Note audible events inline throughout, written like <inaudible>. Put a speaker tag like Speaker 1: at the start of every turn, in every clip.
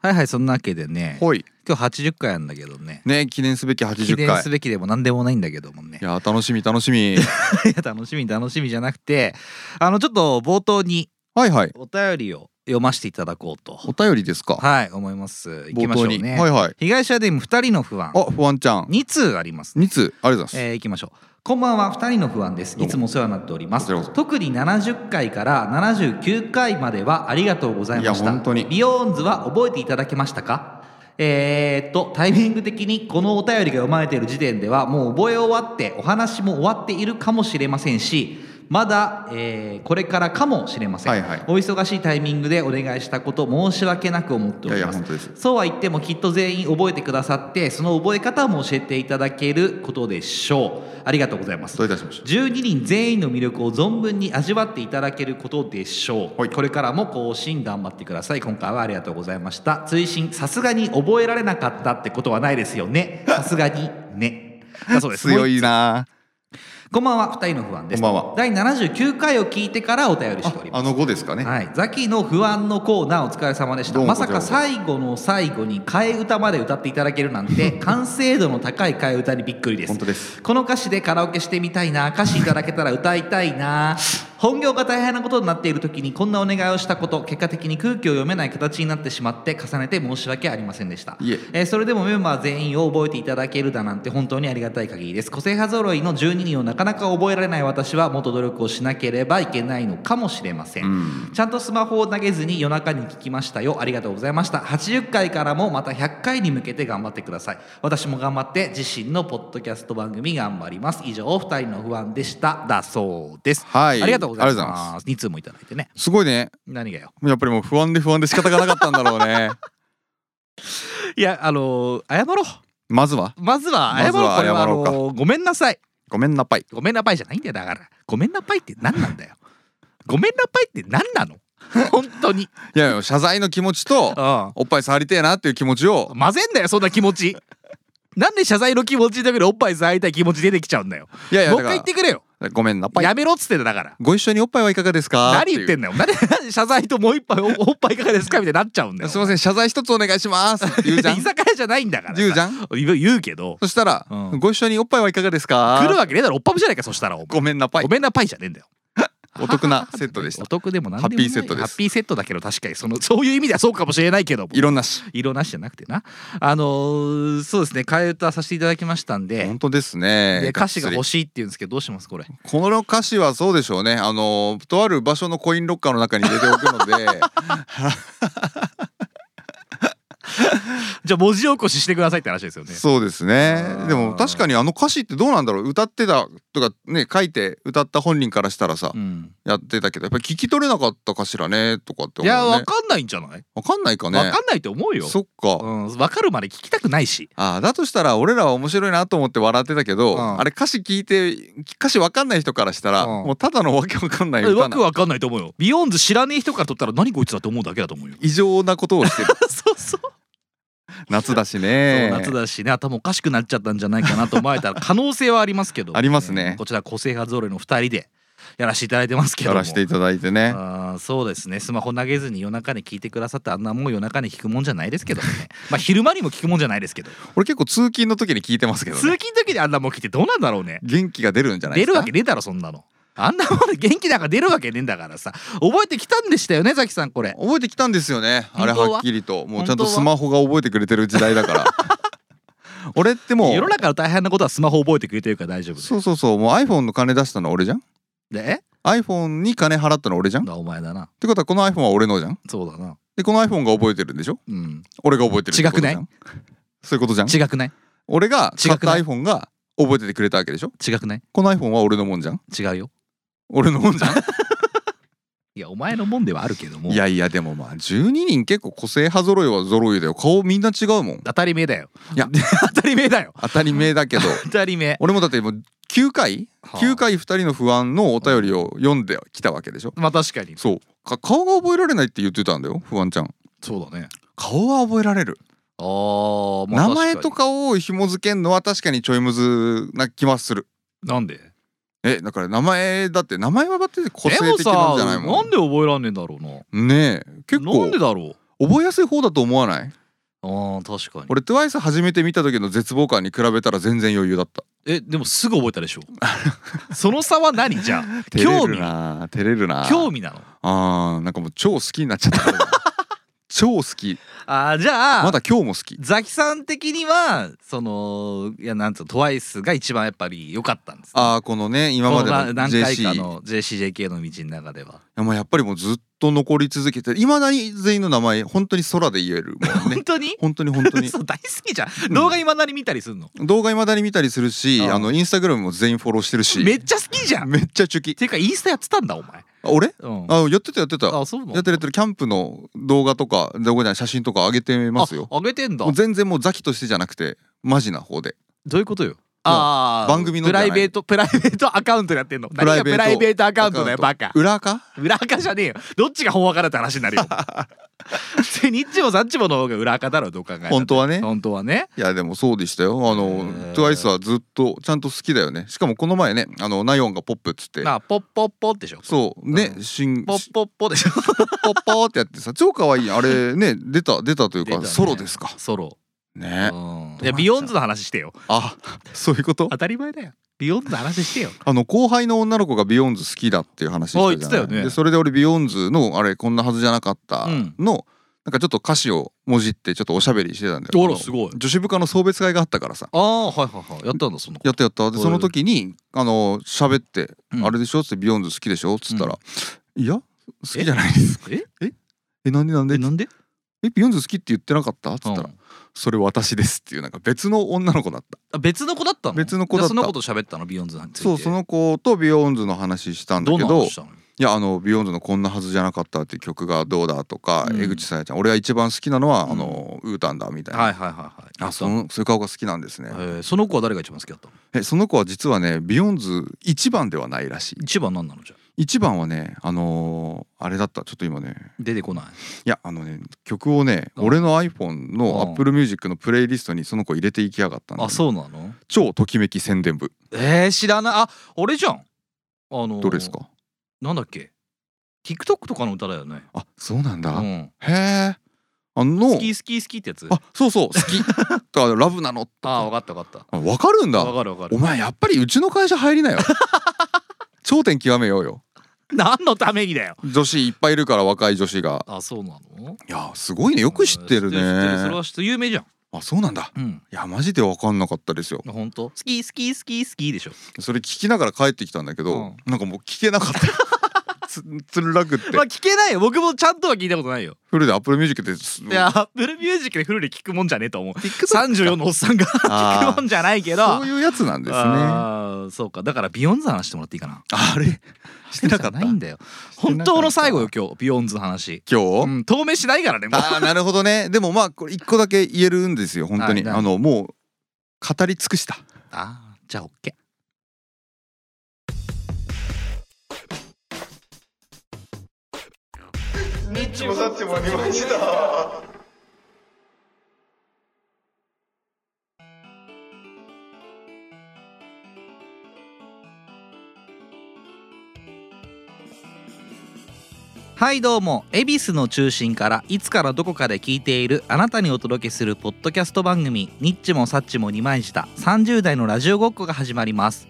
Speaker 1: はいはいそんなわけでね
Speaker 2: ほい
Speaker 1: 今日80回なんだけどね
Speaker 2: ね記念すべき
Speaker 1: 記
Speaker 2: 80
Speaker 1: 念
Speaker 2: 回
Speaker 1: すべきでも何でもないんだけどもね
Speaker 2: いや楽しみ楽
Speaker 1: <laughs>
Speaker 2: しみ
Speaker 1: いや楽しみ楽しみじゃなくてあのちょっと冒頭に
Speaker 2: はいはい
Speaker 1: お便りを読ませていただこうと
Speaker 2: お便りですか
Speaker 1: はい思いますいき
Speaker 2: 冒
Speaker 1: ましょ
Speaker 2: 頭
Speaker 1: う
Speaker 2: に、
Speaker 1: ね、
Speaker 2: はいはい
Speaker 1: 被害者デーム2人の不安
Speaker 2: あ不安ちゃん
Speaker 1: 2通あります
Speaker 2: 2通ありがとうございます、
Speaker 1: えー、いきましょうこんばんは2人の不安です
Speaker 2: どうも
Speaker 1: いつもお世話になっております
Speaker 2: こちらこそ
Speaker 1: 特に70回から79回まではありがとうございました
Speaker 2: いや本当に
Speaker 1: ビヨーンズは覚えていただけましたかえー、っとタイミング的にこのお便りが読まれている時点ではもう覚え終わってお話も終わっているかもしれませんしまだ、えーこれからかもしれません、
Speaker 2: はいはい
Speaker 1: お忙しいタイミングでお願いしたこと申し訳なく思ってお
Speaker 2: いや
Speaker 1: り
Speaker 2: いや
Speaker 1: ます
Speaker 2: 本当です
Speaker 1: そうは言ってもきっと全員覚えてくださってその覚え方も教えていただけることでしょうありがとうございます
Speaker 2: どういたしまし
Speaker 1: 12人全員の魅力を存分に味わっていただけることでしょう、
Speaker 2: はい
Speaker 1: これからも更新頑張ってください今回はありがとうございました追伸さすがに覚えられなかったってことはないですよ
Speaker 2: <laughs>
Speaker 1: ねさすがにねだそう
Speaker 2: た
Speaker 1: です
Speaker 2: 強いな
Speaker 1: こんばんは二人の不安です
Speaker 2: こんばんは
Speaker 1: 第79回を聞いてからお便りしております
Speaker 2: あの5ですかね、
Speaker 1: はい、ザキの不安のコーナーお疲れ様でした
Speaker 2: どうも
Speaker 1: まさか
Speaker 2: こちら
Speaker 1: 最後の最後に替え歌まで歌っていただけるなんて
Speaker 2: <laughs>
Speaker 1: 完成度の高い替え歌にびっくりです
Speaker 2: 本当です
Speaker 1: この歌詞でカラオケしてみたいな歌詞いただけたら歌いたいな本業が大変なことになっている時にこんなお願いをしたこと結果的に空気を読めない形になってしまって重ねて申し訳ありませんでした
Speaker 2: いえ
Speaker 1: えーそれでもメンバー全員を覚えていただけるだなんて本当にありがたい限りです個性派揃いの12人をなかなか覚えられない私はもっと努力をしなければいけないのかもしれません、
Speaker 2: うん
Speaker 1: ちゃんとスマホを投げずに夜中に聞きましたよありがとうございました80回からもまた100回に向けて頑張ってください私も頑張って自身のポッドキャスト番組頑張ります以上2人の不安でしただそうです
Speaker 2: はい
Speaker 1: ありがとうござい
Speaker 2: ありがとうござい
Speaker 1: ます2通もいただいてね
Speaker 2: すごいね
Speaker 1: 何がよ
Speaker 2: やっぱりもう不安で不安で仕方がなかったんだろうね <laughs>
Speaker 1: いやあのー謝ろう
Speaker 2: まずは
Speaker 1: まずは謝
Speaker 2: まず
Speaker 1: ろう
Speaker 2: は
Speaker 1: これはあ
Speaker 2: 謝ろ
Speaker 1: の
Speaker 2: うか
Speaker 1: ーごめんなさい
Speaker 2: ごめんなっぱい
Speaker 1: ごめんなぱいじゃないんだよだからごめんなぱいって何なんだよごめんなぱいって何なの本当
Speaker 2: <laughs>
Speaker 1: に
Speaker 2: いやいや謝罪の気持ちと
Speaker 1: う
Speaker 2: おっぱい触りてえなっていう気持ちを
Speaker 1: ん混ぜんだよそんな気持ちなんで謝罪の気持ちだけでおっぱい触りたい気持ち出てきちゃうんだよ
Speaker 2: いやいや
Speaker 1: もう
Speaker 2: だ
Speaker 1: 一回
Speaker 2: か
Speaker 1: 言ってくれよ
Speaker 2: らごめんなっぱい
Speaker 1: やめろっつってんだだから
Speaker 2: ご一緒におっぱいはいかがですか
Speaker 1: 何言って
Speaker 2: ん
Speaker 1: んだよなんでなんで謝罪ともう一杯おおっぱいいかがですかみたいになっちゃうんだよ
Speaker 2: すいません謝罪一つお願いしますって言うじゃん
Speaker 1: 居酒屋じゃないんだからさ
Speaker 2: 言うじゃん
Speaker 1: 言う言うけど
Speaker 2: そしたら、
Speaker 1: うん
Speaker 2: ご一緒におっぱいはいかがですか
Speaker 1: 来るわけねえだろおっぱぶじゃないかそしたらお前
Speaker 2: ごめんなパイ
Speaker 1: ごめんなぱいじゃねえんだよ
Speaker 2: お
Speaker 1: <laughs>
Speaker 2: 得なセットでした
Speaker 1: お得でもなんでもない
Speaker 2: ハッピーセットです
Speaker 1: ハッピーセットだけど確かにそのそういう意味ではそうかもしれないけども
Speaker 2: いろんなし
Speaker 1: 色なしじゃなくてなあのーそうですね替え歌させていただきましたんで
Speaker 2: 本当ですね
Speaker 1: で歌詞が欲
Speaker 2: し
Speaker 1: しいって言うんですけどどうしますこれ
Speaker 2: この歌詞はそうでしょうねあのとある場所のコインロッカーの中に入れておく
Speaker 1: <laughs>
Speaker 2: ので
Speaker 1: じゃあ文字起こししてくださいって話ですよね
Speaker 2: そうですね
Speaker 1: あー
Speaker 2: でも確かにあの歌詞ってどうなんだろう歌ってたとかね書いて歌った本人からしたらさ、
Speaker 1: うん
Speaker 2: やってたけどやっぱり聞き取れなかったかしらねとかって
Speaker 1: い
Speaker 2: 思
Speaker 1: や
Speaker 2: うね
Speaker 1: わかんないんじゃない
Speaker 2: わかんないかね
Speaker 1: わかんないと思うよ
Speaker 2: そっか、
Speaker 1: うんわかるまで聞きたくないし
Speaker 2: ああだとしたら俺らは面白いなと思って笑ってたけど、
Speaker 1: うん
Speaker 2: あれ歌詞聞いて歌詞わかんない人からしたら、
Speaker 1: うん
Speaker 2: もうただのわけわかんない歌
Speaker 1: わ
Speaker 2: な
Speaker 1: くわかんないと思うよビヨーンズ知らねえ人から撮ったら何こいつだと思うだけだと思う
Speaker 2: <laughs>
Speaker 1: よ
Speaker 2: 異常なことをして
Speaker 1: <laughs>
Speaker 2: る
Speaker 1: そうそう
Speaker 2: 夏だしね
Speaker 1: そう夏だしね頭おかしくなっちゃったんじゃないかなと思われたら可能性はありますけど
Speaker 2: ありますね
Speaker 1: えーこちら個性派揃いの2人でやらせていただいてますけど
Speaker 2: や
Speaker 1: も
Speaker 2: らせていただいてね
Speaker 1: あーそうですねスマホ投げずに夜中に聞いてくださってあんなもん夜中に聞くもんじゃないですけどねまあ昼間にも聞くもんじゃない
Speaker 2: <laughs>
Speaker 1: ですけど
Speaker 2: 俺結構通勤の時に聞いてますけど
Speaker 1: 通
Speaker 2: ね
Speaker 1: 勤の時にあんなもん聞いてどうなんだろうね
Speaker 2: 元気が出るんじゃないで
Speaker 1: 出
Speaker 2: すか
Speaker 1: るわけねえだろそんなのあんなもんで元気なんか出るわけねえんだからさ覚えてきたんでしたよねザキさんこれ
Speaker 2: 覚えてきたんですよねあれ
Speaker 1: 本当は
Speaker 2: はっきりともうちゃん
Speaker 1: 本当
Speaker 2: と
Speaker 1: は
Speaker 2: スマホが覚えてくれてる時代
Speaker 1: <laughs>
Speaker 2: だから俺っても
Speaker 1: 世の
Speaker 2: う
Speaker 1: 中の大変なことはスマホ覚えてくれてるから大丈夫で
Speaker 2: そうそうそうもう iPhone の金出したの俺じゃん
Speaker 1: で
Speaker 2: iPhone に金払ったの俺じゃんっ
Speaker 1: だお前だな
Speaker 2: てことはこの iPhone は俺のじゃん
Speaker 1: そうだな
Speaker 2: でこの iPhone が覚えてるんでしょ
Speaker 1: うん
Speaker 2: 俺が覚えてるってことじゃん
Speaker 1: 違く
Speaker 2: そういうことじゃん
Speaker 1: 違くない
Speaker 2: 俺が買っ
Speaker 1: 違く
Speaker 2: た
Speaker 1: ない
Speaker 2: iPhone が覚えててくれたわけでしょ
Speaker 1: 違くない
Speaker 2: この iPhone は俺のもんじゃん
Speaker 1: 違うよ
Speaker 2: 俺のもんじゃ
Speaker 1: <laughs>
Speaker 2: ん
Speaker 1: いやお前のもんではあるけども
Speaker 2: いやいやでもまあ12人結構個性派揃いは揃いだよ顔みんな違うもん
Speaker 1: 当たり前だよ
Speaker 2: いや
Speaker 1: <laughs> 当たり前だよ
Speaker 2: 当たり前だ
Speaker 1: <laughs>
Speaker 2: けど
Speaker 1: 当たり前
Speaker 2: 俺もだってもう9回
Speaker 1: はあ
Speaker 2: 9回2人の不安のお便りを読んできたわけでしょ
Speaker 1: まあ確かに
Speaker 2: そうか顔が覚えられないって言ってたんだよ不安ちゃん
Speaker 1: そうだね
Speaker 2: 顔は覚えられる、
Speaker 1: あー、まあ、
Speaker 2: 名前
Speaker 1: 確
Speaker 2: と
Speaker 1: か
Speaker 2: 顔を紐付けんのは確かにちょいむずな気はする
Speaker 1: になんで
Speaker 2: えだから名前だって名前はだって個性的
Speaker 1: でも
Speaker 2: な
Speaker 1: さ
Speaker 2: んじゃないも
Speaker 1: な
Speaker 2: ん
Speaker 1: んで覚えらんねえんだろうな
Speaker 2: ねえ結
Speaker 1: なん
Speaker 2: 構
Speaker 1: でだろう
Speaker 2: 覚えやすい方だと思わない
Speaker 1: あー確かに
Speaker 2: 俺 TWICE 初めて見た時の絶望感に比べたら全然余裕だった
Speaker 1: えでもすぐ覚えたでしょその差は何じゃあ興味
Speaker 2: な <laughs> 照れるな
Speaker 1: 興味なの
Speaker 2: あーなんかもう超好きになっちゃった
Speaker 1: <laughs>
Speaker 2: 超好き
Speaker 1: あーじゃあ
Speaker 2: まだ今日も好き
Speaker 1: ザキさん的にはそのいやなんつうのトワイスが一番やっぱり良かったんです、
Speaker 2: ああこのね今まで
Speaker 1: この
Speaker 2: の
Speaker 1: 何回か
Speaker 2: JC
Speaker 1: の JCJK の道の中では
Speaker 2: まあやっぱりもうずっと残り続けていまだに全員の名前本当に空で言えるもん
Speaker 1: <laughs>
Speaker 2: ね
Speaker 1: 本当に
Speaker 2: 本当に本当
Speaker 1: <laughs>
Speaker 2: に
Speaker 1: 嘘大好きじゃ
Speaker 2: うん
Speaker 1: ん動画今なり見たりするの、
Speaker 2: 動画いまだに見たりするし
Speaker 1: あー
Speaker 2: あのインスタグラムも全員フォローしてるし
Speaker 1: めっちゃ好きじゃんっ
Speaker 2: めっちゃチュキ
Speaker 1: ていうかインスタやってたんだお前
Speaker 2: あ俺
Speaker 1: うん
Speaker 2: あやってたやってたや
Speaker 1: あそうなの
Speaker 2: ってるやってるキャンプの動画とか動画じゃない写真とか上げてますよ
Speaker 1: あ上げてんだ
Speaker 2: もう全然もうザキとしてじゃなくてマジな方で
Speaker 1: どういうことよああ
Speaker 2: 番組の
Speaker 1: プ
Speaker 2: じ
Speaker 1: ラ
Speaker 2: ゃない
Speaker 1: イベートプライベートアカウントでやってんの
Speaker 2: プライベー
Speaker 1: 何
Speaker 2: ト
Speaker 1: がプライベートアカウントだよバカ
Speaker 2: 裏か
Speaker 1: 裏垢じゃねえよどっちが本垢だって話にな <laughs> るよそれニッチもサッチもの方が裏垢だろどう考えたって
Speaker 2: 本当はね
Speaker 1: 本当はね
Speaker 2: いやでもそうでしたよあの
Speaker 1: へー
Speaker 2: TWICE はずっとちゃんと好きだよねしかもこの前ねあのナヨンがポップっつって
Speaker 1: なあポッポッポッでしょ
Speaker 2: そうね新
Speaker 1: ポッポッポでしょ
Speaker 2: ポッポーってやってさ超可愛いあれね出た出たという
Speaker 1: <laughs> 出た
Speaker 2: か
Speaker 1: ね
Speaker 2: ソロですか
Speaker 1: ソロう
Speaker 2: ね
Speaker 1: ん
Speaker 2: どうなっち
Speaker 1: い
Speaker 2: ゃ
Speaker 1: や
Speaker 2: う
Speaker 1: ビヨンズの話してよ
Speaker 2: あそういうこと
Speaker 1: 当たり前だよビヨンズの話してよ
Speaker 2: あの後輩の女の子がビヨンズ好きだっていう話
Speaker 1: あ
Speaker 2: し
Speaker 1: 言
Speaker 2: た
Speaker 1: っ
Speaker 2: じ
Speaker 1: て
Speaker 2: ゃ
Speaker 1: た
Speaker 2: ない
Speaker 1: よね
Speaker 2: でそれで俺ビヨンズのあれこんなはずじゃなかった
Speaker 1: うん
Speaker 2: のなんかちょっと歌詞をもじってちょっとおしゃべりしてたんだよ
Speaker 1: あらすごい
Speaker 2: あの女子部下の送別会があったからさ
Speaker 1: ああはいはいはいやったんだその
Speaker 2: やったやったで
Speaker 1: うん
Speaker 2: その時にあの喋って
Speaker 1: う
Speaker 2: 「
Speaker 1: ん
Speaker 2: あれでしょ?」っつって「ビヨンズ好きでしょ?」っつったら「いや好きじゃないです」
Speaker 1: え
Speaker 2: えなんでなんで?」
Speaker 1: なんで
Speaker 2: えビヨンズ好きって言ってなかった?」っつった
Speaker 1: う
Speaker 2: ら
Speaker 1: ん
Speaker 2: 「それ私です」っていうなんか別の女の子だった
Speaker 1: あ別の子だったの
Speaker 2: 別の子だった
Speaker 1: じゃあその子と喋ったのビヨンズなんて
Speaker 2: そうその子とビヨンズの話したんだ
Speaker 1: どん
Speaker 2: け
Speaker 1: な
Speaker 2: ど
Speaker 1: 話し
Speaker 2: い
Speaker 1: たの
Speaker 2: やあのビヨンズの「こんなはずじゃなかった」っていう曲がどうだとか、
Speaker 1: うん
Speaker 2: 江口さやちゃん俺が一番好きなのは、
Speaker 1: うん
Speaker 2: あのウータンだみたいな、
Speaker 1: はいはいはいはい
Speaker 2: あそのそういう顔が好きなんですね
Speaker 1: え、ーその子は誰が一番好きだったの
Speaker 2: えその子は実はねビヨンズ一番ではないらしい
Speaker 1: 一番なんなのじゃあ
Speaker 2: 一番はねあのーあれだったちょっと今ね
Speaker 1: 出てこない
Speaker 2: いやあのね曲をね
Speaker 1: うん
Speaker 2: 俺の iPhone
Speaker 1: うん
Speaker 2: の AppleMusic のプレイリストにその子入れていきやがったんだよ
Speaker 1: あそうなの
Speaker 2: 超ときめき宣伝部
Speaker 1: えー、知らないあ俺じゃんあのー
Speaker 2: どれですか
Speaker 1: なんだっけ TikTok とかの歌だよね
Speaker 2: あそうなんだ、
Speaker 1: う
Speaker 2: へ
Speaker 1: ん
Speaker 2: えあの
Speaker 1: 好き好き好きってやつ
Speaker 2: あそうそう
Speaker 1: <laughs>
Speaker 2: 好きとかラブなの
Speaker 1: ああ分かった分かっ
Speaker 2: あわかるん
Speaker 1: た
Speaker 2: だ
Speaker 1: 分かる分か
Speaker 2: お
Speaker 1: る
Speaker 2: 前やっぱりうちの会社入りなよ <laughs> 頂点極めようよ
Speaker 1: 何のためにだよ
Speaker 2: 女子いっぱいいるから若い女子が
Speaker 1: あそうなの
Speaker 2: いやすごいねよく知ってるね
Speaker 1: 知ってるそれは知ってる有名じゃん
Speaker 2: あそうなんだ
Speaker 1: うん
Speaker 2: いやマジでわかんなかったですよ
Speaker 1: 本当好き好き好き好きでしょ
Speaker 2: それ聞きながら帰ってきたんだけど、なんかもう聞けなかった <laughs> つつらくって、
Speaker 1: まあ聞けないよ僕もちゃんとは聞いたことないよ
Speaker 2: フルで Apple Music です
Speaker 1: いや Apple Music でフルで聞くもんじゃねえと思う
Speaker 2: TikTok か
Speaker 1: 34のおっさんが
Speaker 2: あー
Speaker 1: 聞くもんじゃないけど
Speaker 2: そういうやつなんですねあ
Speaker 1: あーそうかだからビヨンズの話してもらっていいかな
Speaker 2: れしてなかった
Speaker 1: ないんだよ本当の最後よ今日ビヨンズの話
Speaker 2: 今日、
Speaker 1: うん透明しないからねもう
Speaker 2: ああなるほどねでもまあこれ一個だけ言えるんですよ本当に、
Speaker 1: はい
Speaker 2: あのもう語り尽くした
Speaker 1: あーじゃあオッケ
Speaker 3: はいどうも恵比寿の中心からいつからどこかで聞いているあなたにお届けするポッドキャスト番組「ニッチもサッチも二枚舌」30代のラジオごっこが始まります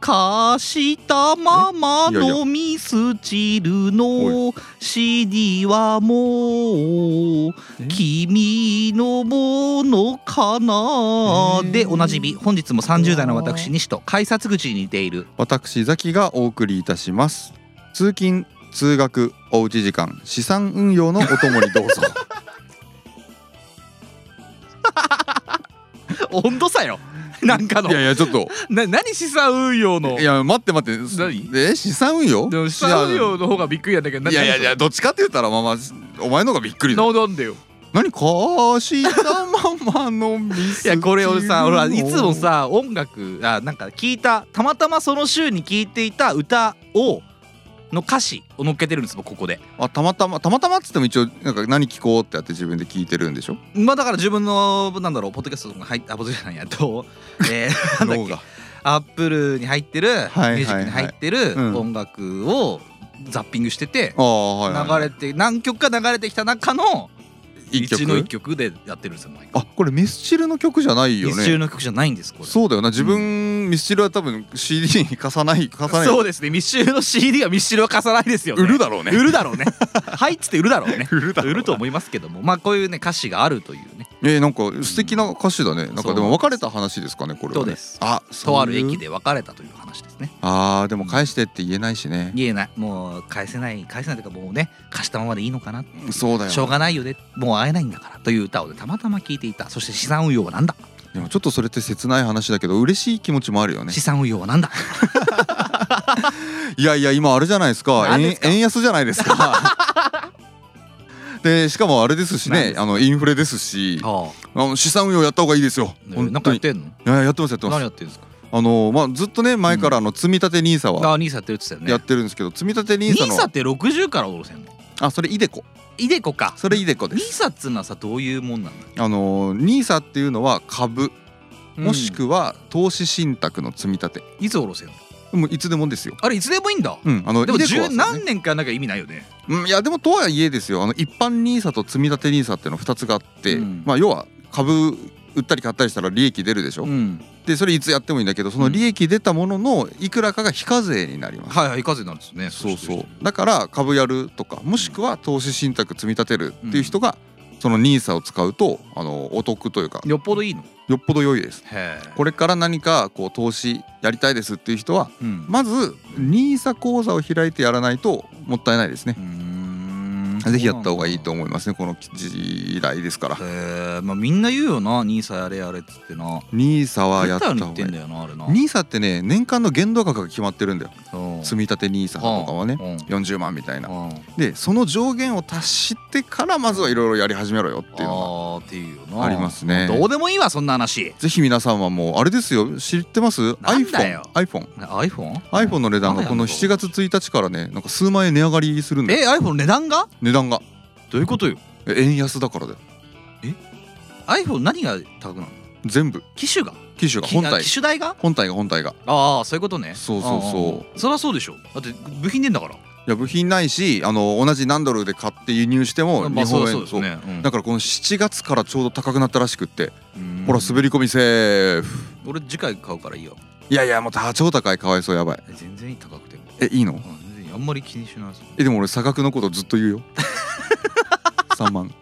Speaker 3: 貸したまま
Speaker 2: えいやいや
Speaker 3: のミスチルの CD はもう君のものかなでおなじみ本日も30代の私西と改札口に似ている
Speaker 2: 私ザキがお送りいたします通勤通学おうち時間資産運用のお供にどうぞ
Speaker 1: ー温度差よなんかの
Speaker 2: いやいやちょっと
Speaker 1: な何資産運用の
Speaker 2: いや待って待って
Speaker 1: 何
Speaker 2: え資産運用
Speaker 1: でも資産運用の方がびっくりなんだけど
Speaker 2: いやいやいやどっちかって言ったらまあまあお前の方がびっくりだ
Speaker 1: 何なんだよ
Speaker 2: 何かしたままのミ
Speaker 1: <laughs>
Speaker 2: ス
Speaker 1: いやこれ俺さ俺はいつもさ音楽あなんか聞いたたまたまその週に聞いていた歌をの歌詞を乗っけてるんですもここで
Speaker 2: あたまたまたまたまっつっても一応なんか何聞こうってやって自分で聞いてるんでしょ
Speaker 3: まあだから自分のなんだろうポッドキャストが入ったポッドキャストじゃないやと、えー、なんだっ
Speaker 2: 脳
Speaker 3: け
Speaker 2: が
Speaker 3: アップルに入ってる、
Speaker 2: はい
Speaker 3: ミュージックに入ってる
Speaker 2: うん
Speaker 3: 音楽をザッピングしてて、
Speaker 2: ああはい、はい、
Speaker 3: 流れて何曲か流れてきた中の
Speaker 2: 一曲
Speaker 1: 一の一曲でやってるんですよ毎回
Speaker 2: あこれミスチルの曲じゃないよ
Speaker 1: 一中
Speaker 2: ね
Speaker 1: の曲じゃないんですこれ
Speaker 2: そうだよな自分、ミスチルは多分 CD に貸さない貸さない
Speaker 1: そうですね密集の CD は密集は貸さないですよ、ね、
Speaker 2: 売るだろうね
Speaker 1: 売るだ
Speaker 2: <laughs>
Speaker 1: ろうねはいっつって売るだろうね
Speaker 2: 売るだろう
Speaker 1: 売ると思いますけどもまあこういうね歌詞があるというね
Speaker 2: えー、なんか素敵な歌詞だね、なん
Speaker 1: そ
Speaker 2: か
Speaker 1: う
Speaker 2: でも別れた話ですかねこれは、ね、
Speaker 1: そうです
Speaker 2: あ
Speaker 1: とある
Speaker 2: そういう
Speaker 1: 駅で別れたという話ですね
Speaker 2: あーでも返してって言えないしね、
Speaker 1: 言えないもう返せない返せないというかもうね貸したままでいいのかな
Speaker 2: そうだよ
Speaker 1: しょうがないよねもう会えないんだからという歌をねたまたま聞いていたそして資産運用はなんだ、
Speaker 2: でもちょっとそれって切ない話だけど嬉しい気持ちもあるよね
Speaker 1: 資産運用はなんだ
Speaker 2: いやいや今あれじゃないですか
Speaker 1: 何で
Speaker 2: 円
Speaker 1: すか
Speaker 2: 円安じゃないですかでしかもあれですし
Speaker 1: 何で
Speaker 2: ね
Speaker 1: すか
Speaker 2: あのインフレですし
Speaker 1: はあ
Speaker 2: あの資産運用やった方がいいですよ
Speaker 1: ね
Speaker 2: 本
Speaker 1: なんかや
Speaker 2: 当
Speaker 1: っ
Speaker 2: に
Speaker 1: てんの
Speaker 2: いややってますやってま
Speaker 1: 何
Speaker 2: す
Speaker 1: やってんですか
Speaker 2: あのまあずっとね前からあの積み立て NISA
Speaker 1: あ
Speaker 2: は
Speaker 1: あニーサって言ってたよね
Speaker 2: やってるんですけど積み立て
Speaker 1: ニー
Speaker 2: NISA の
Speaker 1: サって60から下ろせんの
Speaker 2: あそれイデコ
Speaker 1: イデコか
Speaker 2: それイデコで
Speaker 1: ニー
Speaker 2: す
Speaker 1: サっつうのはさどういうもんなんだ
Speaker 2: あの NISA っていうのは株もし
Speaker 1: は
Speaker 2: くは投資信託の積み立て
Speaker 1: いつ下ろせんの
Speaker 2: もういつでもですよ
Speaker 1: あれいつでもいいんだ
Speaker 2: うんあの
Speaker 1: でも
Speaker 2: イデコ
Speaker 1: 十
Speaker 2: はそうね
Speaker 1: 何年かやんなきゃ意味ないよね
Speaker 2: うん、いやでもとはいえですよあの一般 NISA と積み立て NISA っていうの2つがあって、
Speaker 1: うん
Speaker 2: まあ、要は株売ったり買ったりしたら利益出るでしょ、
Speaker 1: ん
Speaker 2: でそれいつやってもいいんだけどその利益出たもののいくらかが非課税になります、
Speaker 1: はいはい風なんですね
Speaker 2: そうそうだから株やるとかもしくは投資信託積み立てるっていう人が、その NISA を使うとあのお得というか
Speaker 1: よっぽどいいの
Speaker 2: よっぽど良いです
Speaker 1: へえ
Speaker 2: これから何かこう投資やりたいですっていう人は
Speaker 1: うん
Speaker 2: まず NISA 口座を開いてやらないともったいないですね
Speaker 1: うーん
Speaker 2: ぜひやった方がいいと
Speaker 1: う
Speaker 2: 思いますねこの時代ですから
Speaker 1: へえまあみんな言うよなニーサやれやれっつってな
Speaker 2: NISA はや
Speaker 1: 絶対
Speaker 2: った方
Speaker 1: に言っ
Speaker 2: が
Speaker 1: て
Speaker 2: いい
Speaker 1: んだよなあれな
Speaker 2: NISA ってね年間の限度額が決まってるんだよ
Speaker 1: うん
Speaker 2: 積み立て NISA とかはね
Speaker 1: うん
Speaker 2: 40万みたいな
Speaker 1: うん
Speaker 2: でその上限を達してからまずはいろいろやり始めろよっていうの
Speaker 1: あーっていうよな
Speaker 2: がありますね
Speaker 1: どうでもいいわそんな話
Speaker 2: ぜひ皆さんはもうあれですよ知ってます
Speaker 1: なんだよ
Speaker 2: iPhoneiPhone
Speaker 1: iPhone?
Speaker 2: iPhone の値段がこの
Speaker 1: なんだよ
Speaker 2: 7月1日からねなんか数万円値上がりするんだよ
Speaker 1: え iPhone の値段が
Speaker 2: 値段が
Speaker 1: どういうことよ
Speaker 2: え円安だからだよ
Speaker 1: iPhone 何が高くなるの
Speaker 2: 全部
Speaker 1: 機種が
Speaker 2: 機種が本
Speaker 1: あ
Speaker 2: 体
Speaker 1: 機種代が
Speaker 2: 本体が本体が
Speaker 1: ああそういうことね
Speaker 2: そうそうそう
Speaker 1: ああそりゃそうでしょだって部品ねんだから
Speaker 2: いや部品ないしあの同じ何ドルで買って輸入しても
Speaker 1: ま
Speaker 2: 日
Speaker 1: あそう
Speaker 2: 本
Speaker 1: そう
Speaker 2: 円
Speaker 1: ですねうん
Speaker 2: だからこの7月からちょうど高くなったらしくって、
Speaker 1: うん
Speaker 2: ほら滑り込みセーフ
Speaker 1: 俺次回買うからいいよ
Speaker 2: いやいやもうた超高いかわいそうやばい
Speaker 1: え全然いい高くても
Speaker 2: えいいの
Speaker 1: うん全然いいあんまり気にしないです
Speaker 2: えでも俺差額のことずっと言う
Speaker 1: <laughs>
Speaker 2: よ3万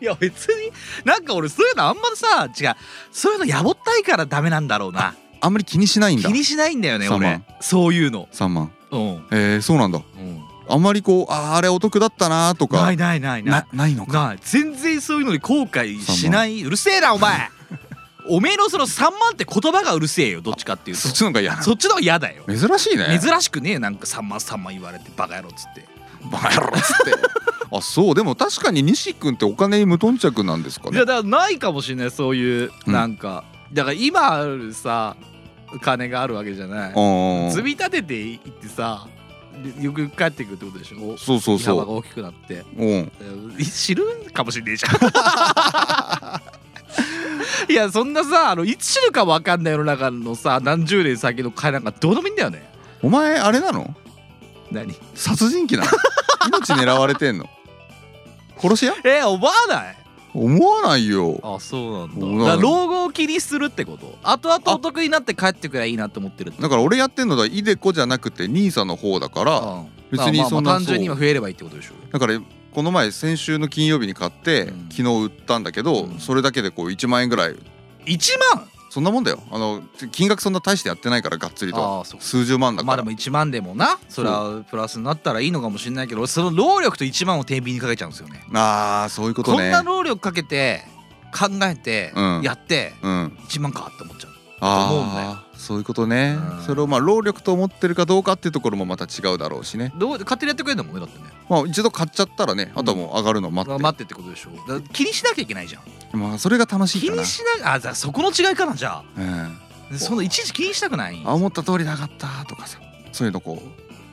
Speaker 1: いや別になんか俺そういうのあんまさ違うそういうのやぼったいからダメなんだろうな
Speaker 2: あんまり気にしないん
Speaker 1: 気
Speaker 2: だ
Speaker 1: にしないんだよね
Speaker 2: そう
Speaker 1: 俺そういうの
Speaker 2: 3万
Speaker 1: うん
Speaker 2: えー、そうなんだ
Speaker 1: うん
Speaker 2: あんまりこうあーあれお得だったなーとか
Speaker 1: ないないないない
Speaker 2: なないのか
Speaker 1: ない全然そういうのに後悔しないうるせえなお前 <laughs> おめえのその3万って言葉がうるせえよどっちかっていうと
Speaker 2: そっちの方が嫌な
Speaker 1: そっちの方が嫌だよ
Speaker 2: 珍しいね
Speaker 1: 珍しくねえなんか3万3万言われてバカ野郎っつって
Speaker 2: バカ野郎っつってあそうでも確かに西君ってお金に無頓着なんですか
Speaker 1: い
Speaker 2: ね
Speaker 1: やだからないかもしれないそういう
Speaker 2: うん
Speaker 1: なんか、だから今あるさ金があるわけじゃない
Speaker 2: うん
Speaker 1: 積み立てていってさでよくよく帰ってくるってことでしょお
Speaker 2: そうそう
Speaker 1: 利幅が
Speaker 2: そ
Speaker 1: 大きくなって
Speaker 2: ううん
Speaker 1: えー <laughs> 知るかもしれねえじゃん <laughs> いやそんなさあのいつ知るかわかんない世の中のさ何十年先の金なんかどうでもいいんだよね
Speaker 2: お前あれなの
Speaker 1: 何
Speaker 2: 殺人鬼なの命狙われてんの殺し屋
Speaker 1: <laughs> えー、思わない
Speaker 2: 思わないよ
Speaker 1: あそうなん
Speaker 2: だ
Speaker 1: だから老後を気にするってこと後々お得になって帰ってくりゃいいなって思ってる
Speaker 2: だから俺やってんのはイデコじゃなくて兄さんの方だから
Speaker 1: うん
Speaker 2: 別
Speaker 1: まあ
Speaker 2: に
Speaker 1: まあ
Speaker 2: そんな
Speaker 1: 単純に
Speaker 2: そ
Speaker 1: は
Speaker 2: う
Speaker 1: 増えればいいってことでしょ
Speaker 2: だからこの前先週の金曜日に買って、
Speaker 1: うん
Speaker 2: 昨日売ったんだけど、
Speaker 1: うん
Speaker 2: それだけでこう1万円ぐらい
Speaker 1: 1万
Speaker 2: そんなもんだよあの金額そんな大してやってないからがっつりとは
Speaker 1: ああそう
Speaker 2: 数十万だ
Speaker 1: ま
Speaker 2: か
Speaker 1: あ
Speaker 2: ら、
Speaker 1: でも1万でもなそれはプラスになったらいいのかもしれないけど俺その労力と1万を天秤にかけちゃうんですよね
Speaker 2: ああそういうこと
Speaker 1: こん
Speaker 2: ね
Speaker 1: な労力かけて考えて
Speaker 2: うん
Speaker 1: やって
Speaker 2: うん
Speaker 1: 1万かって思っちゃう思うんだよ
Speaker 2: ああそういうことね
Speaker 1: うん
Speaker 2: それをまあ労力と思ってるかどうかっていうところもまた違うだろうしね
Speaker 1: どう勝手にやってくれるんだもんねだってね
Speaker 2: まあ一度買っちゃったらねあとはもう上がるのを待って、
Speaker 1: 待ってってことでしょだから気にしなきゃいけないじゃん
Speaker 2: まあそれが楽しい
Speaker 1: 気
Speaker 2: かな
Speaker 1: にしなあだからそこの違いかなじゃ
Speaker 2: うん
Speaker 1: あそのいちいち気にしたくない
Speaker 2: あ思った通りなかったとかさそういうのこ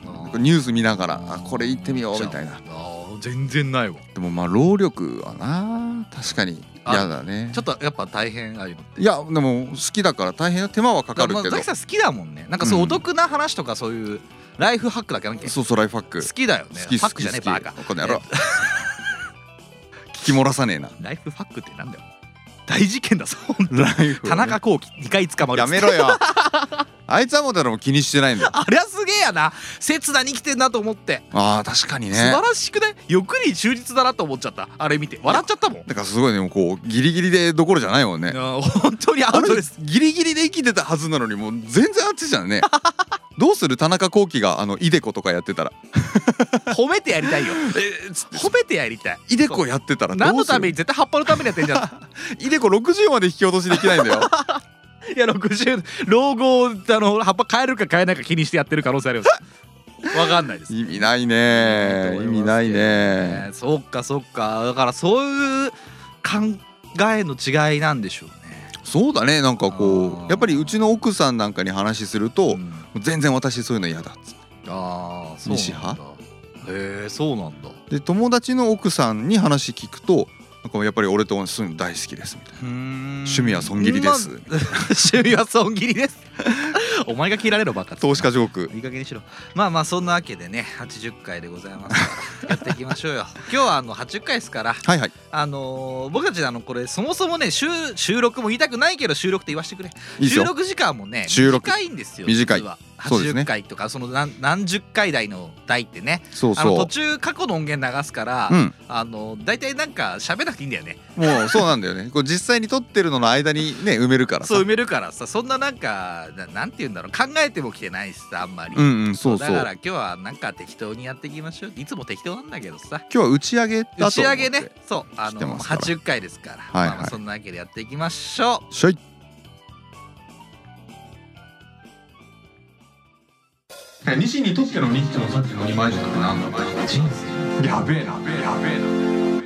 Speaker 1: あ
Speaker 2: うニュース見ながらあこれ行ってみようみたい
Speaker 1: あ
Speaker 2: な
Speaker 1: ー全然ないわ
Speaker 2: でもまあ労力はな確かに嫌だね
Speaker 1: ちょっとやっぱ大変ああいうのって
Speaker 2: いやでも好きだから大変な手間はかかる
Speaker 1: まあ
Speaker 2: けど
Speaker 1: ザキさん好きだもんねなんかそういうお得な話とかそういうライフハックだっけなんだっけ
Speaker 2: そうそうライフハック
Speaker 1: 好きだよね
Speaker 2: 好き
Speaker 1: ハ
Speaker 2: 好
Speaker 1: ック
Speaker 2: き
Speaker 1: じゃねえバ
Speaker 2: 好
Speaker 1: カ
Speaker 2: きこの野郎
Speaker 1: 聞
Speaker 2: き漏らさね <laughs> えな
Speaker 1: ライフファックってなんだよ大事件だぞ本当に
Speaker 2: ライフを
Speaker 1: 田中幸喜2回捕まる
Speaker 2: やめろよあいつはもう誰も気にしてないんだよ
Speaker 1: <laughs> ありゃすげえやな切なに生きてんなと思って、
Speaker 2: <laughs> あー確かにね
Speaker 1: 素晴らしくない欲に忠実だなと思っちゃったあれ見て笑っちゃったもん
Speaker 2: だからすごいねもうこうギリギリでどころじゃないもんね
Speaker 1: あー本当にアウトです
Speaker 2: あれギリギリで生きてたはずなのにもう全然あっちじゃんねどうする田中幸喜があのイデコとかやってたら
Speaker 1: 褒めてやりたいよ褒めてやりたい
Speaker 2: イデコやってたらどうする
Speaker 1: 何のために絶対葉っぱのためにやってんじゃ
Speaker 2: <laughs>
Speaker 1: ん
Speaker 2: イデコ60まで引き落としできないんだよ
Speaker 1: いや60老後をあの葉っぱ変えるか変えないか気にしてやってる可能性ありますわかんないです
Speaker 2: 意味ないね意味ないね
Speaker 1: ねそっかそっかだからそういう考えの違いなんでしょうね
Speaker 2: そうだねなんかこ
Speaker 1: あー
Speaker 2: うやっぱりうちの奥さんなんかに話すると、
Speaker 1: うん
Speaker 2: 全然私そういうの嫌だっつっ
Speaker 1: ああそう
Speaker 2: 西
Speaker 1: なんだへえそうなんだ
Speaker 2: てで友達の奥さんに話聞くとなんかやっぱり俺とそういうの大好きですみたいな
Speaker 1: 趣
Speaker 2: 趣味は損切りです
Speaker 1: まあ <laughs> 趣味は損切りです <laughs> お前が切られろバカ
Speaker 2: 投資家ジョーク
Speaker 1: いい加減にしろまあまあそんなわけでね80回でございます
Speaker 2: <laughs>
Speaker 1: からやっていきましょうよ今日はあの80回ですから
Speaker 2: はいはい
Speaker 1: あのー僕たちあのこれそもそもね収収録も言いたくないけど収録って言わしてくれ
Speaker 2: いいです
Speaker 1: 収
Speaker 2: よ
Speaker 1: 録時間もね
Speaker 2: 収録
Speaker 1: 短いんですよ
Speaker 2: 短い
Speaker 1: 実は
Speaker 2: そうですね
Speaker 1: 80回とかその何何十回台の台ってね
Speaker 2: そう
Speaker 1: あの
Speaker 2: そ
Speaker 1: 途
Speaker 2: う
Speaker 1: 中過去の音源流すから、
Speaker 2: うん
Speaker 1: あの大体なんか喋らなくていいんだよね
Speaker 2: もうそうなんだよねこう実際に撮ってるのの間にね埋めるからさ
Speaker 1: そう埋めるからさそんななんかななんて言うんだろう考えてもきてないしさあんまり、
Speaker 2: うんうんそうそう
Speaker 1: だから
Speaker 2: 今
Speaker 1: 今日はなんか適当にやっていきましょういつも適当なんだけどさ
Speaker 2: 日は打ち上げだと思
Speaker 1: 打
Speaker 2: って
Speaker 1: ち上げねそうあ
Speaker 2: 来て
Speaker 1: の
Speaker 2: ますから
Speaker 1: 80回ですから、
Speaker 2: はいは
Speaker 1: まあ
Speaker 2: い
Speaker 1: まあそんなわけでやっていきましょう
Speaker 2: しょい
Speaker 4: 西にとっての日ってのさっきの二枚舌って何だ人生やべえなやべえなやべえな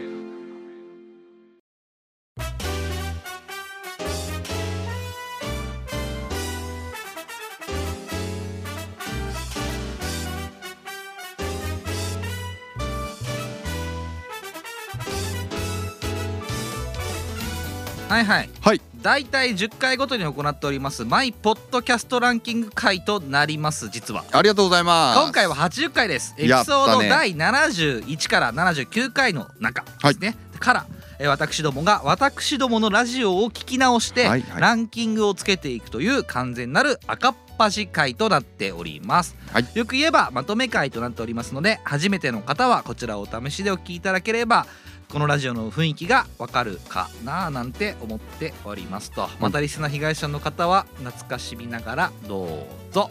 Speaker 1: はいはい
Speaker 2: はい
Speaker 1: 大体10回ごとに行っておりますマイポッドキャストランキング回となります実は
Speaker 2: ありがとうございます
Speaker 1: 今回は80回ですエピソ
Speaker 2: やっ
Speaker 1: ー
Speaker 2: た
Speaker 1: ド
Speaker 2: ね
Speaker 1: 第71から79回の中ですね、からえー私どもが私どものラジオを聞き直して、
Speaker 2: はいはい
Speaker 1: ランキングをつけていくという完全なる赤っ端回となっております、
Speaker 2: はい
Speaker 1: よく言えばまとめ回となっておりますので初めての方はこちらをお試しでお聞きいただければこのラジオの雰囲気がわかるかななんて思っておりますとまたリスナー被害者の方は懐かしみながらどうぞ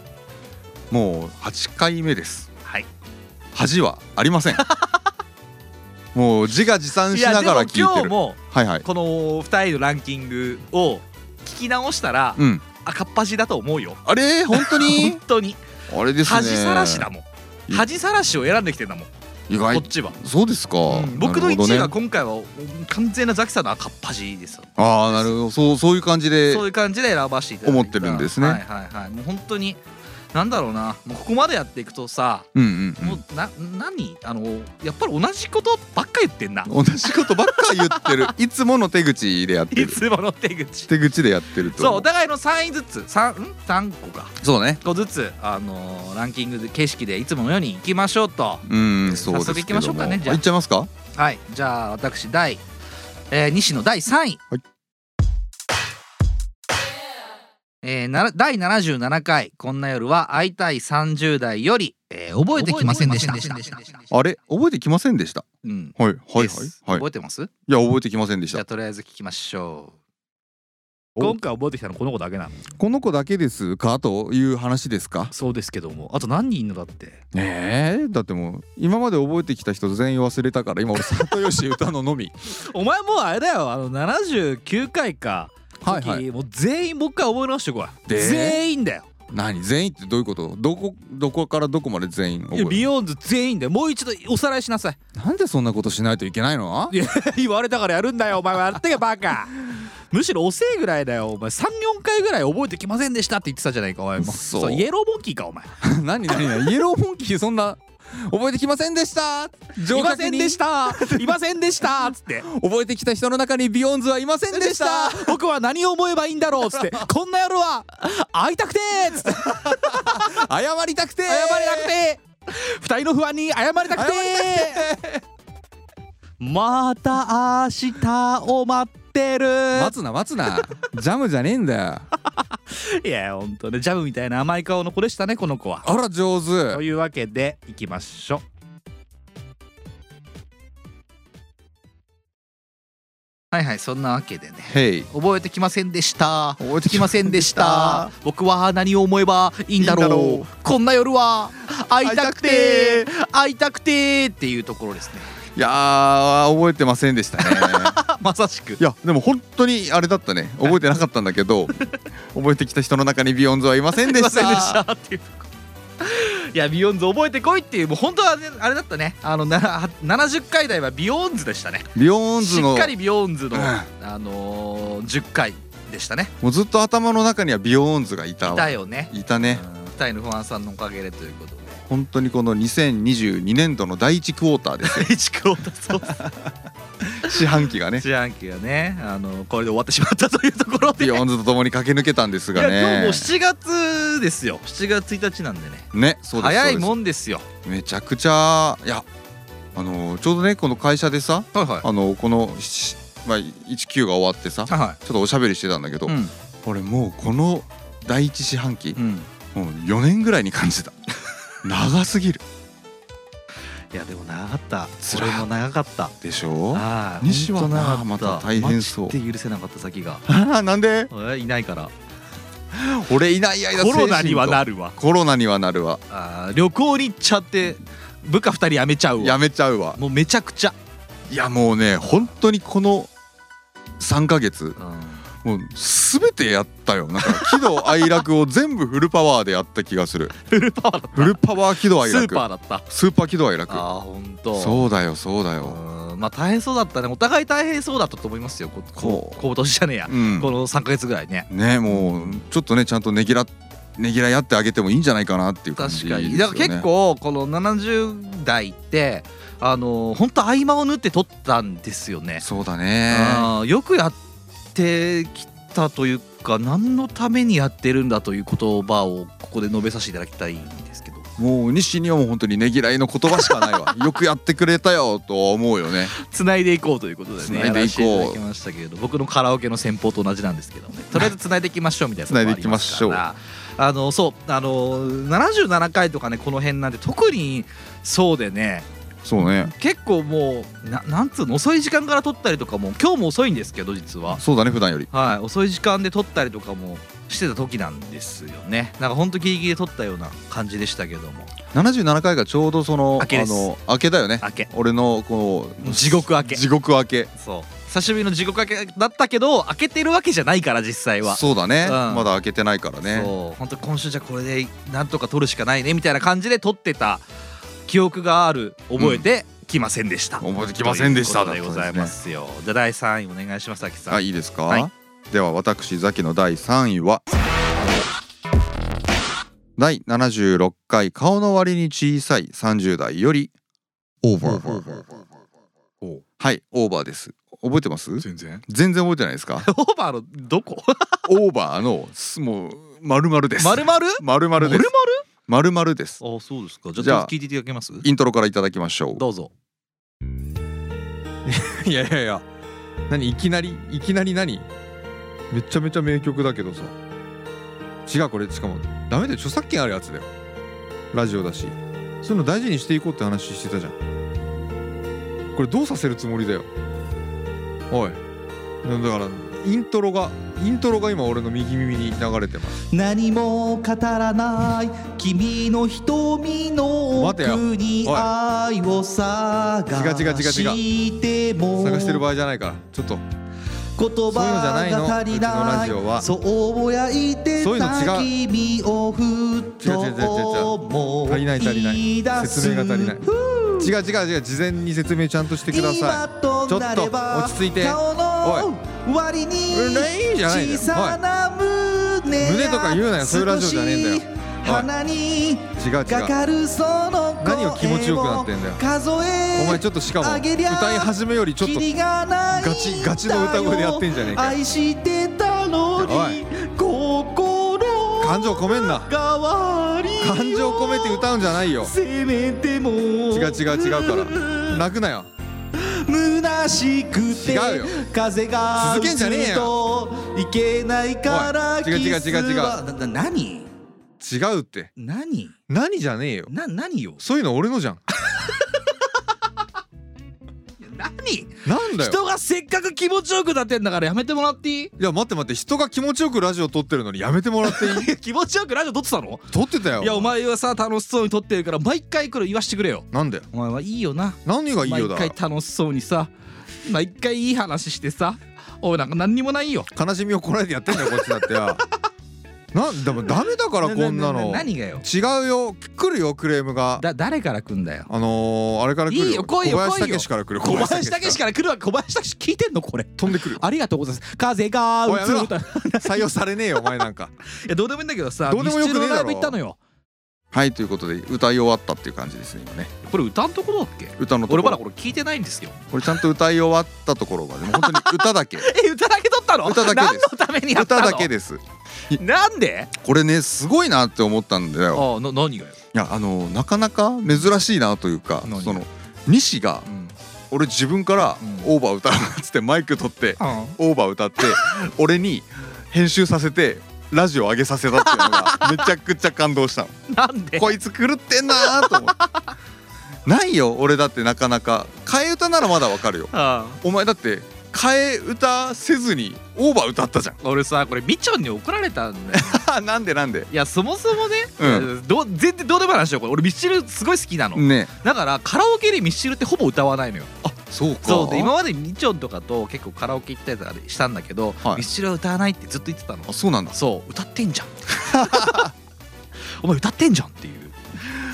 Speaker 2: もう8回目です
Speaker 1: はい
Speaker 2: 恥はあり
Speaker 1: <laughs>
Speaker 2: ませんもう自画自賛しながら聞いてる
Speaker 1: やでも今日も
Speaker 2: はいはい
Speaker 1: この2人のランキングを聞き直したら
Speaker 2: うん
Speaker 1: 赤っ端だと思うよ
Speaker 2: あれ本当に
Speaker 1: 本当に
Speaker 2: <laughs> あれですね
Speaker 1: 恥さらしだも
Speaker 2: うん
Speaker 1: ん恥さらしを選んできてんだもんこ
Speaker 2: 意外
Speaker 1: っちは、
Speaker 2: そうですか、
Speaker 1: うん僕の
Speaker 2: なるほど
Speaker 1: 1位は
Speaker 2: ね、
Speaker 1: 今回は完全なザキさんの赤っ端ですよ
Speaker 2: ああなるほどそうそういう感じで
Speaker 1: そういう感じで選ばせていただい
Speaker 2: 思ってるんですね
Speaker 1: はいはいはいもう本当になんだろうなもうここまでやっていくとさ
Speaker 2: うんうん
Speaker 1: もうな何あのやっぱり同じことばっか言ってんな
Speaker 2: うん、同じことばっか言っ
Speaker 1: <laughs>
Speaker 2: てるいつもの手口でやって
Speaker 1: い
Speaker 2: る
Speaker 1: つもの手
Speaker 2: <laughs>
Speaker 1: 口
Speaker 2: 手口でやってると
Speaker 1: そうお互いの3位ずつ 3, ん3個か
Speaker 2: そうね
Speaker 1: 一個ずつ、あのーランキングで形式でいつものように行きましょうと
Speaker 2: うんそう
Speaker 1: 早
Speaker 2: ですけども
Speaker 1: 速行きましょうかねじゃあ
Speaker 2: 行っちゃいますか
Speaker 1: はいじゃあ私第、えー、西野第3位、
Speaker 2: はい
Speaker 1: えーなら第77回「こんな夜は会いたい30代」より、えー覚えてきませんでした
Speaker 2: あれ覚えてきませんでした
Speaker 1: うん
Speaker 2: はいはいはい
Speaker 1: です
Speaker 2: はい
Speaker 1: 覚えてます
Speaker 2: いや覚えてきませんでし
Speaker 1: じゃあ
Speaker 2: た
Speaker 1: とりあえず聞きましょう
Speaker 2: お
Speaker 5: 今回覚えてきたのこの子だけなの
Speaker 2: この子だけですかという話ですか
Speaker 5: そうですけどもあと何人いんのだって
Speaker 2: ねえだってもう今まで覚えてきた人全員忘れたから今俺里吉歌のの <laughs> み
Speaker 5: お前もうあれだよあの79回か
Speaker 2: はいはい
Speaker 5: 時もう全員もう一回覚え直してこい
Speaker 2: で
Speaker 5: 全員だよ
Speaker 2: 何全員ってどういうことどこどこからどこまで全員
Speaker 5: い
Speaker 2: 覚え
Speaker 5: や
Speaker 2: る
Speaker 5: ビヨーンズ全員だよもう一度おさらいしなさい <laughs>
Speaker 2: なんでそんなことしないといけないの
Speaker 5: いや言われたからやるんだよお前はやってけバ
Speaker 2: <laughs>
Speaker 5: カむしろ遅えぐらいだよお前34回ぐらい覚えてきませんでしたって言ってたじゃないかお前も
Speaker 2: そう
Speaker 5: イエローモンキーかお前
Speaker 2: <laughs> 何何何イエローモンキーそんな覚えてきませんでした
Speaker 5: いませんでしたいませんでしたっ
Speaker 2: <laughs>
Speaker 5: つって
Speaker 2: 覚えてきた人の中にビヨンズはいませんで
Speaker 5: で
Speaker 2: し
Speaker 5: したた僕は何を思えばいいんだろうっつって
Speaker 2: <laughs>
Speaker 5: こんな夜は会いたくてーっつって
Speaker 2: 謝りたくて
Speaker 5: 謝りたくて二人の不安に謝りたくて
Speaker 6: また明日を待ってる
Speaker 2: 待つな待つなジャムじゃねえんだよ
Speaker 6: いやほんとねジャムみたいな甘い顔の子でしたねこの子は
Speaker 2: あら上手
Speaker 6: というわけでいきましょう
Speaker 1: はいはいそんなわけでね
Speaker 2: へい
Speaker 1: 覚えてきませんでした
Speaker 2: 覚えて
Speaker 1: きませんでした <laughs> 僕は何を思えばいいんだろう
Speaker 2: いいんだろ
Speaker 1: こんな夜は会いたく
Speaker 2: 会
Speaker 1: て会いたくてっていうところですね
Speaker 2: いやー覚えてませんでしたね
Speaker 1: まさしく
Speaker 2: いやでも本当にあれだったね覚えてなかったんだ
Speaker 1: <laughs>
Speaker 2: けど覚えてきた人の中にビヨンズはいませんでし
Speaker 1: すいませんでしたたっていうとこいやビヨンズ覚えてこいっていうもう本当はねあれだったねあのな70回台はビヨンズでしたね
Speaker 2: ビヨンズ
Speaker 1: し
Speaker 2: の
Speaker 1: っかりビヨンズの、
Speaker 2: うん
Speaker 1: あのー、10回でしたね
Speaker 2: もうずっと頭の中にはビヨンズがいた
Speaker 1: い
Speaker 2: わ
Speaker 1: たよね
Speaker 2: いたね
Speaker 1: うんタイの不安さんのおかげでということで
Speaker 2: 本当にこの2022年度の第1クォーターですよ
Speaker 1: 第一クローターそう
Speaker 2: 四半期がね
Speaker 1: ジャンキーがねあのこれで終わってしまったというところで
Speaker 2: ビヨンズと共に駆け抜けたんです
Speaker 1: い
Speaker 2: が
Speaker 1: や今日も
Speaker 2: ね
Speaker 1: う7月ですよ7月1日なんでね
Speaker 2: ねそうです
Speaker 1: 早い
Speaker 2: ん
Speaker 1: もんですよ
Speaker 2: めちゃくちゃいやあのーちょうどねこの会社でさ
Speaker 1: はいはい
Speaker 2: あのーこのしまあ19が終わってさちょ
Speaker 1: はいは
Speaker 2: っとおしゃべりしてたんだけど、
Speaker 1: うん
Speaker 2: 俺もうこの第一四半期
Speaker 1: い、う、ん、
Speaker 2: もう4年ぐらいに感じ
Speaker 1: <laughs>
Speaker 2: た長すぎる
Speaker 1: いやでも長かった
Speaker 2: つら
Speaker 1: 俺も長かった
Speaker 2: でしょ
Speaker 1: ああ
Speaker 2: 西はな
Speaker 1: 本当長かった
Speaker 2: また大変そう
Speaker 1: マジで許せなかった先が
Speaker 2: ああなんで
Speaker 1: えーいないから
Speaker 2: 俺いない間
Speaker 6: コロナにはな
Speaker 2: る
Speaker 6: るわ
Speaker 2: コロナにはなるわ
Speaker 1: あー旅行に行っちゃって部下2人辞めちゃうわ
Speaker 2: やめちゃうわ
Speaker 1: もうめちゃくちゃ、
Speaker 2: いやもうね本当にこの3ヶ月もう全てやったよなんか喜怒哀楽を全部フルパワーでやった気が
Speaker 1: <laughs>
Speaker 2: する
Speaker 1: フルパワーだ
Speaker 2: フルパワー喜怒哀
Speaker 1: ス
Speaker 2: 楽
Speaker 1: ーパーだった
Speaker 2: スーパー喜怒哀楽
Speaker 1: ああほんと
Speaker 2: そうだよそうだ
Speaker 1: う
Speaker 2: よ
Speaker 1: んまあ大変そうだったねお互い大変そうだったと思いますよここ
Speaker 2: こう
Speaker 1: 今年じゃねえや、
Speaker 2: うん
Speaker 1: この3か月ぐらいね
Speaker 2: ねもうちょっとねちゃんとねぎらねぎらい合ってあげてもいいんじゃないかなっていう感じ
Speaker 1: 確か
Speaker 2: ですよ
Speaker 1: に、
Speaker 2: ね
Speaker 1: だから結構この70代ってあの本当合間を縫って撮ったんですよね、
Speaker 2: そうだね
Speaker 1: あーよくやってきたというか何のためにやってるんだという言葉をここで述べさせていただきたいんですけど
Speaker 2: もう西にはもう本当にねぎらいの言葉しかない
Speaker 1: <laughs>
Speaker 2: わよくやってくれたよとは思うよね
Speaker 1: つないでいこうということでね
Speaker 2: 繋いでい
Speaker 1: やらせていただ
Speaker 2: こう
Speaker 1: きましたけれど僕のカラオケの戦法と同じなんですけどねとりあえずつないでいきましょうみたいなところもありすから
Speaker 2: 繋いで
Speaker 1: あのそうあの77回とかねこの辺なんで特にそうでね
Speaker 2: そうね
Speaker 1: 結構もうななんつうの遅い時間から撮ったりとかも今日も遅いんですけど実は
Speaker 2: そうだね普段より
Speaker 1: はい遅い時間で撮ったりとかもしてた時なんですよねなんかほんとギリギリで撮ったような感じでしたけども
Speaker 2: 77回がちょうどその
Speaker 1: 明けです
Speaker 2: あの明けだよね
Speaker 1: 明け
Speaker 2: 俺のこの
Speaker 1: 地獄明け
Speaker 2: 地獄明け
Speaker 1: そう久しぶりの地獄明けだったけど開けてるわけじゃないから実際は
Speaker 2: そうだね、
Speaker 1: うん
Speaker 2: まだ明けてないからね
Speaker 1: そう本当今週じゃこれでなんとか撮るしかないねみたいな感じで撮ってた記憶がある覚えてきませんでした、
Speaker 2: 覚えてきませんでした
Speaker 1: ということでございますよじゃあ第3位お願いしますあきさん、
Speaker 2: あいいですか、
Speaker 1: はい
Speaker 2: では私ザキの第3位は第76回顔の割に小さい30代よりオーバーはいオーバーです覚えてます
Speaker 5: 全
Speaker 1: <laughs>
Speaker 5: 然
Speaker 2: 全然覚えてないですか
Speaker 1: オーバーのど <laughs> こ
Speaker 2: オーバーのすもう丸々です
Speaker 1: 丸々
Speaker 2: 丸々です丸々です
Speaker 1: あそうですかじ
Speaker 2: じ
Speaker 1: ゃ
Speaker 2: ゃ
Speaker 1: あ
Speaker 2: あ
Speaker 1: 聞いていただけます
Speaker 2: イントロからいただきましょう
Speaker 1: どうぞ
Speaker 2: <laughs> いやいやいや何いきなりいきなり何めちゃめちゃ名曲だけどさ違うこれしかもダメだよ著作権あるやつだよラジオだしそういうの大事にしていこうって話してたじゃんこれどうさせるつもりだよおいなだからイントロがイントロが今俺の右耳に流れてます
Speaker 3: 何も語らない君の瞳の
Speaker 2: 待てよ
Speaker 3: 奥に
Speaker 2: おい
Speaker 3: 愛を探
Speaker 2: 違う違う違う違う
Speaker 3: しても
Speaker 2: 探してる場合じゃないからちょっと
Speaker 3: 言
Speaker 2: そういうのじゃないの
Speaker 3: 葉が足りな
Speaker 2: うちのラ
Speaker 3: い
Speaker 2: ジオは
Speaker 3: そうぼやいて
Speaker 2: そういう
Speaker 3: た
Speaker 2: の
Speaker 3: 君をふ
Speaker 2: 違
Speaker 3: と
Speaker 2: う違う違う違
Speaker 3: 思
Speaker 2: 足りない足り
Speaker 3: い
Speaker 2: な
Speaker 3: 出
Speaker 2: い
Speaker 3: す
Speaker 2: 説明が足りない違う違う違う事前に説明ちゃんとしてください
Speaker 3: 今となれ
Speaker 2: ちょっと
Speaker 3: ば
Speaker 2: 落ち着いて
Speaker 3: 顔の割に
Speaker 2: うんないじゃないんだ
Speaker 3: 小
Speaker 2: よ
Speaker 3: さな胸や
Speaker 2: 胸とか言うなよそういうラジオじゃねえんだよ
Speaker 3: 少し鼻に
Speaker 2: 違う違う
Speaker 3: かかるその声を
Speaker 2: 何を気持ちよくなってんだよ
Speaker 3: 数え
Speaker 2: お前ちょっとしかも
Speaker 3: あ
Speaker 2: 歌
Speaker 3: げりゃ
Speaker 2: い始めよりちょっと
Speaker 3: キリがないんだ
Speaker 2: ガ
Speaker 3: よ
Speaker 2: チガチの歌声でやってんじゃねえかよ
Speaker 3: 愛してたの
Speaker 2: お
Speaker 3: に
Speaker 2: い
Speaker 3: 心
Speaker 2: 感情込めんな
Speaker 3: 代わりを
Speaker 2: 感情込めて歌うんじゃないよ
Speaker 3: せめても
Speaker 2: 違う違う違うから泣くなよ
Speaker 1: 虚しくて
Speaker 2: 違うよ
Speaker 1: 風が
Speaker 2: 続けんじゃねえよ
Speaker 1: 打つといけないから
Speaker 2: おい違う違う違う違う
Speaker 1: キスはなな何
Speaker 2: 違うって
Speaker 1: 何
Speaker 2: 何じゃねえよ
Speaker 1: な何よ
Speaker 2: そういうの俺のじゃん
Speaker 1: 何
Speaker 2: なんだよ
Speaker 1: 人がせっかく気持ちよくなってんだからやめてもらっていい
Speaker 2: いや待って待って人が気持ちよくラジオ撮ってるのにやめてもらって
Speaker 1: <laughs>
Speaker 2: いい
Speaker 1: 気持ちよくラジオ撮ってたの
Speaker 2: 撮ってたよ
Speaker 1: いやお前はさ楽しそうに撮ってるから毎回これ言わしてくれよ
Speaker 2: なんだよ
Speaker 1: お前はいいよな
Speaker 2: 何がいいよだ
Speaker 1: 毎回楽しそうにさ毎回いい話してさおいなんか何にもないよ
Speaker 2: 悲しみをこらえてやってんだよこっち
Speaker 1: <laughs>
Speaker 2: だってよなんでもダメだからこんなの
Speaker 1: 何がよ
Speaker 2: 違うよ来るよクレームが
Speaker 1: だ誰から来んだよ
Speaker 2: あのー、あれから来るよ
Speaker 1: いいよ来いよ
Speaker 2: 小林
Speaker 1: 来いよ
Speaker 2: 武史から来る
Speaker 1: 小林武史
Speaker 2: ら
Speaker 1: から来るわけ小林武史聞いてんのこれ
Speaker 2: 飛んでくる
Speaker 1: ありがとうございます風が
Speaker 2: おいやめろ
Speaker 1: 映るたい
Speaker 2: 採用されねえよお前なんか
Speaker 1: やどうでもいいんだけどさ
Speaker 2: どうでもよくねえだろ
Speaker 1: ミスチルのライブ行ったのよ
Speaker 2: はいということで歌い終わったっていう感じですね今ね
Speaker 7: これ歌のところだっけ
Speaker 2: 歌のとこ
Speaker 7: 俺ま
Speaker 2: ろ
Speaker 7: だこれ聞いてないんですよ
Speaker 2: これちゃんと歌い終わったところまでもう本当に歌だけ
Speaker 1: <laughs>
Speaker 7: <laughs>
Speaker 1: え歌だけ撮ったの
Speaker 2: 歌だけです
Speaker 1: 何のためにやった
Speaker 2: 歌
Speaker 1: の
Speaker 2: だけです
Speaker 1: なんで
Speaker 2: これねすごいなって思ったんだよ
Speaker 7: ああな何がよ
Speaker 2: いやあのなかなか珍しいなというか
Speaker 7: 何
Speaker 2: その西が、
Speaker 7: ん
Speaker 2: 俺自分から「オーバー歌うな」っつってマイク取って <laughs> 「オーバー歌」って
Speaker 7: <laughs>
Speaker 2: 俺に編集させてラジオ上げさせたっていうの
Speaker 7: <laughs>
Speaker 2: がめちゃくちゃ感動したの
Speaker 1: なんで
Speaker 2: こいつ狂ってんなーと思ってないよ俺だってなかなか替え歌ならまだわかるよ
Speaker 1: あ
Speaker 2: お前だって替え歌せずにオーバー歌ったじゃん
Speaker 1: 俺さこれみちょんに怒られたんだ <laughs> よ
Speaker 2: あ <laughs> なんでなんで
Speaker 1: いやそもそもね、
Speaker 2: う
Speaker 1: どう全然どうでもいい話よこれ俺ミスチルすごい好きなの、
Speaker 2: ね
Speaker 1: だからカラオケでミスチルってほぼ歌わないのよ
Speaker 2: そうか
Speaker 1: そうで今までみちょんとかと結構カラオケ行ったりとかしたんだけど、
Speaker 2: はい
Speaker 1: ミスチルは歌わないってずっと言ってたの
Speaker 2: あそうなんだ
Speaker 1: そう歌ってんじゃん <laughs> お前歌ってんじゃんっていう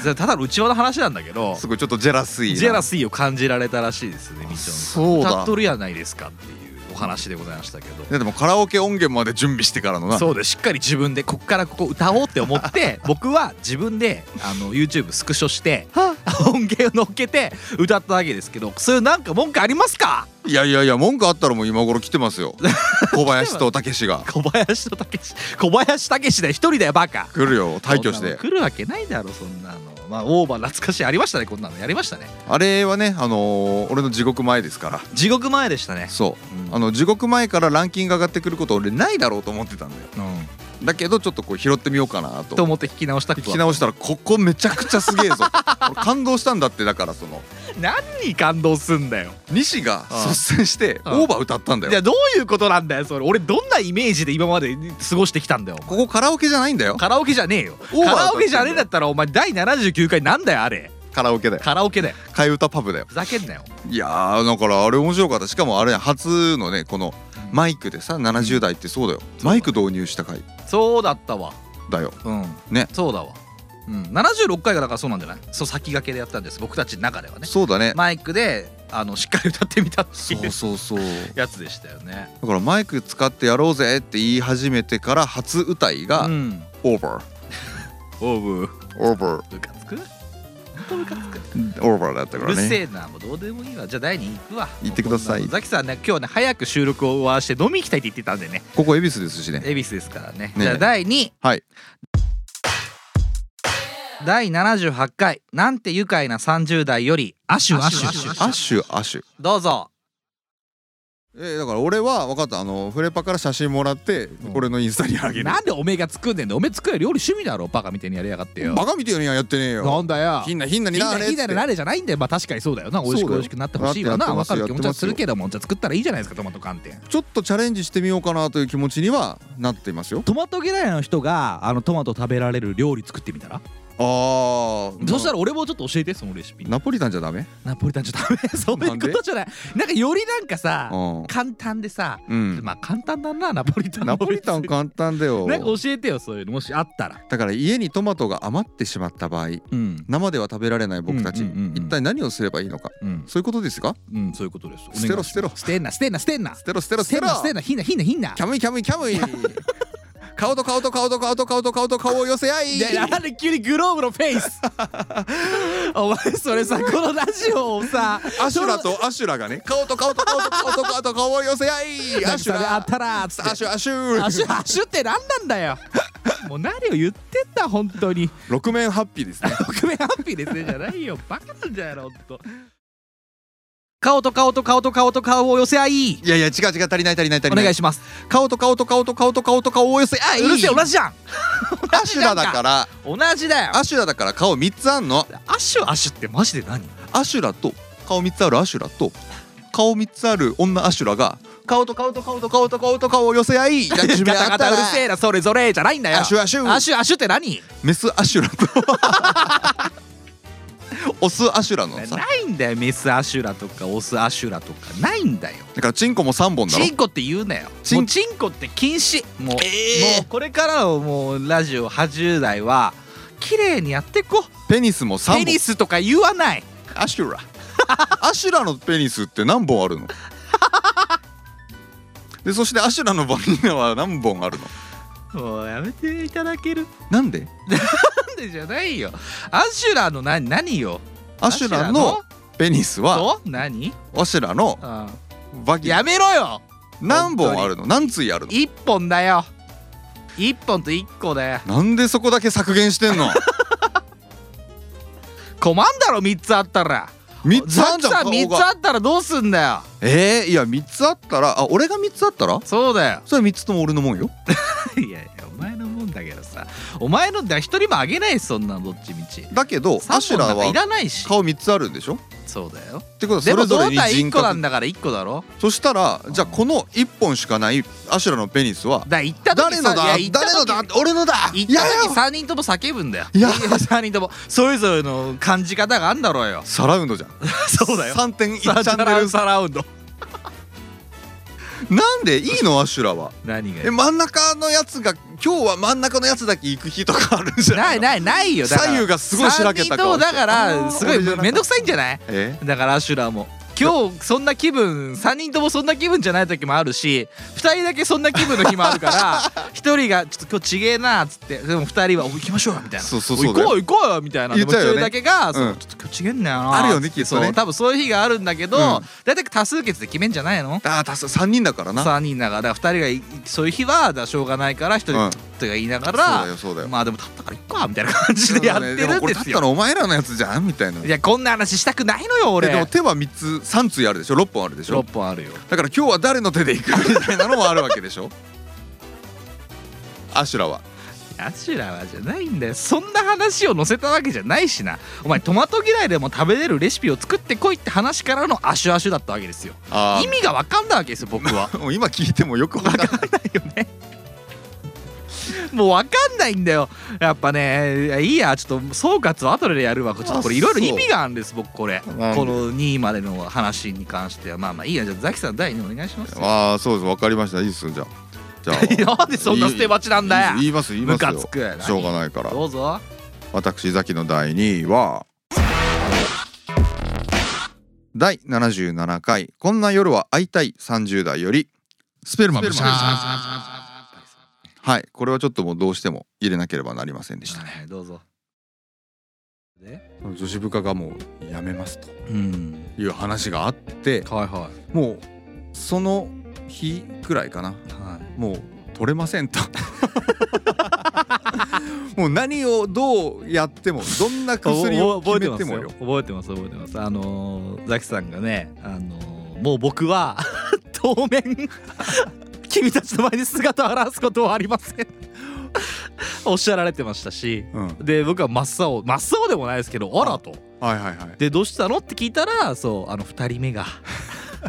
Speaker 1: それただの内輪の話なんだけど
Speaker 2: すごいちょっとジェラスイな
Speaker 1: ジェラスイを感じられたらしいですねみちょんさん
Speaker 2: そう
Speaker 1: 歌
Speaker 2: だ
Speaker 1: っとるやないですかっていうお話でございましたけど
Speaker 2: いやでもカラオケ音源まで準備してからのな
Speaker 1: そうでしっかり自分でこっからここ歌おうって思って
Speaker 2: <laughs>
Speaker 1: 僕は自分であの YouTube スクショして音源を乗っけて歌ったわけですけどそれなんか文句ありますか
Speaker 2: いやいやいや文句あったらもう今頃来てます <laughs> よ小林とたけしが
Speaker 1: 小林とたけし小林たけしだよ一人だよバカ
Speaker 2: 来るよ退去し
Speaker 1: そんなの
Speaker 2: て
Speaker 1: 来るわけないだろそんなのまあオーバー懐かしいありましたねこんなのやりましたね
Speaker 2: あれはねあのー俺の地獄前ですから
Speaker 1: 地獄前でしたね
Speaker 2: そうあの地獄前からランキング上がってくること俺ないだろうと思ってたんだよ
Speaker 1: うん
Speaker 2: だけどちょっとこう拾ってみようかなと
Speaker 1: と思って聞き直したく
Speaker 2: 聞き直したらここめちゃくちゃすげえぞ俺感動したんだってだからその
Speaker 1: 何に感動すんだよ
Speaker 2: 西が
Speaker 1: ああ
Speaker 2: 率先して
Speaker 1: ああ
Speaker 2: オーバー歌ったんだ
Speaker 1: じゃ
Speaker 2: よ
Speaker 1: あどういうことなんだよそれ俺どんなイメージで今まで過ごしてきたんだよ
Speaker 2: ここカラオケじゃないんだよ
Speaker 1: カラオケじゃねえよ
Speaker 2: オーバー
Speaker 1: カラオケじゃねえんだったらお前第79回なんだよあれ
Speaker 2: カラオケだよ
Speaker 1: カラオケだよ
Speaker 2: 替え歌パブだよ
Speaker 1: ふざけんなよ
Speaker 2: いやーだからあれ面白かったしかもあれ初のねこのマイクでさ70代ってそうだよマイク導入した回
Speaker 1: そうだったわ
Speaker 2: だよ
Speaker 1: うん
Speaker 2: ね
Speaker 1: そうだわうん76回がだからそうなんじゃないそう先駆けでやったんです僕たちの中ではね
Speaker 2: そうだね
Speaker 1: マイクであのしっかり歌ってみたって
Speaker 2: そ
Speaker 1: いう
Speaker 2: うそうそうだ
Speaker 1: やつでしたよね
Speaker 2: からマイク使ってやろうぜって言い始めてから初歌いが
Speaker 1: うん
Speaker 2: オーバ
Speaker 1: オーブ
Speaker 2: ーオーバー
Speaker 1: ムカつく本当ムカつく
Speaker 2: オーバーだった
Speaker 1: う
Speaker 2: か
Speaker 1: る
Speaker 2: ら
Speaker 1: せ
Speaker 2: ね
Speaker 1: えなもうどうでもいいわじゃあ第2行くわ
Speaker 2: 行ってください
Speaker 1: もうこんなのザキさんね今日ね早く収録を終わらして飲み行きたいって言ってたんでね
Speaker 2: ここ恵比寿ですしね
Speaker 1: 恵比寿ですからね
Speaker 2: ね
Speaker 1: じゃあ第2位
Speaker 2: はい
Speaker 1: 第78回「なんて愉快な30代より」アシュアシュ
Speaker 2: アッシュアッシュ
Speaker 1: どうぞ
Speaker 2: えーだから俺は分かったあのフレパから写真もらってこれのインスタにあげる
Speaker 1: なんでおめえが作んねんだよおめえ作るより俺趣味だろバカみたいにやりやがってよ
Speaker 2: バカみてえにはやってねえ
Speaker 1: な
Speaker 2: よ
Speaker 1: んだよ
Speaker 2: ひんなひんなに
Speaker 1: みん
Speaker 2: な
Speaker 1: な
Speaker 2: あれ
Speaker 1: いいだろなれじゃないんだよまあ確かにそうだよな美味し
Speaker 2: そう
Speaker 1: く美
Speaker 2: だよ
Speaker 1: 味しくなってほしいわな
Speaker 2: だ
Speaker 1: わ
Speaker 2: って
Speaker 1: か
Speaker 2: や
Speaker 1: る
Speaker 2: っ
Speaker 1: 気
Speaker 2: てますよ
Speaker 1: 持ちはするけどもじゃあ作ったらいいじゃないですかトマト缶って
Speaker 2: ちょっとチャレンジしてみようかなという気持ちにはなっていますよ
Speaker 8: トマト嫌いの人があのトマト食べられる料理作ってみたら
Speaker 2: ああ
Speaker 8: そしたら俺もちょっと教えてそのレシピ
Speaker 2: ナポリタンじゃダメ <laughs>
Speaker 8: ナポリタンじゃダメそういうことじゃないなんかよりなんかさ
Speaker 2: うん
Speaker 8: 簡単でさ
Speaker 2: うん
Speaker 8: まあ簡単だなナポリタン
Speaker 2: ナポリタン簡単だよ
Speaker 8: <laughs> なんか教えてよそういうのもしあったら
Speaker 2: だから家にトマトが余ってしまった場合
Speaker 8: うん
Speaker 2: 生では食べられない僕たち
Speaker 8: うんうんうんうん
Speaker 2: 一体何をすればいいのか
Speaker 8: うん
Speaker 2: そういうことですか
Speaker 8: うんそういうことです
Speaker 2: 捨てろ捨てろ
Speaker 8: 捨てんな捨てんな捨てんな
Speaker 2: 捨てろ捨てろ
Speaker 8: 捨
Speaker 2: 捨
Speaker 8: て
Speaker 2: て
Speaker 8: ん
Speaker 2: ろ
Speaker 8: な捨てんなひんなひんなひんな
Speaker 2: キャムイキャムイキャムイ
Speaker 8: <laughs>
Speaker 2: 顔と顔と顔と顔と顔と顔と顔を寄せ合い
Speaker 8: いやなんで急にグローブのフェイ
Speaker 2: <laughs>
Speaker 8: スお前それさこのラジオをさ
Speaker 2: アシュラとアシュラがね顔と顔と顔と顔と顔と顔を寄せ合いアシュラ
Speaker 8: あったらーっつって
Speaker 2: アシュアシュ
Speaker 8: アシュアシュって何なんだよもう何を言ってんだ本当に
Speaker 2: 六面ハッピーですね
Speaker 1: <laughs>
Speaker 8: 特命ハッピーですねじゃないよバカなんじゃないのほんと
Speaker 1: 顔と顔と顔と顔と顔を寄せ合い
Speaker 2: いやいや違う違う足りない足りない足り
Speaker 1: お
Speaker 2: ない
Speaker 1: 願いします
Speaker 2: 顔と顔と顔と顔と顔と顔を寄せあいう
Speaker 1: るせえ同じじゃん
Speaker 2: アシュラだから
Speaker 1: 同じだよ
Speaker 2: アシュラだから顔3つあんの
Speaker 1: アシュアシュってマジで何
Speaker 2: アシュラと顔3つあるアシュラと顔3つある女アシュラが顔と顔と顔と顔と顔と顔を寄せ合い抱きしめ合
Speaker 1: <laughs> ガタ
Speaker 2: っ
Speaker 1: ガ
Speaker 2: た
Speaker 1: タう
Speaker 2: ら
Speaker 1: るせえなそれぞれじゃないんだよ
Speaker 2: アシュアシュ
Speaker 1: アシュアシュって何
Speaker 2: メスアシュラとオスアシュラのさ
Speaker 1: ないんだよメスアシュラとかオスアシュラとかないんだよ
Speaker 2: だからチンコも3本だろ
Speaker 1: チンコって言うなよ
Speaker 2: チン
Speaker 1: もうチンコって禁止もう,、
Speaker 2: えー
Speaker 1: もうこれからのもうラジオ80代は綺麗にやってこ
Speaker 2: ペニスも3
Speaker 1: テ
Speaker 2: 本
Speaker 1: ニスとか言わない
Speaker 2: アシュラ <laughs> アシュラのペニスって何本あるの <laughs> でそしてアシュラのバニラは何本あるの
Speaker 1: もうやめていただける
Speaker 2: なんで
Speaker 1: なんでじゃないよアシュラの何何よ
Speaker 2: アシュラのペニスは
Speaker 1: と何、
Speaker 2: アシュラの
Speaker 1: うん、
Speaker 2: バギナ
Speaker 1: やめろよ
Speaker 2: 何本あるの何対あるの
Speaker 1: 一本だよ一本と一個だよ
Speaker 2: なんでそこだけ削減して
Speaker 1: <laughs>
Speaker 2: んの
Speaker 1: 困んだろ三つあったら
Speaker 2: 三つあんじゃ
Speaker 1: ザッツ
Speaker 2: ん顔
Speaker 1: さ三つ
Speaker 2: が
Speaker 1: あったらどうすんだよ
Speaker 2: えー、いや三つあったらあ俺が三つあったら
Speaker 1: そうだ
Speaker 2: <laughs>
Speaker 1: よ
Speaker 2: それ三つとも俺のもんよ
Speaker 1: いやいやお前のもんだけどさお前のだ一人もあげないよそんなのどっちみち
Speaker 2: だけどアシ
Speaker 1: 3
Speaker 2: ュ
Speaker 1: 本な
Speaker 2: ラ
Speaker 1: んかいら
Speaker 2: は
Speaker 1: ないし
Speaker 2: 顔三つあるんでしょっ
Speaker 1: そうだよ
Speaker 2: てこと
Speaker 1: で
Speaker 2: はそ
Speaker 1: も
Speaker 2: れぞれ
Speaker 1: 胴
Speaker 2: に
Speaker 1: 体
Speaker 2: 人
Speaker 1: 1個な
Speaker 2: 格
Speaker 1: んだから1個だろ
Speaker 2: そしたらじゃあこの一本しかないアシュラのペニスは
Speaker 1: だから行った時
Speaker 2: 誰
Speaker 1: さ
Speaker 2: のだ
Speaker 1: いや行った
Speaker 2: 誰のだ
Speaker 1: 時
Speaker 2: 俺のだ
Speaker 1: 行った時
Speaker 2: や
Speaker 1: 3人とも叫ぶんだよ
Speaker 2: いや
Speaker 1: 3人ともそれぞれの感じ方があんだろ
Speaker 2: <laughs>
Speaker 1: うよ
Speaker 2: サラウンドじゃん
Speaker 1: そうだよ
Speaker 2: 3.1チ
Speaker 1: サ
Speaker 2: ャンネル
Speaker 1: サラウンド
Speaker 2: なんでいいのアシュラは
Speaker 1: 何が
Speaker 2: え真ん中のやつが今日は真ん中のやつだけ行く日とかあるんじゃ
Speaker 1: な
Speaker 2: ない
Speaker 1: い
Speaker 2: の
Speaker 1: ないないよだから
Speaker 2: 左右がすごいしらけた顔
Speaker 1: 3人とも
Speaker 2: して
Speaker 1: だからすごい
Speaker 2: 俺じゃなかった
Speaker 1: めんどくさいんじゃない
Speaker 2: え
Speaker 1: だからアシュラーも今日そんな気分3人ともそんな気分じゃない時もあるし2人だけそんな気分の日もあるから1
Speaker 2: <laughs>
Speaker 1: 人が「ちょっと今日ちげえな」っつってでも2人は「お行きましょうよ」みたいな。
Speaker 2: そうそう
Speaker 1: おい
Speaker 2: そう
Speaker 1: 行
Speaker 2: だよ
Speaker 1: こうよ行こうよみたいな
Speaker 2: 言っ
Speaker 1: でも
Speaker 2: ちゃう
Speaker 1: 一
Speaker 2: よね
Speaker 1: 人だけが、そう
Speaker 2: う
Speaker 1: ちょっ
Speaker 2: ん
Speaker 1: と今日ちげんだよな
Speaker 2: あるよねきっとね
Speaker 1: そう多分そういう日があるんだけど、
Speaker 2: うん
Speaker 1: だいたい多数決で決めんじゃないの
Speaker 2: ああ3人だからな
Speaker 1: 3人だからだから2人がいそういう日はだからしょうがないから1人
Speaker 2: うん
Speaker 1: とか言いなが
Speaker 2: そう
Speaker 1: ら
Speaker 2: だ、よそうだよ
Speaker 1: まあでも立ったからいっかみたいな感じでやってるんです
Speaker 2: でも
Speaker 1: よ
Speaker 2: これだったらお前らのやつじゃんみたいない
Speaker 1: やこんな話したくないのよ
Speaker 2: ででも
Speaker 1: 俺
Speaker 2: 手は3つ3つあるでしょ6本あるでしょ
Speaker 1: 6本あるよ
Speaker 2: だから今日は誰の手で行くみたいなのもあるわけで
Speaker 1: <laughs>
Speaker 2: しょアシュラは
Speaker 1: アシュラはじゃないんだよそんな話を載せたわけじゃないしなお前トマト嫌いでも食べれるレシピを作ってこいって話からのアシュアシュだったわけですよ
Speaker 2: あ
Speaker 1: 意味が分かんないわけですよ僕は
Speaker 2: あもう今聞いてもよくわかんない
Speaker 1: もう分かんないんだよやっぱねいやいいやちょっと総括は後でやるわちょっとこれいろいろ意味があるんです僕これこ
Speaker 2: なんで
Speaker 1: の2位までの話に関してはまあまあいいやじゃあザキさん第2位お願いしますよ
Speaker 2: ああそうですわかりましたいいっすよじゃあじゃ
Speaker 1: <laughs> なんでそんな捨て鉢なんだよ
Speaker 2: い言います言います
Speaker 1: ムカつく
Speaker 2: よ
Speaker 1: 何
Speaker 2: しょうがないから
Speaker 1: どうぞ
Speaker 2: 私ザキの第2位は第77回「こんな夜は会いたい30代」より
Speaker 9: スペルマンブシャー
Speaker 2: はいこれはちょっともうどうしても入れなければなりませんでしたね
Speaker 1: はいどうぞ
Speaker 2: 女子部下がもうやめますと
Speaker 1: うん
Speaker 2: いう話があって
Speaker 1: はいは
Speaker 2: もうその日くらいかない
Speaker 1: はい
Speaker 2: もう取れませんと <laughs> もう何をどうやってもどんな薬を
Speaker 1: 覚えてま
Speaker 2: 決めて
Speaker 1: す
Speaker 2: もよ
Speaker 1: よ覚えてます覚えてますあのー、ザキさんがねあのー、もう僕は <laughs> 当面 <laughs> 君たちの前に姿を現すことはありません <laughs> おっしゃられてましたし
Speaker 2: うん、
Speaker 1: で僕は真っ青真っ青でもないですけどあらと
Speaker 2: はいはいはい
Speaker 1: でどうしたのって聞いたらそうあの2人目が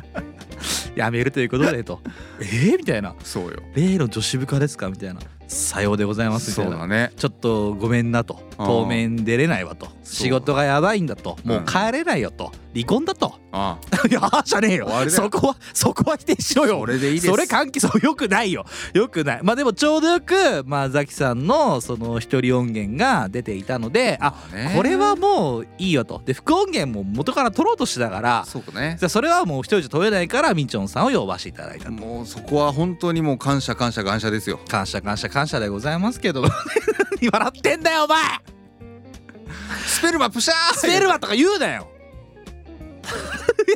Speaker 1: <laughs> やめるということで
Speaker 2: <laughs>
Speaker 1: とえー、みたいな
Speaker 2: そうよ
Speaker 1: 例の女子部下ですかみたいなさようでございますみたい
Speaker 2: そう
Speaker 1: な
Speaker 2: だね
Speaker 1: ちょっとごめんなと
Speaker 2: あー
Speaker 1: 当面出れないわと仕事がやばいんだともう帰れないよと離婚だと <laughs>
Speaker 2: あ
Speaker 1: いやーじゃねえよ
Speaker 2: 終わりだよ
Speaker 1: そこはそこは否定しろよ
Speaker 2: それでいいです
Speaker 1: それ関係そうよくないよよくないまあでもちょうどよくまあザキさんのその一人音源が出ていたのであ
Speaker 2: あね
Speaker 1: これはもういいよとで副音源も元から取ろうとしてたから
Speaker 2: そうね
Speaker 1: じゃあそれはもう一人じゃ取れないからみちょんさんを呼ばせていただいたと
Speaker 2: もうそこは本当にもう感謝感謝感謝ですよ
Speaker 1: 感謝感謝感謝でございますけど <laughs> 何笑ってんだよお前
Speaker 2: スペルマプシャー
Speaker 1: スペルマとか言うなよ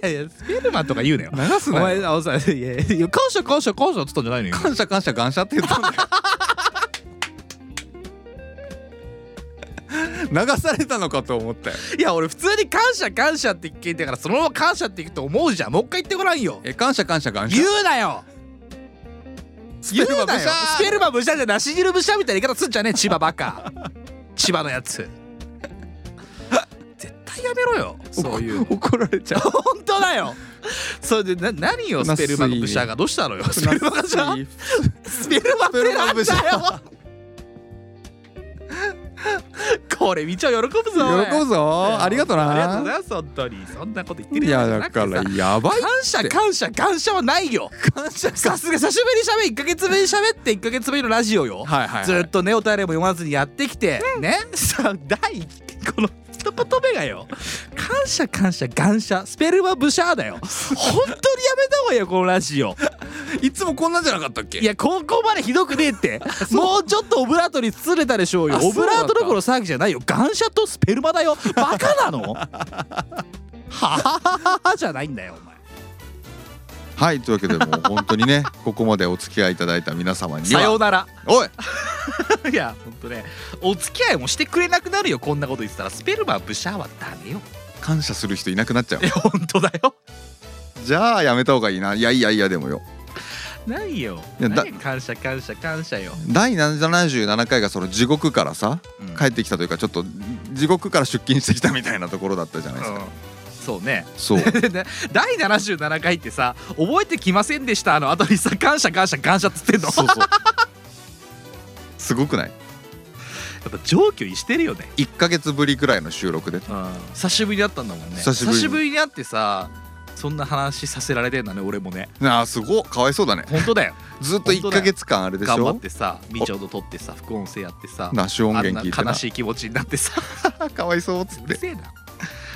Speaker 1: いやいやスペルマとか言うなよ
Speaker 2: 流す
Speaker 1: <laughs> お
Speaker 2: なよ
Speaker 1: 前あおさいやいや感謝感謝感謝っつったんじゃないのよ
Speaker 2: 感謝感
Speaker 1: <laughs>
Speaker 2: 謝感謝って言ったんだよ流されたのかと思ったよ
Speaker 1: いや俺普通に感謝感謝って聞いてからそのまま感謝っていくと思うじゃんもう一回言ってごらんよ
Speaker 2: え感謝感謝感謝 <laughs>
Speaker 1: 言うなよ
Speaker 2: ス
Speaker 1: 言
Speaker 2: ペ
Speaker 1: う
Speaker 2: ルマブ
Speaker 1: な
Speaker 2: シ
Speaker 1: よ
Speaker 2: ャ
Speaker 1: スペルマブシャじゃなし汁ブシャみたいな言い方すんじゃねえ千葉バ <laughs> カ千葉のやつ絶対やめろよそういうの
Speaker 2: 怒られちゃう
Speaker 1: 本当だよそれでな何よスペルマブシャがどうしたのよスペルマブシャスペルマブシャなんだよ <laughs> これみちゃん喜ぶぞおい
Speaker 2: 喜ぶぞありがとうな
Speaker 1: ありがとうございます本当にそんなこと言ってる
Speaker 2: い
Speaker 1: や
Speaker 2: や
Speaker 1: つじゃな
Speaker 2: だ
Speaker 1: くてさ
Speaker 2: からやばい
Speaker 1: 感謝感謝感謝はないよ感謝さすが久しぶりにしゃべ1か月ぶりにしゃべって1か月ぶりのラジオよ、
Speaker 2: はいはい
Speaker 1: ずっとねお便りも読まずにやってきて、ねさあ第一この一言目がよ感謝感謝感謝スペルはブシャーだよ本当にやめた方がいいよこのラジオ
Speaker 2: いつもこんなんじゃなかったっけ
Speaker 1: いやここまでひどくねえってもうちょっとオブラートに包んでたでしょうよ
Speaker 2: あ
Speaker 1: オブラート
Speaker 2: そうだった
Speaker 1: どころの騒ぎじゃないよガンシャとスペルマだよバカなのははははじゃないんだよお前
Speaker 2: はいというわけで
Speaker 1: <laughs>
Speaker 2: もう本当にねここまでお付き合いいただいた皆様に
Speaker 1: さよ
Speaker 2: は
Speaker 1: うなら
Speaker 2: おい
Speaker 1: いやほんとねお付き合いもしてくれなくなるよこんなこと言ってたらスペルマブシャーはダメよ
Speaker 2: 感謝する人いなくなっちゃう
Speaker 1: え本当だよ
Speaker 2: じゃあやめた方がいいないやいやいやでもよ
Speaker 1: ないよ
Speaker 2: いやだ
Speaker 1: 何感謝感謝感謝よ
Speaker 2: 第77回がその地獄からさ、
Speaker 1: うん
Speaker 2: 帰ってきたというかちょっと地獄から出勤してきたみたいなところだったじゃないですか、
Speaker 1: そうね <laughs>
Speaker 2: そう
Speaker 1: 第77回ってさ覚えてきませんでしたあの後にさ感謝感謝感謝っつってんの
Speaker 2: そう
Speaker 1: <laughs>
Speaker 2: そうすごくない
Speaker 1: やっぱ上級してるよね、
Speaker 2: 1ヶ月ぶりくらいの収録で
Speaker 1: 久しぶりだったんだもんね
Speaker 2: 久しぶりに
Speaker 1: に会ってさそんな話させられてんだね俺も
Speaker 2: <laughs>
Speaker 1: ね
Speaker 2: ああすごいかわいそうだね
Speaker 1: 本当だよ
Speaker 2: ずっと1ヶ月間あれでし
Speaker 1: 頑張
Speaker 2: ょ
Speaker 1: ってさみちょうど撮ってさ副音声やってさ
Speaker 2: ナッシュ音
Speaker 1: あん
Speaker 2: 源
Speaker 1: な
Speaker 2: 聞いて
Speaker 1: 悲
Speaker 2: な
Speaker 1: しい気持ちになって
Speaker 2: <laughs>
Speaker 1: さ
Speaker 2: かわいそうっつっ
Speaker 1: うる
Speaker 2: て
Speaker 1: せえな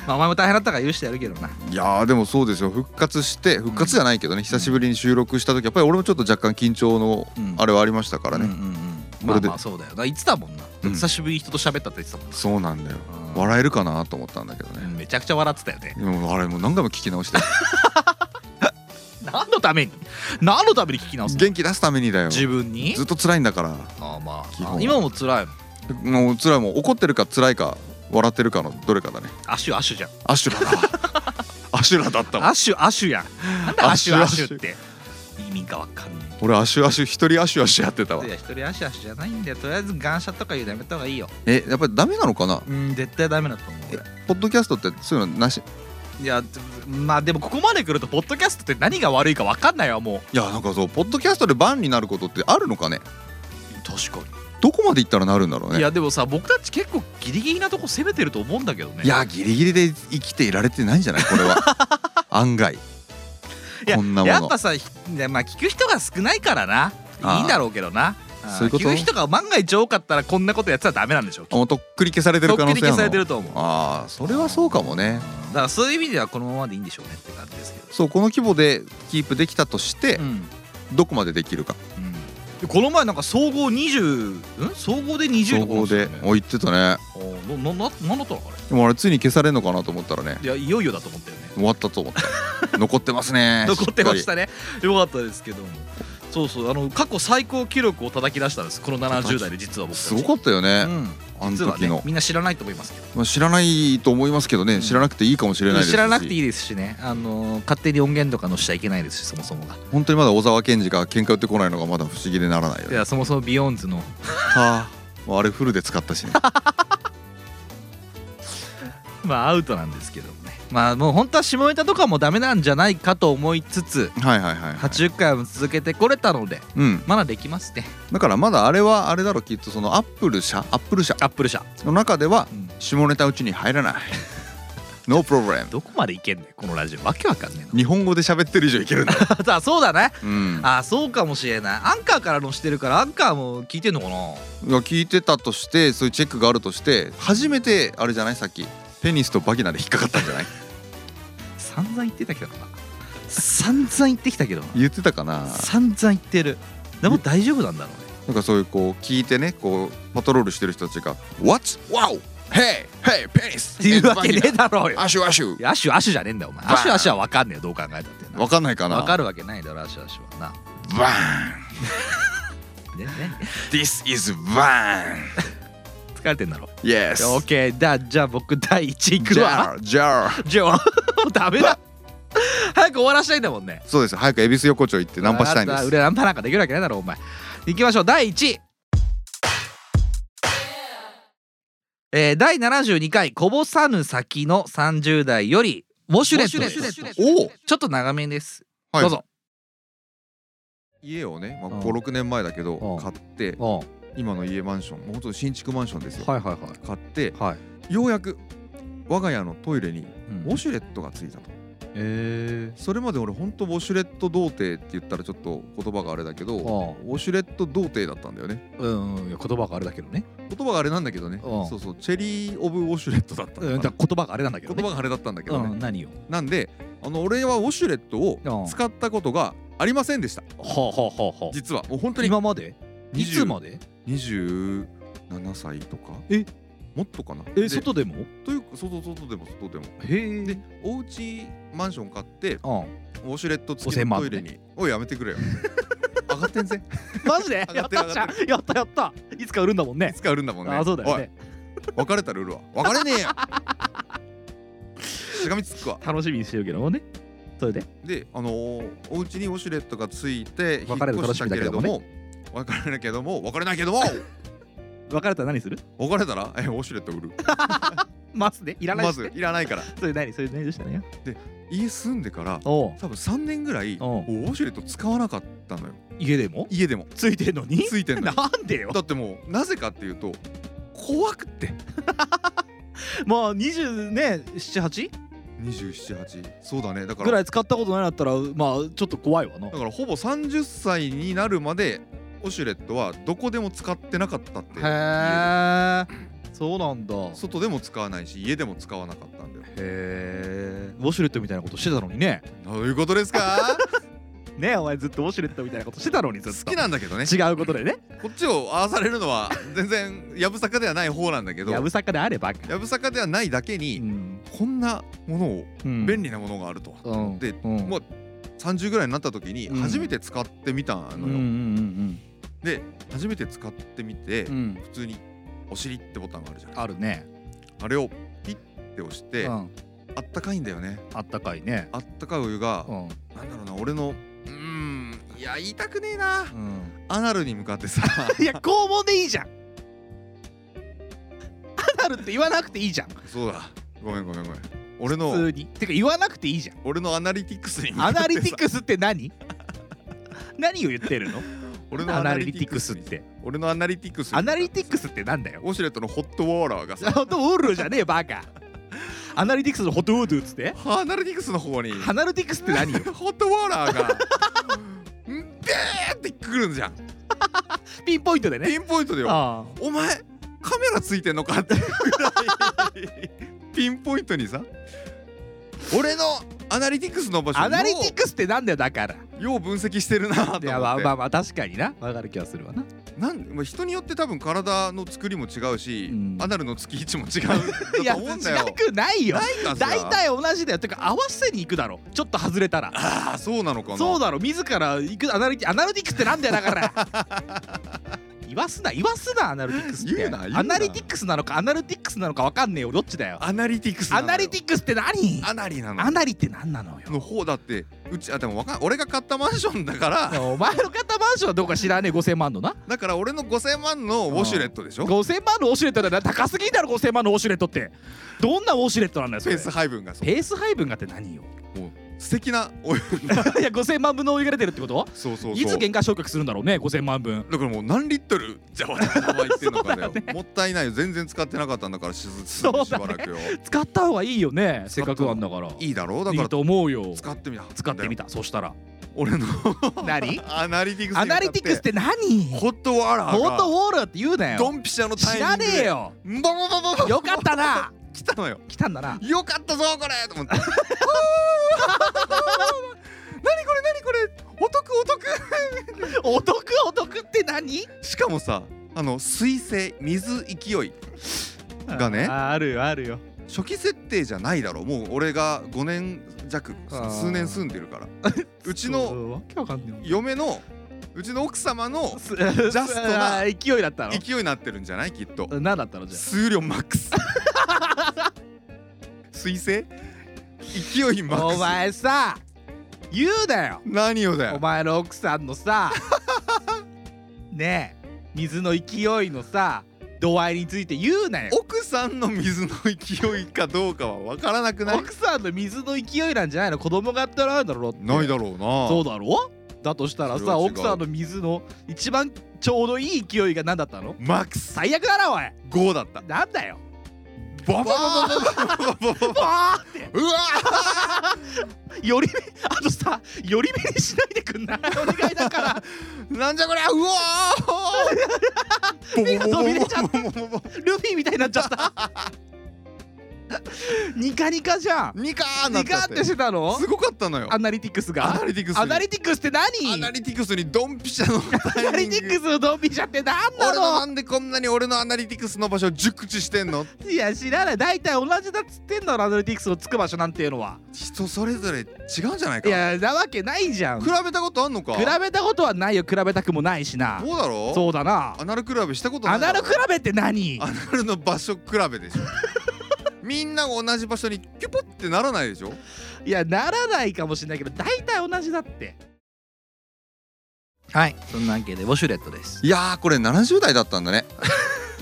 Speaker 1: まあお前も大変だったから許してやるけどない
Speaker 2: やーでもそうですよ復活して復活じゃないけどね、久しぶりに収録した時やっぱり俺もちょっと若干緊張の
Speaker 1: うん
Speaker 2: あれはありましたからね、
Speaker 1: うんうんうんま
Speaker 2: こ
Speaker 1: あ
Speaker 2: れで
Speaker 1: まあそうだよな言ってたもんな、
Speaker 2: うん
Speaker 1: 久しぶりに人と喋ったって言ってたもんな
Speaker 2: そうなんだよ
Speaker 1: うん
Speaker 2: 笑えるかなと思ったんだけどね、
Speaker 1: めちゃくちゃ笑ってたよね
Speaker 2: でもあれもう何回も聞き直して
Speaker 1: 何のために何のために聞き直すの
Speaker 2: 元気出すためにだよ
Speaker 1: 自分に
Speaker 2: ずっと辛いんだから
Speaker 1: ああま
Speaker 2: 基
Speaker 1: あ
Speaker 2: 本
Speaker 1: 今も辛いもん
Speaker 2: もう辛いもう怒ってるか辛いか笑ってるかのどれかだね
Speaker 1: アシュアシュじゃん
Speaker 2: アシュラだ
Speaker 1: <laughs>
Speaker 2: アシュラだったもん
Speaker 1: アシュアシュやんなんでアシュア
Speaker 2: アシ
Speaker 1: シ
Speaker 2: ュアシ
Speaker 1: ュ
Speaker 2: ュ
Speaker 1: って意味がわかんない
Speaker 2: 俺アシュアシュ一人アシュアシュやってたわ
Speaker 1: いや一人アシュアシュじゃないんだよとりあえずガンシャとか言うのやめた方がいいよ
Speaker 2: えやっぱりダメなのかな
Speaker 1: うん絶対ダメだと思う俺
Speaker 2: ポッドキャストってそういうのなし
Speaker 1: いやでもまあでもここまで来るとポッドキャストって何が悪いかわかんないわもう
Speaker 2: いやなんかそうポッドキャストでバンになることってあるのかね
Speaker 1: 確かに
Speaker 2: どこまでいったらなるんだろうね
Speaker 1: いやでもさ僕たち結構ギリギリなとこ攻めてると思うんだけどね
Speaker 2: いやギリギリで生きていられてない
Speaker 1: <laughs>
Speaker 2: んじゃないこれは案外
Speaker 1: いや
Speaker 2: こんなもの
Speaker 1: やっぱさ、ひねまあ、聞く人が少ないからな
Speaker 2: あー
Speaker 1: いいんだろうけどなあー
Speaker 2: そういうこと
Speaker 1: 聞く人が万が一多かったらこんなことやってたらダメなんでしょう
Speaker 2: あもうとっくり消されてる可能性
Speaker 1: 消され
Speaker 2: ある
Speaker 1: て
Speaker 2: の
Speaker 1: ると思うだか
Speaker 2: ああそれはそうかもね
Speaker 1: らそういう意味ではこのままでいいんでしょうねって感じですけど、
Speaker 2: そうこの規模でキープできたとして、
Speaker 1: うん
Speaker 2: どこまでできるか
Speaker 1: でこの前なんか総合20ん総合で20と
Speaker 2: 総
Speaker 1: かな
Speaker 2: 合
Speaker 1: んす
Speaker 2: で
Speaker 1: よね
Speaker 2: お言ってたね
Speaker 1: あーななななんだったのかね
Speaker 2: でもあれついに消されるのかなと思った
Speaker 1: <laughs>
Speaker 2: らね
Speaker 1: いやいよいよだと思ったよね
Speaker 2: 終わったと思った残ってます
Speaker 1: <laughs>
Speaker 2: ね
Speaker 1: 残ってまし
Speaker 2: った
Speaker 1: ねよかったですけどもそうそうあの過去最高記録を叩き出したんですこの70代で実は僕たち
Speaker 2: すごかったよね、
Speaker 1: うん
Speaker 2: あの
Speaker 1: 実は
Speaker 2: 時の
Speaker 1: ね、みんな知らないと思いますけど
Speaker 2: まあ、知らないと思いますけどね、知らなくていいかもしれないですし
Speaker 1: 知らなくていいですしね、あのー勝手に音源とか載せちゃいけないですしそもそもが
Speaker 2: 本当にまだ小沢健二が喧嘩売ってこないのがまだ不思議でならないよ
Speaker 1: い
Speaker 2: ね
Speaker 1: やそもそもビヨーンズの
Speaker 2: はあもうあれフルで使った
Speaker 1: <laughs>
Speaker 2: しね
Speaker 1: まあアウトなんですけどもねまあもう本当は下ネタとかもダメなんじゃないかと思いつつ
Speaker 2: はいはいはい、はい、
Speaker 1: 80回も続けてこれたので
Speaker 2: うん
Speaker 1: まだできますね
Speaker 2: だからまだあれはあれだろうきっとそのアップル社アップル社
Speaker 1: アップル社
Speaker 2: の中では
Speaker 1: うん
Speaker 2: 下ネタうちに入らないノープロブレム
Speaker 1: どこまでいけんねんこのラジオわけわかんねえ
Speaker 2: 日本語で喋ってる以上い
Speaker 1: <laughs>
Speaker 2: けるんだよ、
Speaker 1: なあそうだね
Speaker 2: うん、
Speaker 1: あそうかもしれないアンカーから載してるからアンカーも聞いてんのかない
Speaker 2: や聞いてたとしてそういうチェックがあるとして初めてあれじゃないさっきペニスとバギナで引っかかったんじ
Speaker 1: <laughs>
Speaker 2: ゃない
Speaker 1: 散々言ってたけどな散々言ってきたけどな
Speaker 2: 言ってたかな
Speaker 1: 散々言ってるでも大丈夫なんだろうね
Speaker 2: なんかそういうこう聞いてねこうパトロールしてる人たちが「What's wow! Hey! Hey! ペニス!」
Speaker 1: っていうわけねえだろうよ
Speaker 2: アシュアシュ
Speaker 1: いやアシュアシュじゃねえんだよお前
Speaker 2: バーン
Speaker 1: アシュアシュは分かんねえよどう考えたってな
Speaker 2: わかんないかな
Speaker 1: 分かるわけないだろアシュアシュはな
Speaker 2: バーン
Speaker 1: ねね
Speaker 2: This is バーン
Speaker 10: 疲れてんだろ。
Speaker 2: イエス
Speaker 10: オッケーだじゃあ僕第1位いく
Speaker 2: じ
Speaker 10: わ。
Speaker 2: ゃあじゃあ
Speaker 10: じゃあもうダメだ。早く終わらしたいんだもんね。
Speaker 2: そうです早く恵比寿横丁行ってナンパしたいんで
Speaker 10: あ
Speaker 2: す
Speaker 10: 俺ナンパなんかできるわけないだろお前。行きましょう第1位。えー、第72回こぼさぬ先の30代よりウォシュレットですおおちょっと長めです、
Speaker 2: はい
Speaker 10: どうぞ
Speaker 2: 家をね、まあ、
Speaker 10: うん
Speaker 2: 56年前だけ
Speaker 10: う
Speaker 2: ど
Speaker 10: ん
Speaker 2: 買って
Speaker 10: お
Speaker 2: 今の家マンションもう本当に新築マンションですよ
Speaker 10: はいはいはい
Speaker 2: 買って
Speaker 10: は
Speaker 2: ようやく我が家のトイレに
Speaker 10: うん
Speaker 2: ウォシュレットがついたと
Speaker 10: え
Speaker 2: それまで俺ほんとウォシュレット童貞って言ったらちょっと言葉があれだけどウォシュレット童貞だったんだよね
Speaker 10: うん、うん、いや言葉があれだけどね
Speaker 2: 言葉があれなんだけどね
Speaker 10: うん
Speaker 2: そうそうチェリー・オブ・ウォシュレットだったのかな
Speaker 10: うん、だから言葉があれなんだけど、ね、
Speaker 2: 言葉があれだったんだけど
Speaker 10: う
Speaker 2: ね
Speaker 10: ん、何よ
Speaker 2: なんであの俺はウォシュレット
Speaker 10: う
Speaker 2: を
Speaker 10: ん
Speaker 2: 使ったことがありませんでした
Speaker 10: ほうほうほうほ
Speaker 2: 実はもう本当
Speaker 10: う
Speaker 2: に
Speaker 10: 今までい
Speaker 2: 20
Speaker 10: つまで
Speaker 2: 27歳とか
Speaker 10: え
Speaker 2: もっとかな
Speaker 10: え
Speaker 2: で
Speaker 10: 外でも
Speaker 2: というか外外でも外でも
Speaker 10: へえ
Speaker 2: お家マンション買って
Speaker 10: うん
Speaker 2: ウォシュレット付き
Speaker 10: 5000
Speaker 2: の
Speaker 10: 万
Speaker 2: トイレにおいやめてくれよ上がってんぜ
Speaker 1: <laughs> マジでや
Speaker 2: 上が
Speaker 1: っ
Speaker 2: ってる
Speaker 1: たじゃんやったやったいつか売るんだもんね
Speaker 2: 使うるんだもんね
Speaker 1: あそうだよね
Speaker 2: おい別れたら売るわ別れねえよしがみつくわ
Speaker 1: 楽しみにしてるけどもねそれで
Speaker 2: であのーお家にウォシュレットがついて引っ
Speaker 10: 別れる
Speaker 2: 越したけれども
Speaker 10: 楽
Speaker 2: 別れるけども別れないけども
Speaker 1: 別れたら何する
Speaker 2: 別れたらえ <laughs> ウォシュレット売る
Speaker 1: マスでいらない
Speaker 2: ま
Speaker 1: っす
Speaker 2: ず
Speaker 1: ね
Speaker 2: いらないから
Speaker 1: それ何それ何でしたね
Speaker 2: 家住んでから
Speaker 1: おう
Speaker 2: 多分3年ぐらいウ
Speaker 1: おう
Speaker 2: ォシュレット使わなかったのよ
Speaker 1: 家でも
Speaker 2: 家でも
Speaker 1: ついてんのに
Speaker 2: ついてん
Speaker 1: な
Speaker 2: のよ
Speaker 1: んでよ
Speaker 2: だってもうなぜかっていうと怖くって
Speaker 1: まあ20ね78
Speaker 2: 278そうだねだか
Speaker 1: ぐら
Speaker 2: ら
Speaker 1: い使ったことないんだったらまあちょっと怖いわな
Speaker 2: だからほぼ30歳になるまでウォシュレットはどこでも使ってなかったって
Speaker 1: へえそうなんだへ
Speaker 2: 外でも使わないし家でも使わなかったんだよ
Speaker 1: えウォシュレットみたいなことしてたのにね
Speaker 2: どういうことで
Speaker 1: <laughs>
Speaker 2: すか
Speaker 1: ねえお前ずっとウォシュレットみたいなことしてたのにず
Speaker 2: 好
Speaker 1: っと
Speaker 2: きなんだけどね
Speaker 1: 違うことでね
Speaker 2: こっちを合わされるのは全然やぶさかではない方なんだけど
Speaker 1: やぶさかであれば
Speaker 2: やぶさかではないだけに、
Speaker 1: ん
Speaker 2: こんなものを
Speaker 1: うん
Speaker 2: 便利なものがあると、
Speaker 1: うん
Speaker 2: で
Speaker 1: うん
Speaker 2: もう30ぐらいになった時に
Speaker 1: うん
Speaker 2: 初めて使ってみたのよ、
Speaker 1: うんうん
Speaker 2: で初めて使ってみて、
Speaker 1: うんうん
Speaker 2: 普通に「お尻」ってボタンがあるじゃない
Speaker 1: あるね
Speaker 2: あれをピッて押して、
Speaker 1: うん
Speaker 2: あったかいんだよね
Speaker 1: あったかいね
Speaker 2: あったかいお湯が、
Speaker 1: うん
Speaker 2: なんだろうな俺のうーんいや言いたくねえな
Speaker 1: うん
Speaker 2: アナルに向かってさ <laughs>
Speaker 1: いや肛門でいいじゃんアナルって言わなくていいじゃん
Speaker 2: そうだごめんごめんごめん
Speaker 1: 普
Speaker 2: 俺の
Speaker 1: 通にてか言わなくていいじゃん
Speaker 2: 俺のアナリティクスに向か
Speaker 1: ア
Speaker 2: ってさ
Speaker 1: ナリティクスって何 <laughs> 何を言ってるの
Speaker 2: 俺の
Speaker 1: ア
Speaker 2: ア
Speaker 1: ナ
Speaker 2: ナ
Speaker 1: リ
Speaker 2: リ
Speaker 1: テ
Speaker 2: テ
Speaker 1: ィ
Speaker 2: ィ
Speaker 1: ク
Speaker 2: ク
Speaker 1: ス
Speaker 2: ス
Speaker 1: っ
Speaker 2: に
Speaker 1: て
Speaker 2: 俺のアナリティクスに
Speaker 1: アナリティクスってなんだよ
Speaker 2: ウォシュレットのホットウォーラーがさ
Speaker 1: ホットウォールじゃねえバカアナリティクスのホットウォールっつって
Speaker 2: アナリティクスの方に
Speaker 1: アナリティクスって何よ
Speaker 2: <laughs> ホットウォーラーがんビーってくるんじゃん
Speaker 1: <laughs> ピンポイントでね
Speaker 2: ピンポイントでよ
Speaker 1: ああ
Speaker 2: お前カメラついてんのかっていうぐらいピンポイントにさ俺のアナリティクスの場所
Speaker 1: アナリティクスってなんだよだから
Speaker 2: ようよう分析してるなと思っ
Speaker 1: い
Speaker 2: て
Speaker 1: やまあまあまあ確かになわかる気がするわな
Speaker 2: なんまあ人によって多分体の作りも違うし、
Speaker 1: うん
Speaker 2: アナルのつき位置も違うだと思うんだよ
Speaker 1: 違く <laughs> ないよ
Speaker 2: ないかそりゃ
Speaker 1: 大体同じだよてか合わせに行くだろちょっと外れたら
Speaker 2: ああそうなのかな
Speaker 1: そうだろ自ら行くアナリティアナリティクスってなんだよだから
Speaker 2: <laughs>
Speaker 1: 言わすな言わすなアナリティクスって
Speaker 2: 言うな言うな
Speaker 1: アナリティクスなのかアナリティクスなのかわかんねえよどっちだよ
Speaker 2: アナリティクスな
Speaker 1: ア
Speaker 2: のよ
Speaker 1: ナリティクスって何
Speaker 2: アナリなの
Speaker 1: アナリって何なのよ
Speaker 2: の方だってうちあでもわかん俺が買ったマンションだから
Speaker 1: お前の方マンションはどうか知らねえ5000万のな
Speaker 2: だから俺の5000万のウォシュレットでしょ
Speaker 1: 5000万のウォシュレットだよ高すぎだろ5000万のウォシュレットってどんなウォシュレットなんだよそ
Speaker 2: ペ
Speaker 1: れ
Speaker 2: ース配分がそう
Speaker 1: ペース配分がって何よ
Speaker 2: 素敵なお湯
Speaker 1: <laughs> いや5000万分のお湯が出てるってこと
Speaker 2: そうそうそう
Speaker 1: いつ限界償却するんだろうね5000万分
Speaker 2: だからもう何リットルじゃあ私の場合言ってんのかだよ
Speaker 1: そうだよね
Speaker 2: もったいないよ全然使ってなかったんだからしずし
Speaker 1: そうだね
Speaker 2: しばらくよ
Speaker 1: 使った方がいいよねせっかくなんだから
Speaker 2: いいだろうだ
Speaker 1: い
Speaker 2: か
Speaker 1: い
Speaker 2: ら
Speaker 1: と思うよ
Speaker 2: 使ってみた
Speaker 1: 使ってみたそ
Speaker 2: <laughs>
Speaker 1: したら
Speaker 2: 俺の
Speaker 1: 何
Speaker 2: アナリティクス
Speaker 1: アナリティクスって何ホ
Speaker 2: ホットワーラー
Speaker 1: ット
Speaker 2: が
Speaker 1: ウォールって言うな
Speaker 2: ド
Speaker 1: よ
Speaker 2: ンピシャのタ
Speaker 1: 知
Speaker 2: イミ
Speaker 1: ら
Speaker 2: ング
Speaker 1: ね
Speaker 2: で
Speaker 1: え
Speaker 2: <laughs>
Speaker 1: よ
Speaker 2: ボボボボボ
Speaker 1: よかったな
Speaker 2: 来たのよ
Speaker 1: 来たんだな
Speaker 2: よかったぞこれと思っておー何これ何これお得お得
Speaker 1: お得お得って何
Speaker 2: しかもさあの水性水勢いがね
Speaker 1: ああるよあるよ
Speaker 2: 初期設定じゃないだろもう俺が5年弱
Speaker 1: あー
Speaker 2: 数年住んでるからうちの
Speaker 1: わけわかんね
Speaker 2: 嫁のうちの奥様の
Speaker 6: ジャ
Speaker 2: ストな
Speaker 6: 勢いだったの
Speaker 2: 勢いになってるんじゃないきっと
Speaker 6: 何だったのじゃ
Speaker 2: 数量マックス <laughs> 水星勢いマ
Speaker 6: あお
Speaker 2: ック
Speaker 6: 前さ言うなよ
Speaker 2: ス何をだ
Speaker 6: お
Speaker 2: よ
Speaker 6: 前の奥さんの
Speaker 2: <laughs>
Speaker 6: さねえ水の勢いのさ度合いについて言うなよ
Speaker 2: 奥さんの水の勢いかどうかは分からなくない
Speaker 6: 奥さんの水の勢いなんじゃないの子供がやったらなんだろうって
Speaker 2: ないだろうな
Speaker 6: そうだろだとしたら
Speaker 2: それ
Speaker 6: さ
Speaker 2: は違う
Speaker 6: 奥さんの水の一番ちょうどいい勢いが何だったの
Speaker 2: マックス
Speaker 6: 最悪だなおい
Speaker 2: 5だった
Speaker 6: なんだよ
Speaker 2: バババババババババ
Speaker 6: あ
Speaker 2: うわ
Speaker 6: ーより目あとさより目にしないでくんないお願いだから
Speaker 2: なんじゃこりゃうわー
Speaker 6: 目が飛び出ちゃった
Speaker 2: ボボボボボボボボボ
Speaker 6: ルフィみたいになっちゃったニカニカじゃん
Speaker 2: ニカーな
Speaker 6: ニカ
Speaker 2: っ
Speaker 6: っててしてたの
Speaker 2: すごかったのよ
Speaker 6: アナリティクスが
Speaker 2: アナリティクスに
Speaker 6: アナリティクスって何
Speaker 2: アナリティクスにドンピシャの
Speaker 6: ア
Speaker 2: ア
Speaker 6: ナリティクスのドンピシャって何
Speaker 2: 俺の
Speaker 6: な
Speaker 2: なんでこんなに俺のアナリティクスの場所を熟知してんの
Speaker 6: のいや知らない大体同じだっつってんだろアナリティクスのつく場所なんていうのは
Speaker 2: 人それぞれ違うんじゃない
Speaker 6: い
Speaker 2: か
Speaker 6: やなわけないじゃん
Speaker 2: 比
Speaker 6: 比
Speaker 2: べたことあんのか
Speaker 6: べたことはないよ比べたくもないしな
Speaker 2: そうだろ
Speaker 6: そうだな
Speaker 2: アナル比べしたことな
Speaker 6: ア
Speaker 2: いだ
Speaker 6: ナ
Speaker 2: ろ
Speaker 6: ル比べって何
Speaker 2: アナルの場所比べでしょみんなが同じ場所にキュポってならないでしょ
Speaker 6: いやならないかもしれないけど大体同じだって
Speaker 1: はいそんなわけでウォシュレットです
Speaker 2: いやーこれ70代だったんだね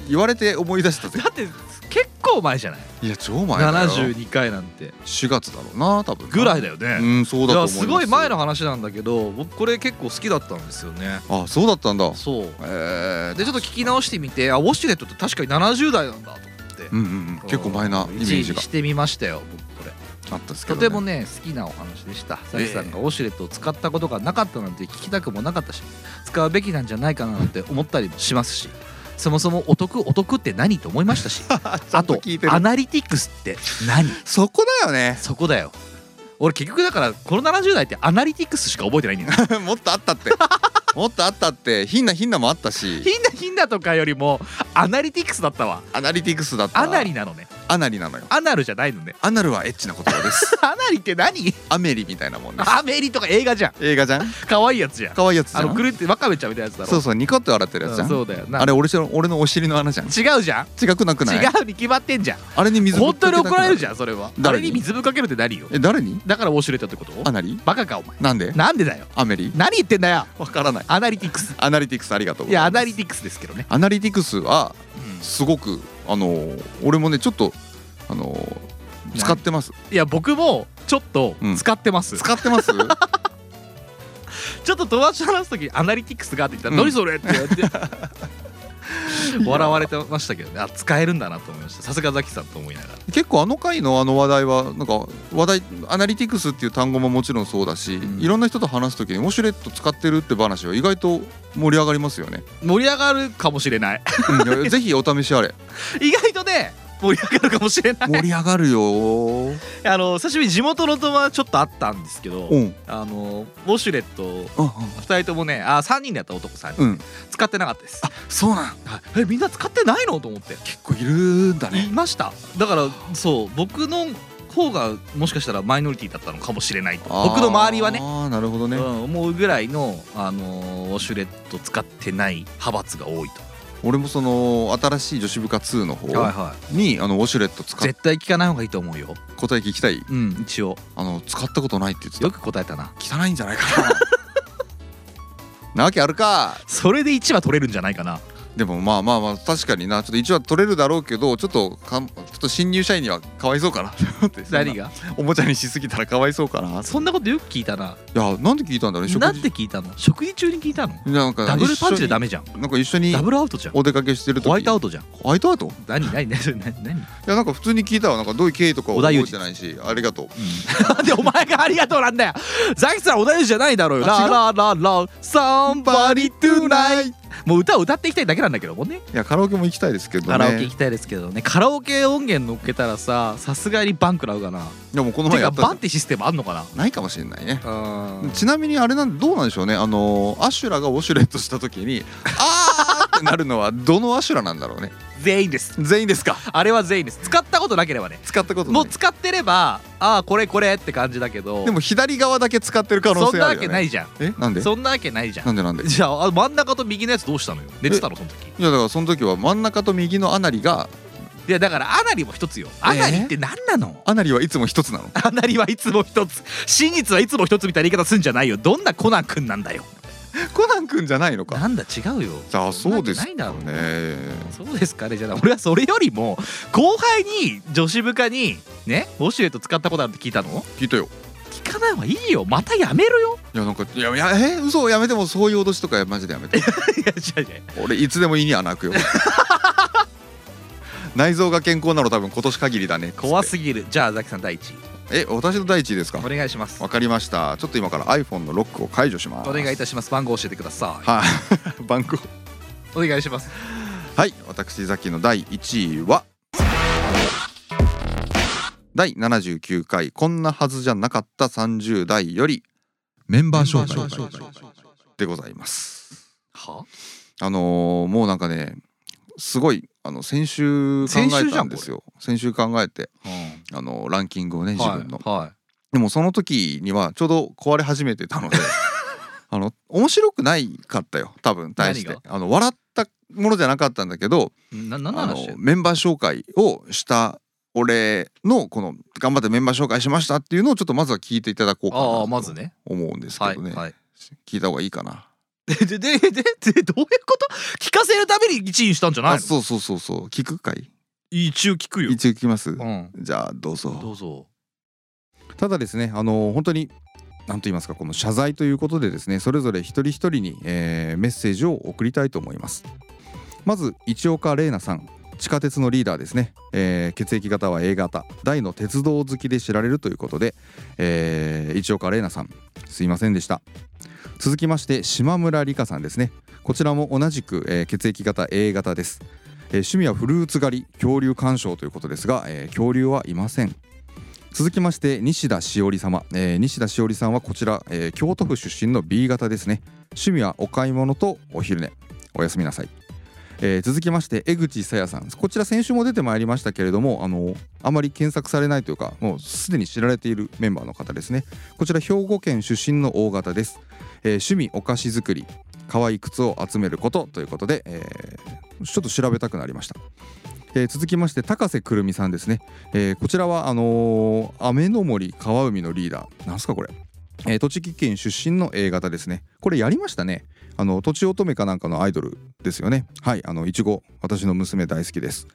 Speaker 2: 言われて思い出したぜ
Speaker 1: だって結構前じゃない
Speaker 2: いや超前だよ
Speaker 1: 72回なんて
Speaker 2: 4月だろうな多分
Speaker 1: ぐらい
Speaker 2: だ
Speaker 1: だよね
Speaker 2: うんそうだと思います
Speaker 1: すごい前の話なんだけど僕これ結構好きだったんですよね
Speaker 2: あそうだったんだ
Speaker 1: そう
Speaker 2: えー、
Speaker 1: でちょっと聞き直してみてあウォシュレットって確かに70代なんだと思って
Speaker 2: うんうんうん結構前なイメージ
Speaker 1: 1位に
Speaker 2: が
Speaker 1: してみましたよ僕これ
Speaker 2: あったですけ
Speaker 1: と
Speaker 2: ど、
Speaker 1: てもね好きなお話でした佐々木さんがウォシュレットを使ったことがなかったなんて聞きたくもなかったし使うべきなんじゃないかななんて思ったりもしますしそもそもお得お得って何と思いま
Speaker 2: <laughs>
Speaker 1: したしあと
Speaker 2: 聞いてる
Speaker 1: アナリティクスって何
Speaker 2: そこだよね <laughs>
Speaker 1: そこだよ俺結局だからこの70代ってアナリティクスしか覚えてないんだよ
Speaker 2: もっとあったって <laughs> もっとあったってひんなひんなもあったし
Speaker 1: ひんなひんなとかよりもアナリティクスだったわ
Speaker 2: アナリティクスだった
Speaker 1: アナリなのね
Speaker 2: アナリなのよ
Speaker 1: アナルじゃないのね <laughs>
Speaker 2: アナルはエッチな言葉です
Speaker 1: アナリって何
Speaker 2: アメリみたいなもんです
Speaker 1: アメリとか映画じゃん
Speaker 2: 映画じゃん
Speaker 1: 可愛いやつじゃん
Speaker 2: 可愛いやつじゃ
Speaker 1: あの
Speaker 2: ん
Speaker 1: くるってワカメちゃんみたいなやつだろ
Speaker 2: そうそうニコって笑ってるやつじゃ
Speaker 1: うん
Speaker 2: ん、
Speaker 1: そうだよな
Speaker 2: あれ俺し俺のお尻の穴じゃん
Speaker 1: 違うじゃん
Speaker 2: 違くなくない
Speaker 1: 違うに決まってんじゃん
Speaker 2: あれに水ぶっ
Speaker 1: 本
Speaker 2: か
Speaker 1: 当
Speaker 2: け
Speaker 1: に
Speaker 2: たくな
Speaker 1: 怒られるじゃんそれはあ
Speaker 2: 誰
Speaker 1: れ
Speaker 2: に
Speaker 1: に水ぶっかけるって何よ
Speaker 2: え誰に
Speaker 1: だからウォシュレットってこと
Speaker 2: アナリ
Speaker 1: バカかお前
Speaker 2: なんで
Speaker 1: なんでだよ
Speaker 2: アメリ
Speaker 1: 何言ってんだよ
Speaker 2: わからない
Speaker 1: アナリティクス
Speaker 2: アナリティクスありがとう
Speaker 1: い
Speaker 2: ござい
Speaker 1: や
Speaker 2: ま
Speaker 1: ア
Speaker 2: す
Speaker 1: ナリティクスですけどね
Speaker 2: アナリティクスは
Speaker 1: うん
Speaker 2: すごくあのー俺もねちょっとあのー
Speaker 1: 何
Speaker 2: 使って <laughs> ます
Speaker 1: いや僕もちょっと
Speaker 2: うん
Speaker 1: 使ってます、
Speaker 2: 使ってます
Speaker 1: ちょっと友達と話す時にアナリティクスがあって言ったら「
Speaker 2: うん
Speaker 1: 何それ?」って言われて笑われてましたけどねあ使えるんだなと思いましたさすがザキさんと思いながら
Speaker 2: 結構あの回のあの話題はなんか話題アナリティクスっていう単語ももちろんそうだし、
Speaker 1: うん
Speaker 2: いろんな人と話す時にウォシュレット使ってるって話は意外と盛り上がりますよね、
Speaker 1: 盛り上がるかもしれない <laughs>
Speaker 2: うん <laughs> いやぜひお試しあれ
Speaker 1: 意外とね盛り上がるかもしれない
Speaker 2: 盛り上がるよー
Speaker 1: <laughs> あの久しぶりに地元の友達ちょっとあったんですけど
Speaker 2: うんうん
Speaker 1: あのウォシュレット
Speaker 2: うん
Speaker 1: 2人ともねあ3人だった男さん
Speaker 2: うん
Speaker 1: 使ってなかったです
Speaker 2: そうなん
Speaker 1: あえみんな使ってないのと思って
Speaker 2: 結構いるんだ
Speaker 1: い
Speaker 2: ね
Speaker 1: ましただからそう僕の方がもしかしたらマイノリティだったのかもしれないと僕の周りはね
Speaker 2: ああなるほどね、
Speaker 1: うん、思うぐらいの、あのーウォシュレット使ってない派閥が多いと、
Speaker 2: 俺もその新しい女子部下2の方に、あのウォシュレット使っ
Speaker 1: 絶対聞かない方がいいと思うよ
Speaker 2: 答え聞きたい
Speaker 1: うん一応
Speaker 2: あの使ったことないって言ってた
Speaker 1: よく答えたな
Speaker 2: 汚いんじゃないかななわけあるか
Speaker 1: それで1話取れるんじゃないかな
Speaker 2: でもまあまあまあ確かになちょっと一応は取れるだろうけどちょっとかんちょっと新入社員にはかわいそうかなって
Speaker 1: <laughs> 何が
Speaker 2: おもちゃにしすぎたらかわいそうかな
Speaker 1: そんなことよく聞いたない
Speaker 2: やなんで聞いたんだろうね
Speaker 1: なんて聞いたの食事中に聞いたの
Speaker 2: なんか
Speaker 1: ダブルパンチでダ
Speaker 2: メ
Speaker 1: メじゃん
Speaker 2: なんか一緒に
Speaker 1: ダブルアウトじゃん
Speaker 2: お出かけしてる時
Speaker 1: ホワイトアウトじゃん
Speaker 2: ホワイトアウトい
Speaker 1: 何何何何何
Speaker 2: やなんか普通に聞いたわなんかどういう経緯とかは
Speaker 1: 織田
Speaker 2: 覚
Speaker 1: 裕
Speaker 2: え
Speaker 1: 二
Speaker 2: てないしありがとう
Speaker 6: なんでお前がありがとうなんだよザキさんお題じゃないだろうよ
Speaker 2: あ違う
Speaker 6: ララララサンバリトゥナイ
Speaker 2: い
Speaker 1: もう歌を歌っていきたいだけなんだけどもね
Speaker 2: やカラオケも行きたいですけどね
Speaker 1: カラオケ行きたいですけどねカラオケ音源乗っけたらささすがにバン食らうかな
Speaker 2: でもこの
Speaker 1: て
Speaker 2: 前や
Speaker 1: か
Speaker 2: った
Speaker 1: バンってシステムあんのかな
Speaker 2: ないかもしれないね
Speaker 1: うん
Speaker 2: <laughs> ちなみにあれなんどうなんでしょうねあのーアシュラがウォシュレットした時に「あー!」ってなるのはどのアシュラなんだろうね
Speaker 6: 全員です
Speaker 2: 全員ですか
Speaker 6: あれは全員です使ったことなければね
Speaker 2: 使ったことな
Speaker 6: も
Speaker 2: いう
Speaker 6: 使ってればああこれこれって感じだけど
Speaker 2: でも左側だけ使ってる可能
Speaker 6: そん
Speaker 2: 性
Speaker 6: な
Speaker 2: あ
Speaker 6: わ
Speaker 2: るよ、ね、
Speaker 6: けないじゃん
Speaker 2: えなんで
Speaker 6: そんなわけないじゃん
Speaker 2: なんでなんで
Speaker 6: じゃああ真ん中と右のやつどうしたのよ寝てたのその時
Speaker 2: いやだからその時は真ん中と右のアナリが
Speaker 6: いやだからアナリも一つよアナリって何なの、
Speaker 2: アナリはいつも一つ
Speaker 6: <laughs>
Speaker 2: なの
Speaker 6: アナリはいつも一つ真実はいつも一つみたいな言い方すんじゃないよどんなコナン君なんだよ
Speaker 2: コナン君じゃないのか
Speaker 6: なんだ違うよ
Speaker 2: じゃあそうです
Speaker 6: そんな
Speaker 2: か
Speaker 6: わけないだろ
Speaker 2: ね
Speaker 6: そうですかねじゃあ俺はそれよりも後輩に女子部下にねウォシュレット使ったことあるって聞いたの
Speaker 2: 聞いたよ
Speaker 6: 聞かない方がいいよまたやめるよ
Speaker 2: いやなんかいやいやえ嘘やめてもそういう脅しとかマジでや
Speaker 6: <laughs>
Speaker 2: め
Speaker 6: <laughs>
Speaker 2: て
Speaker 6: いやじゃあじゃ
Speaker 2: 俺いつでも胃に穴
Speaker 6: <laughs>
Speaker 2: 開くよ内臓が健康なの多分今年限りだねっつって
Speaker 6: 怖すぎるじゃあザキさん第一
Speaker 2: え私の第一位ですか
Speaker 6: お願いします
Speaker 2: わかりましたちょっと今から iPhone のロックを解除します
Speaker 6: お願いいたします番号教えてください
Speaker 2: はい番号
Speaker 6: お願いします
Speaker 2: はい私ザキの第1位は第79回「こんなはずじゃなかった30代」よりメンバー紹介でございます
Speaker 6: は
Speaker 2: あのーもうなんかねすごいあの先週考
Speaker 6: 先週
Speaker 2: え
Speaker 6: じゃ
Speaker 2: た
Speaker 6: ん
Speaker 2: んですよ先週考えて、あのランキングをね自分の、
Speaker 6: は
Speaker 2: でもその時にはちょうど壊れ始めてたの
Speaker 6: <laughs>
Speaker 2: であの面白くないかったよ多分対して
Speaker 6: 何
Speaker 2: あの笑ったものじゃなかったんだけど
Speaker 6: いな何の
Speaker 2: あ
Speaker 6: 話
Speaker 2: のメンバー紹介をした俺のこの頑張ってメンバー紹介しましたっていうのをちょっとまずは聞いていただこうかな
Speaker 6: ああ
Speaker 2: と
Speaker 6: まずね
Speaker 2: 思うんですけ
Speaker 6: はい
Speaker 2: どね、
Speaker 6: はい
Speaker 2: 聞いた方がいいかな
Speaker 6: <laughs> でででででどういうこと聞かせるために一位にしたんじゃない
Speaker 2: あ
Speaker 6: の
Speaker 2: そうそうそうそう聞くかい
Speaker 6: 一応聞くよ
Speaker 2: 一応聞きます、
Speaker 6: うん
Speaker 2: じゃあどうぞ
Speaker 6: どうぞ
Speaker 2: ただですねあの本当に何と言いますかこの謝罪ということでですねそれぞれ一人一人に、えーメッセージを送りたいと思いますまず一岡玲奈さん地下鉄のリーダーですね、えー血液型は A 型大の鉄道好きで知られるということで、えー一岡玲奈さんすいませんでした続きまして島村理香さんですねこちらも同じく、えー血液型 A 型です、えー趣味はフルーツ狩り恐竜鑑賞ということですが、えー恐竜はいません続きまして西田しおり様、えー西田しおりさんはこちら、えー京都府出身の B 型ですね趣味はお買い物とお昼寝おやすみなさい、えー続きまして江口さやさんこちら先週も出てまいりましたけれどもあのあまり検索されないというかもうすでに知られているメンバーの方ですねこちら兵庫県出身の O 型です、えー趣味お菓子作り可愛い靴を集めることということで、えーちょっと調べたくなりました、えー続きまして高瀬くるみさんですねえーこちらはあのー雨の森川海のリーダーなんすかこれ、えー栃木県出身の A 型ですねこれやりましたねあのとちおとめかなんかのアイドルですよねはいあのいちご私の娘大好きです、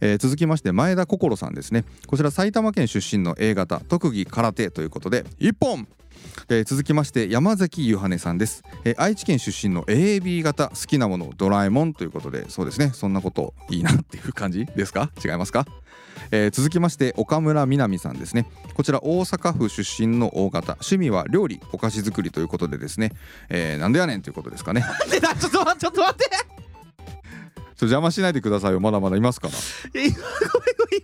Speaker 2: えー続きまして前田心さんですねこちら埼玉県出身の A 型特技空手ということで一本えー続きまして山崎ゆはねさんです、えー愛知県出身の AB 型好きなものドラえもんということでそうですねそんなこといいなっていう感じですか違いますかえー続きまして岡村みなみさんですねこちら大阪府出身の大型趣味は料理お菓子作りということでですね、えーなんでやねんということですかね
Speaker 6: でなちょっと待ってちょっと待って
Speaker 2: ちょ邪魔しないでくださいよまだまだいますから
Speaker 6: え今ごめん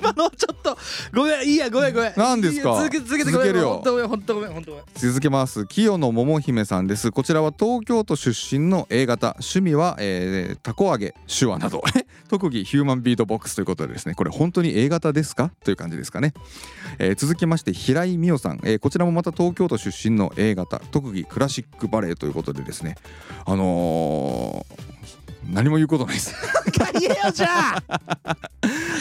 Speaker 6: 今のはちょっとごめんいいやごめんごめん
Speaker 2: 何ですか
Speaker 6: いいや続け続けて
Speaker 2: 続けるよ
Speaker 6: ごめんごめんほんとごめんほんとごめんほんと
Speaker 2: 続けます清野桃姫さんですこちらは東京都出身の A 型趣味は、えーたこ揚げ手話など <laughs> 特技ヒューマンビートボックスということでですねこれ本当に A 型ですかという感じですかね、えー続きまして平井美桜さん、えーこちらもまた東京都出身の A 型特技クラシックバレエということでですねあのー何も言うことないです。
Speaker 6: ごめんいや言えよじゃあ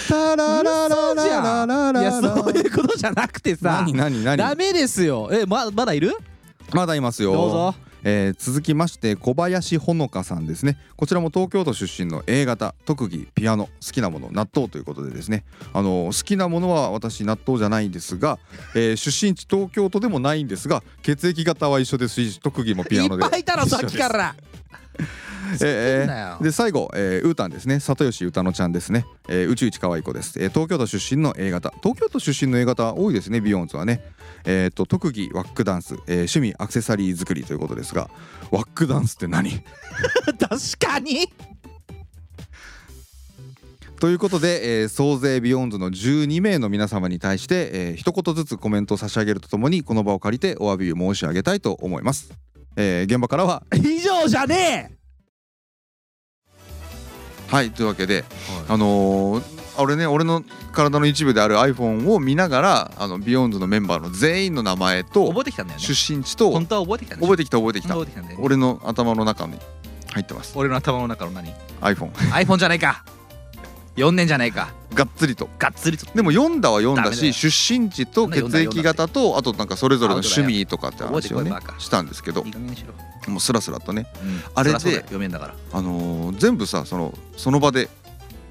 Speaker 2: タララララララララ
Speaker 6: いやそういうことじゃなくてさ
Speaker 2: <laughs> 何何何
Speaker 6: ダメですよえままだいる
Speaker 2: まだいますよ。
Speaker 6: どうぞ
Speaker 2: えー続きまして小林ほのかさんですねこちらも東京都出身の A 型特技ピアノ好きなもの納豆ということでですねあの好きなものは私納豆じゃないんですが、えー出身地東京都でもないんですが血液型は一緒ですし特技もピア
Speaker 6: い
Speaker 2: ノで
Speaker 6: っぱいいたろ
Speaker 2: 一
Speaker 6: さ
Speaker 2: 緒
Speaker 6: っ
Speaker 2: です
Speaker 6: きから
Speaker 2: え
Speaker 6: んなよ
Speaker 2: ーで最後、えー、ウータンですね里吉歌乃ちゃんですね、えー宇宙一可愛い子です、えー東京都出身の A 型東京都出身の A 型多いですねビヨンズはねえーと特技ワックダンス、えー趣味アクセサリー作りということですがワックダンスって何
Speaker 6: 確かに
Speaker 2: ということで、えー総勢ビヨンズの12名の皆様に対して、えー一言ずつコメントを差し上げるとともにこの場を借りてお詫びを申し上げたいと思います、えー現場からは
Speaker 6: 以上じゃねえ
Speaker 2: はいというわけで、あのー俺ね俺の体の一部である iPhone を見ながらあのビヨンズのメンバーの全員の名前と
Speaker 1: 覚えてきたんだよね
Speaker 2: 出身地と
Speaker 1: 本当は覚えてきたんだよ
Speaker 2: 覚えてきた覚えてきた
Speaker 1: 覚えてきたんだよね
Speaker 2: 俺の頭の中に入ってます
Speaker 1: 俺の頭の中の何
Speaker 2: iPhone <laughs>
Speaker 1: iPhone じゃないか4年じゃないか
Speaker 2: がっつりと
Speaker 1: がっつりと
Speaker 2: でも読んだは読んだ
Speaker 1: ダメだ
Speaker 2: し
Speaker 1: よ
Speaker 2: 出身地と血液型とあとなんかそれぞれの
Speaker 1: アウトだ
Speaker 2: 趣
Speaker 1: よ
Speaker 2: 味とかって話を
Speaker 1: 覚えてこ
Speaker 2: ね
Speaker 1: いバカ
Speaker 2: したんですけど
Speaker 1: いい加減にしろ、
Speaker 2: もうスラスラとね
Speaker 1: うん
Speaker 2: あれで
Speaker 1: そりゃそうだよ読めんだから
Speaker 2: あのー全部さそのその場で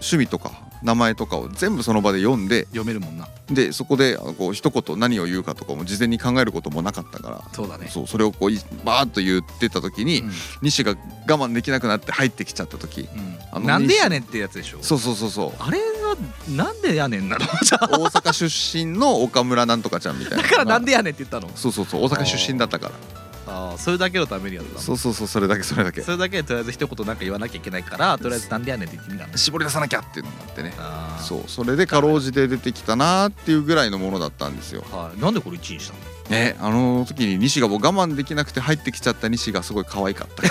Speaker 2: 趣味とか名前とかを全部その場で読んで
Speaker 1: 読めるもんな
Speaker 2: でそこであのこう一言何を言うかとかも事前に考えることもなかったから
Speaker 1: そうだね
Speaker 2: そうそれをこういバーッと言ってた時に、
Speaker 1: うん
Speaker 2: 西が我慢できなくなって入ってきちゃった時あ
Speaker 1: う
Speaker 2: の
Speaker 1: ん、なんでやねんってやつでしょ
Speaker 2: そうそうそうそう
Speaker 1: あれはなんでやね
Speaker 2: <laughs>
Speaker 1: んなのじゃあ
Speaker 2: 大阪出身の岡村なんとかちゃんみたいな
Speaker 1: だからなんでやねんって言ったの
Speaker 2: そうそうそう大阪出身だったから
Speaker 1: ああそれだけのためにやったの
Speaker 2: そうそうそうそれだけそれだけ
Speaker 1: それだけでとりあえず一言なんか言わなきゃいけないからとりあえずなんでやねんって言ってみたの
Speaker 2: 絞り出さなきゃっていうのがあってね
Speaker 1: あ
Speaker 2: そうそれでかろうじて出てきたなーっていうぐらいのものだったんですよ
Speaker 1: うはいなんでこれ1位にしたの
Speaker 2: ねあの時に西がもう我慢できなくて入ってきちゃった西がすごい可愛かった <laughs>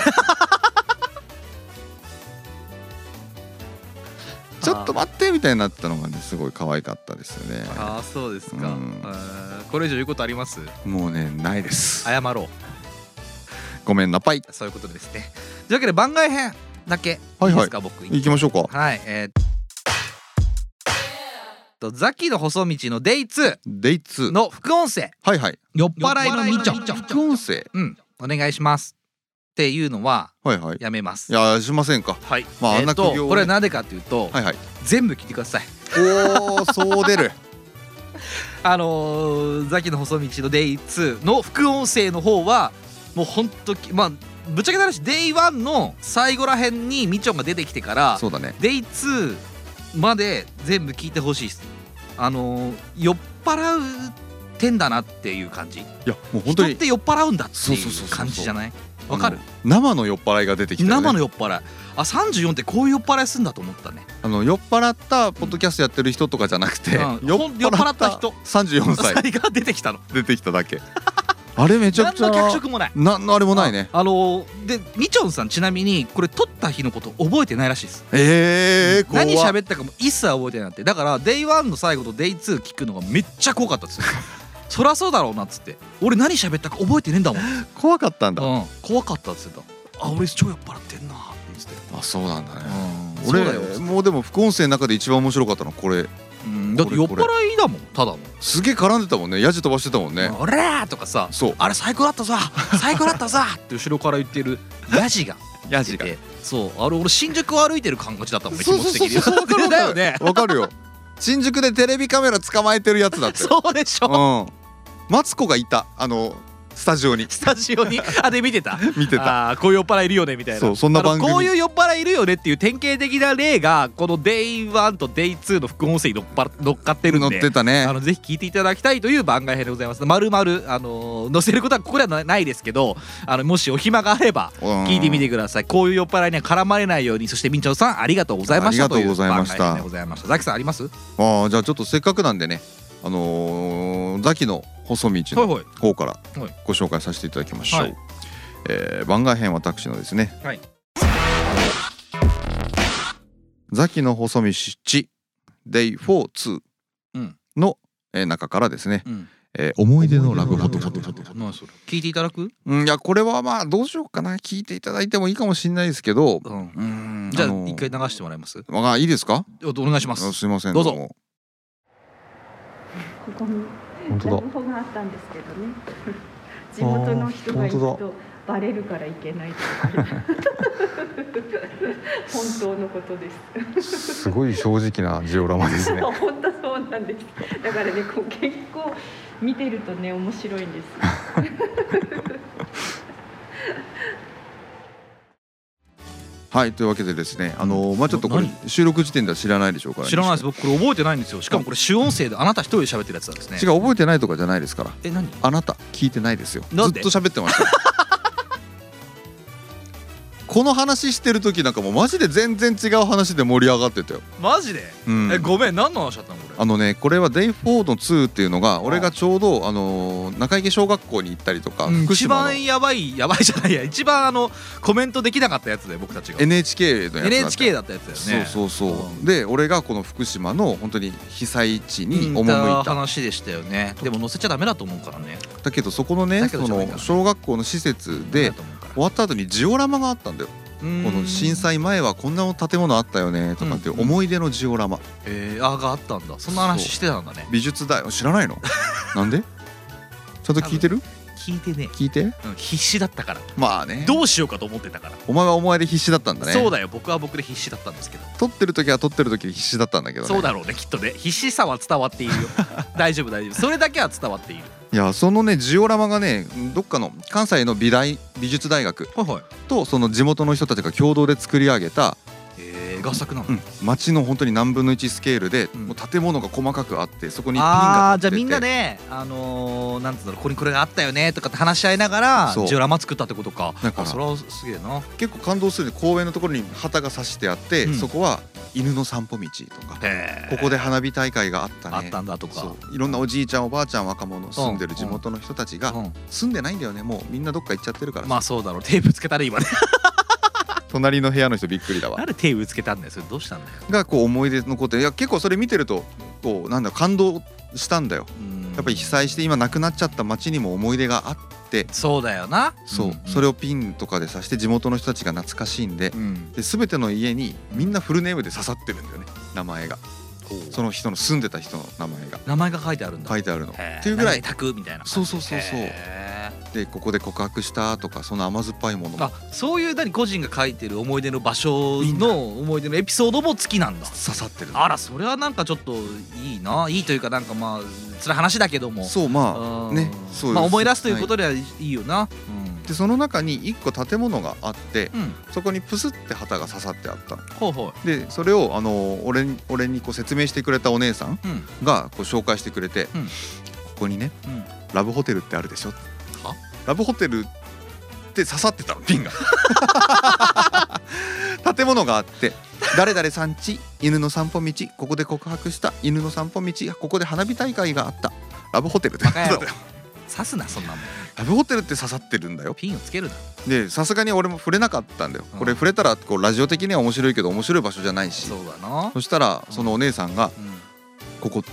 Speaker 2: ちょっと待ってみたいになったのがねすごい可愛かったですよね
Speaker 1: ああそうです
Speaker 2: か
Speaker 1: か、
Speaker 2: うん
Speaker 1: これ以上言うことあります
Speaker 2: もうねないです
Speaker 1: 謝ろう
Speaker 2: ごめんなパイ
Speaker 1: そういうことですねというわけで番外編だけいいですか、僕
Speaker 2: 行きましょうか
Speaker 1: はいえーっとザキの細道のデイ2
Speaker 2: デイツー
Speaker 1: の副音声
Speaker 2: はいはい
Speaker 1: 酔っ払いのみちょ
Speaker 2: 副音声
Speaker 1: うんお願いしますっていうのは
Speaker 2: はいはい
Speaker 1: やめます
Speaker 2: いやしませんか
Speaker 1: はい
Speaker 2: ま
Speaker 1: えー
Speaker 2: あ
Speaker 1: っ
Speaker 2: あんな
Speaker 1: と
Speaker 2: 苦行をね
Speaker 1: これはなぜかというと、
Speaker 2: はいはい
Speaker 1: 全部聞いてください
Speaker 2: <laughs> おーそう出る
Speaker 1: あのー、ザキの細道の Day2 の副音声の方はもうほんときまあぶっちゃけた話 Day1 の最後らへんにみちょんが出てきてから
Speaker 2: そうだね
Speaker 1: Day2 まで全部聞いてほしいですあのー、酔っ払うてんだなっていう感じ
Speaker 2: いやもう本
Speaker 1: 人
Speaker 2: 当
Speaker 1: っ
Speaker 2: に
Speaker 1: て酔っ払うんだって
Speaker 2: そう
Speaker 1: い
Speaker 2: そうそうそう
Speaker 1: う
Speaker 2: そう
Speaker 1: 感じじゃないわかる
Speaker 2: あの生の酔っ払いが出てきたよね
Speaker 1: 生の酔っ払いあ34ってこういう酔っ払いすんだと思ったね
Speaker 2: あの酔っ払ったポッドキャストやってる人とかじゃなくて、
Speaker 1: うん
Speaker 2: 酔っ
Speaker 1: ほん酔っ払
Speaker 2: 払っ
Speaker 1: った
Speaker 2: た
Speaker 1: 人
Speaker 2: 三十四
Speaker 1: <laughs>
Speaker 2: 歳
Speaker 1: サイが出てきたの
Speaker 2: 出てきただけ。あれめちゃ
Speaker 1: 何
Speaker 2: くちゃ
Speaker 1: の脚色もない
Speaker 2: なんのあれもないね。
Speaker 1: ああのーでみちょんさんちなみにこれ撮った日のこと覚えてないらしいです
Speaker 2: ええー、怖
Speaker 1: 何喋ったかも一切覚えてないってだからデイ1の最後とデイ2聞くのがめっちゃ怖かったっ <laughs> すよそりゃそうだろうなっつって俺何喋ったか覚えてねえんだもん、う
Speaker 2: 怖かったんだ。
Speaker 1: ん、怖かったっつってたあ俺超酔っ払ってんなって言って
Speaker 2: あそうなんだね。
Speaker 1: たよ、うん、
Speaker 2: 俺
Speaker 1: そうだよ
Speaker 2: もうでも副音声の中で一番面白かったのこれ
Speaker 1: うんだって酔っ払いだもんただの
Speaker 2: すげえ絡んでたもんねヤジ飛ばしてたもんね
Speaker 1: 「俺ら!」とかさ
Speaker 2: そう
Speaker 1: あれ最高だったさ最高だったさって後ろから言ってるヤジが
Speaker 2: ヤ
Speaker 1: 出てそうあれ俺新宿を歩いてる感じだったもんね気
Speaker 2: そう
Speaker 1: 持
Speaker 2: そう
Speaker 1: ち的
Speaker 2: <laughs> そ
Speaker 1: に
Speaker 2: うそうわかる
Speaker 1: だよね
Speaker 2: わかるよ新宿でテレビカメラ捕まえてるやつだって
Speaker 1: <laughs> そうでしょ
Speaker 2: うんマツコがいたあのスタジオに
Speaker 1: スタジオにあで見てた
Speaker 2: 見てた
Speaker 1: あーこういう酔っ払いいるよねみたいな
Speaker 2: そうそんな番組
Speaker 1: あのこういう酔っ払いいるよねっていう典型的な例がこの Day1 と Day2 の副音声に乗っぱ乗っかってる
Speaker 2: 乗
Speaker 1: の
Speaker 2: っ
Speaker 1: で
Speaker 2: てたね
Speaker 1: あのぜひ聞いていただきたいという番外編でございますまるまるあのー載せることはここではなないですけどあのもしお暇があれば
Speaker 2: うん
Speaker 1: 聞いてみてください、こういう酔っ払いには絡まれないようにそしてみんちょんさんありがとうございました
Speaker 2: ありがとうございました
Speaker 1: とう番外編でございましたザキさんありますは
Speaker 2: ああじゃあちょっとせっかくなんでねあのーザキの細道の
Speaker 1: はい
Speaker 2: 方から
Speaker 1: はい
Speaker 2: ご紹介させていただきましょう、
Speaker 1: はい
Speaker 2: えー番外編私のですね、
Speaker 1: はい
Speaker 2: ザキの細道 Day42
Speaker 1: うん
Speaker 2: の、えー中からですね、
Speaker 1: うん
Speaker 2: えー思い出のラブホテル
Speaker 1: 何それ聞いていただく、
Speaker 2: うんいやこれはまあどうしようかな聞いていただいてもいいかもしれないですけど
Speaker 1: うん、
Speaker 2: うん
Speaker 1: じゃあ
Speaker 2: あのー
Speaker 1: 一回流してもらえます
Speaker 2: まあいいですか
Speaker 1: おお願いしま
Speaker 2: あ
Speaker 1: す
Speaker 2: すいません
Speaker 1: どうぞ
Speaker 2: も
Speaker 11: ここに
Speaker 2: 本当だ
Speaker 11: ラブホがあったんですけどね <laughs> 地元の人が行く
Speaker 2: 本当
Speaker 11: とバレるからいけないって
Speaker 2: <laughs>
Speaker 11: 言われた本当のことです
Speaker 2: すごい正直なジオラマですね
Speaker 11: <laughs> 本当そうなんですだからねこう結構見てるとね面白いんです
Speaker 2: <laughs> はいというわけでですねあのーまあちょっとこれ
Speaker 1: な
Speaker 2: 収録時点では知らないでしょうから
Speaker 1: 知らないです僕これ覚えてないんですよしかもこれ主音声であなた一人で喋ってるやつなんですね
Speaker 2: 違う覚えてないとかじゃないですから
Speaker 1: え何
Speaker 2: あなた聞いてないですよず
Speaker 1: な
Speaker 2: っ
Speaker 1: んで
Speaker 2: と喋って
Speaker 1: <laughs>
Speaker 2: ましたこの話してる時なんかもうマジで全然違う話で盛り上がってたよ、
Speaker 1: マジで、
Speaker 2: うん
Speaker 1: えごめん何の話だったのこれ
Speaker 2: あのねこれはデイフォード2っていうのが俺がちょうどあのー中池小学校に行ったりとか
Speaker 1: うん
Speaker 2: 福
Speaker 1: 一
Speaker 2: 島の
Speaker 1: 番やばいやばいじゃないや一番あのコメントできなかったやつだよ僕たちが
Speaker 2: NHK のやつだった
Speaker 1: NHK だったやつだよね
Speaker 2: そうそうそう、で俺がこの福島の本当に被災地に
Speaker 1: うん
Speaker 2: 赴いた、
Speaker 1: 話でしたよねでも載せちゃダメだと思うからね
Speaker 2: だけどそこのね
Speaker 1: だけど
Speaker 2: そ
Speaker 1: じゃない
Speaker 2: の
Speaker 1: から
Speaker 2: 小学校の施設で
Speaker 1: ダメだと思うから
Speaker 2: 終わった後にジオラマがあったんだよ
Speaker 1: こ
Speaker 2: この震災前はこんな建物あったよねとかっていう思い出のジオラマ
Speaker 1: えー、あがあったんだそんな話してたんだね
Speaker 2: 美術大知らな
Speaker 1: <laughs>
Speaker 2: いのなんでちゃんと聞いてる
Speaker 1: 聞いてね
Speaker 2: 聞いて
Speaker 1: うん必死だったから
Speaker 2: まあね
Speaker 1: どうしようかと思ってたから、
Speaker 2: お前はお前で必死だったんだね
Speaker 1: そうだよ僕は僕で必死だったんですけど、
Speaker 2: 撮ってる時は撮ってる時で必死だったんだけどね
Speaker 1: そうだろうねきっとね必死さは伝わっている <laughs> よ大丈夫大丈夫それだけは伝わっている
Speaker 2: いやそのねジオラマがねどっかの関西の美大美術大学
Speaker 1: はいはい
Speaker 2: とその地元の人たちが共同で作り上げた、
Speaker 1: えー、合作なの、
Speaker 2: うん町の本当に何分の1スケールで、
Speaker 1: ん
Speaker 2: もう建物が細かくあってそこにピン
Speaker 1: あ
Speaker 2: が
Speaker 1: あじゃあ
Speaker 2: 立ってて
Speaker 1: みんなであのー、なんつうんだろうここにこれがあったよねとかって話し合いながら
Speaker 2: そう
Speaker 1: ジオラマ作ったってことか
Speaker 2: だから
Speaker 1: あそれはすげえな
Speaker 2: 結構感動するね公園のところに旗が差してあって、
Speaker 1: うん
Speaker 2: そこは犬の散歩道とか
Speaker 1: へえ
Speaker 2: ここで花火大会があったね
Speaker 1: あったんだとか
Speaker 2: そういろんなおじいちゃんおばあちゃん若者住んでる地元の人たちが
Speaker 1: うん
Speaker 2: 住んでないんだよねもうみんなどっか行っちゃってるから、
Speaker 1: まあそうだろうテープつけたら <laughs> 今ね
Speaker 2: 隣の部屋の人びっくりだわ
Speaker 1: なんでテープつけたんだよそれどうしたんだよ
Speaker 2: がこう思い出残っていや結構それ見てるとこうなんだ感動したんだよ
Speaker 1: うん
Speaker 2: やっぱり被災して今なくなっちゃった町にも思い出があって
Speaker 1: そうだよな
Speaker 2: そう、
Speaker 1: ん
Speaker 2: それをピンとかで刺して地元の人たちが懐かしいんで,、
Speaker 1: うん
Speaker 2: で全ての家にみんなフルネームで刺さってるんだよね名前がその人の住んでた人の名前が
Speaker 1: 名前が書いてあるんだ
Speaker 2: 書いてあるの。
Speaker 1: へー
Speaker 2: っていうぐらい
Speaker 1: 何々炊くみたいな
Speaker 2: そうそうそうそう
Speaker 1: へ
Speaker 2: でここで告白したとかその甘酸っぱいもの
Speaker 1: ー
Speaker 2: も
Speaker 1: あそういう何個人が書いてる思い出の場所の思い出のエピソードも好きなんだ
Speaker 2: 刺さってる
Speaker 1: あらそれはなんかちょっといいないいというかなんかまあ辛い話だけども
Speaker 2: そう
Speaker 1: う
Speaker 2: まあ
Speaker 1: ん
Speaker 2: ねそう
Speaker 1: まあ、思い出すということ
Speaker 2: で
Speaker 1: ではいいよな、
Speaker 2: でその中に一個建物があって
Speaker 1: うん、うん、
Speaker 2: そこにプスって旗が刺さってあったの
Speaker 1: ほうほ
Speaker 2: でそれをあの俺に俺にこう説明してくれたお姉さん
Speaker 1: う、うん、
Speaker 2: がこう紹介してくれて、
Speaker 1: うん
Speaker 2: ここにね、
Speaker 1: うん
Speaker 2: ラブホテルってあるでしょラブホテルって刺さってた
Speaker 1: <laughs>
Speaker 2: のピンが建物があって誰々さんち犬の散歩道ここで告白した犬の散歩道ここで花火大会があったラブホテルって
Speaker 1: バ
Speaker 2: <laughs>
Speaker 1: カ野郎
Speaker 2: ラ
Speaker 1: 刺すなそんなもん
Speaker 2: ブホテルって刺さってるんだよ
Speaker 1: ピンをつけるな
Speaker 2: でさすがに俺も触れなかったんだよ
Speaker 1: うん
Speaker 2: これ触れたらこうラジオ的には面白いけど面白い場所じゃないし
Speaker 1: そうだな、
Speaker 2: そしたらそのお姉さんが
Speaker 1: う
Speaker 2: 「ここ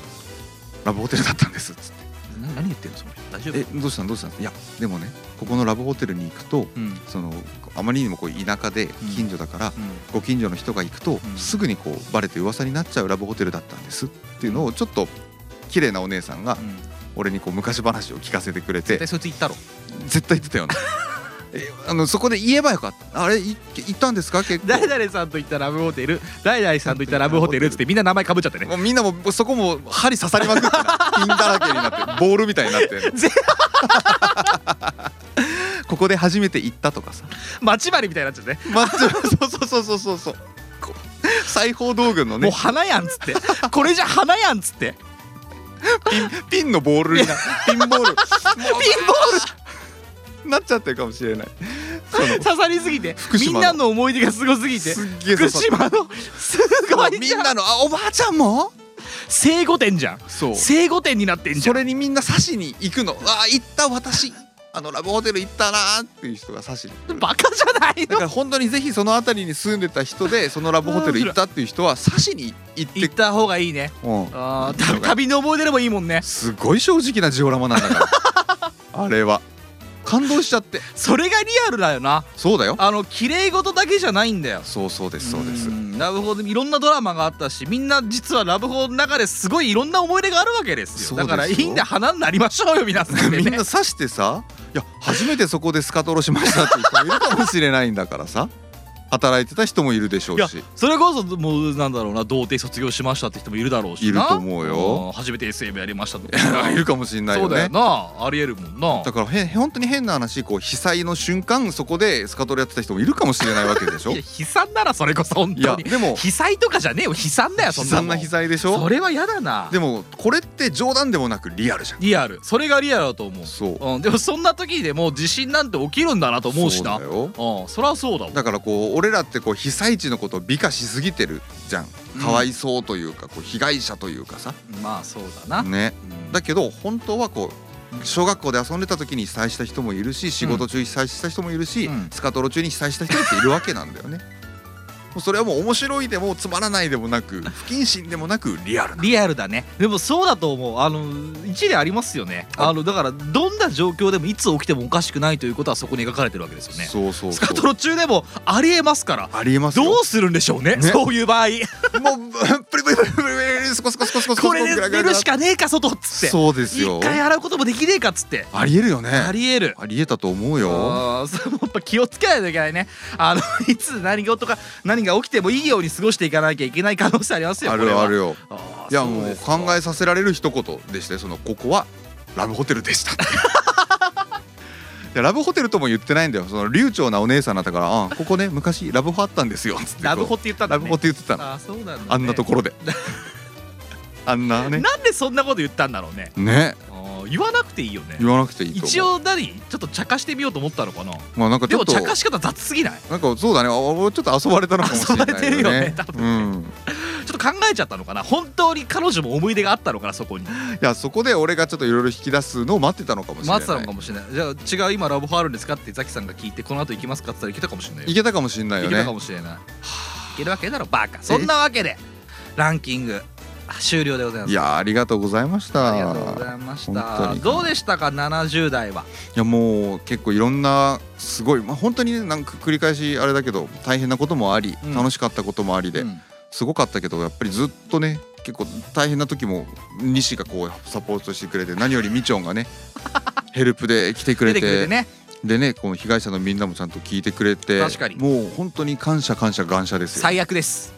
Speaker 2: ラブホテルだったんです」っつって
Speaker 1: ん、な何言ってんのそれ大丈
Speaker 2: 「
Speaker 1: 夫
Speaker 2: えどうしたのどうしたの?」いやでもねここのラブホテルに行くと
Speaker 1: うん
Speaker 2: そのあまりにもこう田舎で
Speaker 1: ん
Speaker 2: 近所だから、
Speaker 1: うん
Speaker 2: ご近所の人が行くと、
Speaker 1: ん
Speaker 2: すぐにこうバレて噂になっちゃうラブホテルだったんですっていうのをちょっと綺麗なお姉さんが
Speaker 1: うん、
Speaker 2: 俺にこう昔話を聞かせてくれて
Speaker 1: 絶対そいつ言ったろ
Speaker 2: 絶対言ってたよ <laughs> ねえあのそこで言えばよかったあれい行ったんですか結構
Speaker 6: 誰々さんと行ったラブホテル誰々さんと行ったラブホテルっつってみんな名前かぶっちゃってね
Speaker 2: もうみんなもうそこもう針刺さりまくってなピンだらけになってボールみたいになって <laughs> ここで初めて行ったとかさ
Speaker 6: 待ち針みたいになっちゃってね
Speaker 2: まあ、そうそうそうそうそうそうこう裁縫道具の
Speaker 6: もう
Speaker 2: ね
Speaker 6: 花やんっつってこれじゃ花やんっつって
Speaker 2: ピンのボールになピンボールピンボールなっちゃってるかもしれないその
Speaker 6: 刺さりすぎてみ
Speaker 2: 島の
Speaker 6: んなの思い出がすごすぎて
Speaker 2: すっげえ
Speaker 6: 福
Speaker 2: 刺さった
Speaker 6: 島のすごい
Speaker 2: み
Speaker 6: じゃ
Speaker 2: ん
Speaker 6: ん
Speaker 2: なのあおばあちゃんも
Speaker 6: 生後点じゃん
Speaker 2: そう
Speaker 6: 生後点になってんじゃ
Speaker 2: そ
Speaker 6: ん
Speaker 2: れにみんな刺しに行くのあ行った私あのラブホテル行ったなーっていう人が刺しに
Speaker 6: バカじゃない
Speaker 2: だ
Speaker 6: の
Speaker 2: から本当にぜひその辺りに住んでた人でそのラブホテル行ったっていう人は刺しに行って
Speaker 6: 行った方がいいね
Speaker 2: うん
Speaker 6: あーた旅の思い出でもいいもんね
Speaker 2: すごい正直なジオラマなんだからあれは感動しちゃって
Speaker 6: それがリアルだよな
Speaker 2: そうだよ
Speaker 6: あの綺麗事だけじゃないんだよ
Speaker 2: そうそうですそうです
Speaker 6: んラブホでいろんなドラマがあったしみんな実はラブホの中ですごいいろんな思い出があるわけです
Speaker 2: そう
Speaker 6: よだ
Speaker 2: ですよ
Speaker 6: からいいんで花になりましょうよ皆さんで
Speaker 2: <laughs> みん
Speaker 6: ね
Speaker 2: な刺してさいや初めてそこでスカトロしましたっていう人もいるかもしれないんだからさ働いてた人もいるでしょう
Speaker 6: いや
Speaker 2: し
Speaker 6: それこそもうなんだろうな童貞卒業しましたって人もいるだろうしない
Speaker 2: ると思うよ
Speaker 6: ん初めて SM やりましたとか
Speaker 2: いるかもしれない
Speaker 6: そ
Speaker 2: よ
Speaker 6: うだよ
Speaker 2: ね
Speaker 6: なありえるもんな
Speaker 2: だからへ本当に変な話こう被災の瞬間そこでスカトロやってた人もいるかもしれないわけでし
Speaker 6: い
Speaker 2: ょ
Speaker 6: や
Speaker 2: い
Speaker 6: 悲惨ならそれこそ本当
Speaker 2: や
Speaker 6: に
Speaker 2: でも
Speaker 6: 被災とかじゃねえよ悲惨だよ
Speaker 2: 悲
Speaker 6: そんな
Speaker 2: 惨
Speaker 6: も
Speaker 2: なん被災でし
Speaker 6: そ
Speaker 2: ょ
Speaker 6: れは嫌だな
Speaker 2: でもこれって冗談でもなくリアルじゃん
Speaker 6: リアルそれがリアルだと思う
Speaker 2: そう
Speaker 6: うん、でもそんな時でもう地震なんて起きるんだなと思うしな
Speaker 2: そうだよ
Speaker 6: うんそりゃそうだもん
Speaker 2: だからこう俺らってこう被災地のことを美化しすぎてるじゃんかわいそうというかこう被害者というかさ、
Speaker 1: まあそうだな、
Speaker 2: ね
Speaker 1: うん
Speaker 2: だけど本当はこう小学校で遊んでた時に被災した人もいるし仕事中に被災した人もいるし、
Speaker 1: うん
Speaker 2: スカトロ中に被災した人っているわけなんだよね。もうそれはもう面白いでもつまらないでもなく不謹慎でもなくリアルな
Speaker 1: リアルだねでもそうだと思うあの一理ありますよねあのだからどんな状況でもいつ起きてもおかしくないということはそこに描かれてるわけですよね
Speaker 2: そうそう
Speaker 1: ス
Speaker 2: そう
Speaker 1: カトロ中でもありえますから
Speaker 2: ありえますよ
Speaker 1: どうするんでしょうね
Speaker 2: ね
Speaker 1: そういう場合
Speaker 2: <laughs> もうプリプリプリプリプリスコスコスコスコスコ
Speaker 1: これで出るしかねえか外っつって
Speaker 2: そうですよ
Speaker 1: 一回洗うこともできねえかっつって
Speaker 2: ありえるよね
Speaker 1: ありえる
Speaker 2: ありえたと思うよ
Speaker 1: あーそれもやっぱ気をつけないといけないねあのいつ何事か何が起きてもいいように過ごしていかなきゃいけない可能性ありますよ
Speaker 2: あるあるよ
Speaker 1: い
Speaker 2: いやもう考えさせられる一言でしてそのここはラブホテルでしたいやラブホテルとも言ってないんだよその流暢なお姉さんだったからあここね昔ラブホあったんですよつってこう
Speaker 1: ラブホって言ったんだ、
Speaker 2: ラ
Speaker 1: ね、
Speaker 2: ブホって言ってたの
Speaker 1: あーそうなんだ、ね、
Speaker 2: あんなところであんなね
Speaker 1: なんでそんなこと言ったんだろうね
Speaker 2: ね
Speaker 1: あー言わなくていいよね
Speaker 2: 言わなくていいと思う
Speaker 1: 一応何ちょっと茶化してみようと思ったのかな
Speaker 2: まあなんかち
Speaker 1: で
Speaker 2: ょ
Speaker 1: も
Speaker 2: っと
Speaker 1: 茶化し方雑すぎないち
Speaker 2: なんかそうだねあ俺ちょっと遊ばれたのかもしれない
Speaker 1: 遊ばれてるよね多
Speaker 2: うん
Speaker 1: ょっと考えちゃったのかな本当に彼女も思い出があったのかなそこに
Speaker 2: いやそこで俺がちょっといろいろ引き出すのを待ってたのかもしれない
Speaker 1: 待ってたのかもしれないじゃあ違う今ラブホあるんですかってザキさんが聞いてこの後行きますかって言ったら行けたかもしれないよ
Speaker 2: いけたかもしれないよ
Speaker 1: いけ
Speaker 2: ね
Speaker 1: るかもしれない。いけるわけだろバカ。 <laughs> そんなわけでランキング終了でございま
Speaker 2: い
Speaker 1: す。
Speaker 2: やーありがとうございまし
Speaker 1: あ
Speaker 2: た
Speaker 1: りがとうございまし
Speaker 2: 本当
Speaker 1: た。
Speaker 2: に
Speaker 1: どうでしたか70代は。
Speaker 2: いやもう結構いろんなすごい、まあ、本当にねなんか繰り返しあれだけど大変なこともあり、
Speaker 1: うん
Speaker 2: 楽しかったこともありで、
Speaker 1: うん
Speaker 2: すごかったけどやっぱりずっとね結構大変な時も西がこうサポートしてくれて何よりみちょん
Speaker 1: <laughs>
Speaker 2: がねヘルプで来てくれ
Speaker 1: 出
Speaker 2: て
Speaker 1: てくれてね。
Speaker 2: でねこの被害者のみんなもちゃんと聞いてくれて
Speaker 1: 確かに
Speaker 2: もう本当に感謝感謝感謝ですよ
Speaker 1: 最悪です。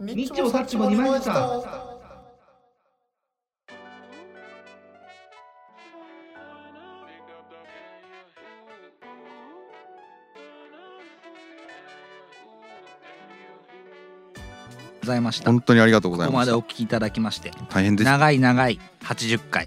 Speaker 12: 日朝さっちも二枚した。
Speaker 1: ございました。こ
Speaker 2: 本当にありがとうござい
Speaker 1: こ
Speaker 2: ま
Speaker 1: ま
Speaker 2: し
Speaker 1: で
Speaker 2: た
Speaker 1: お聞きいただきまして
Speaker 2: 大変です
Speaker 1: 長い長い80回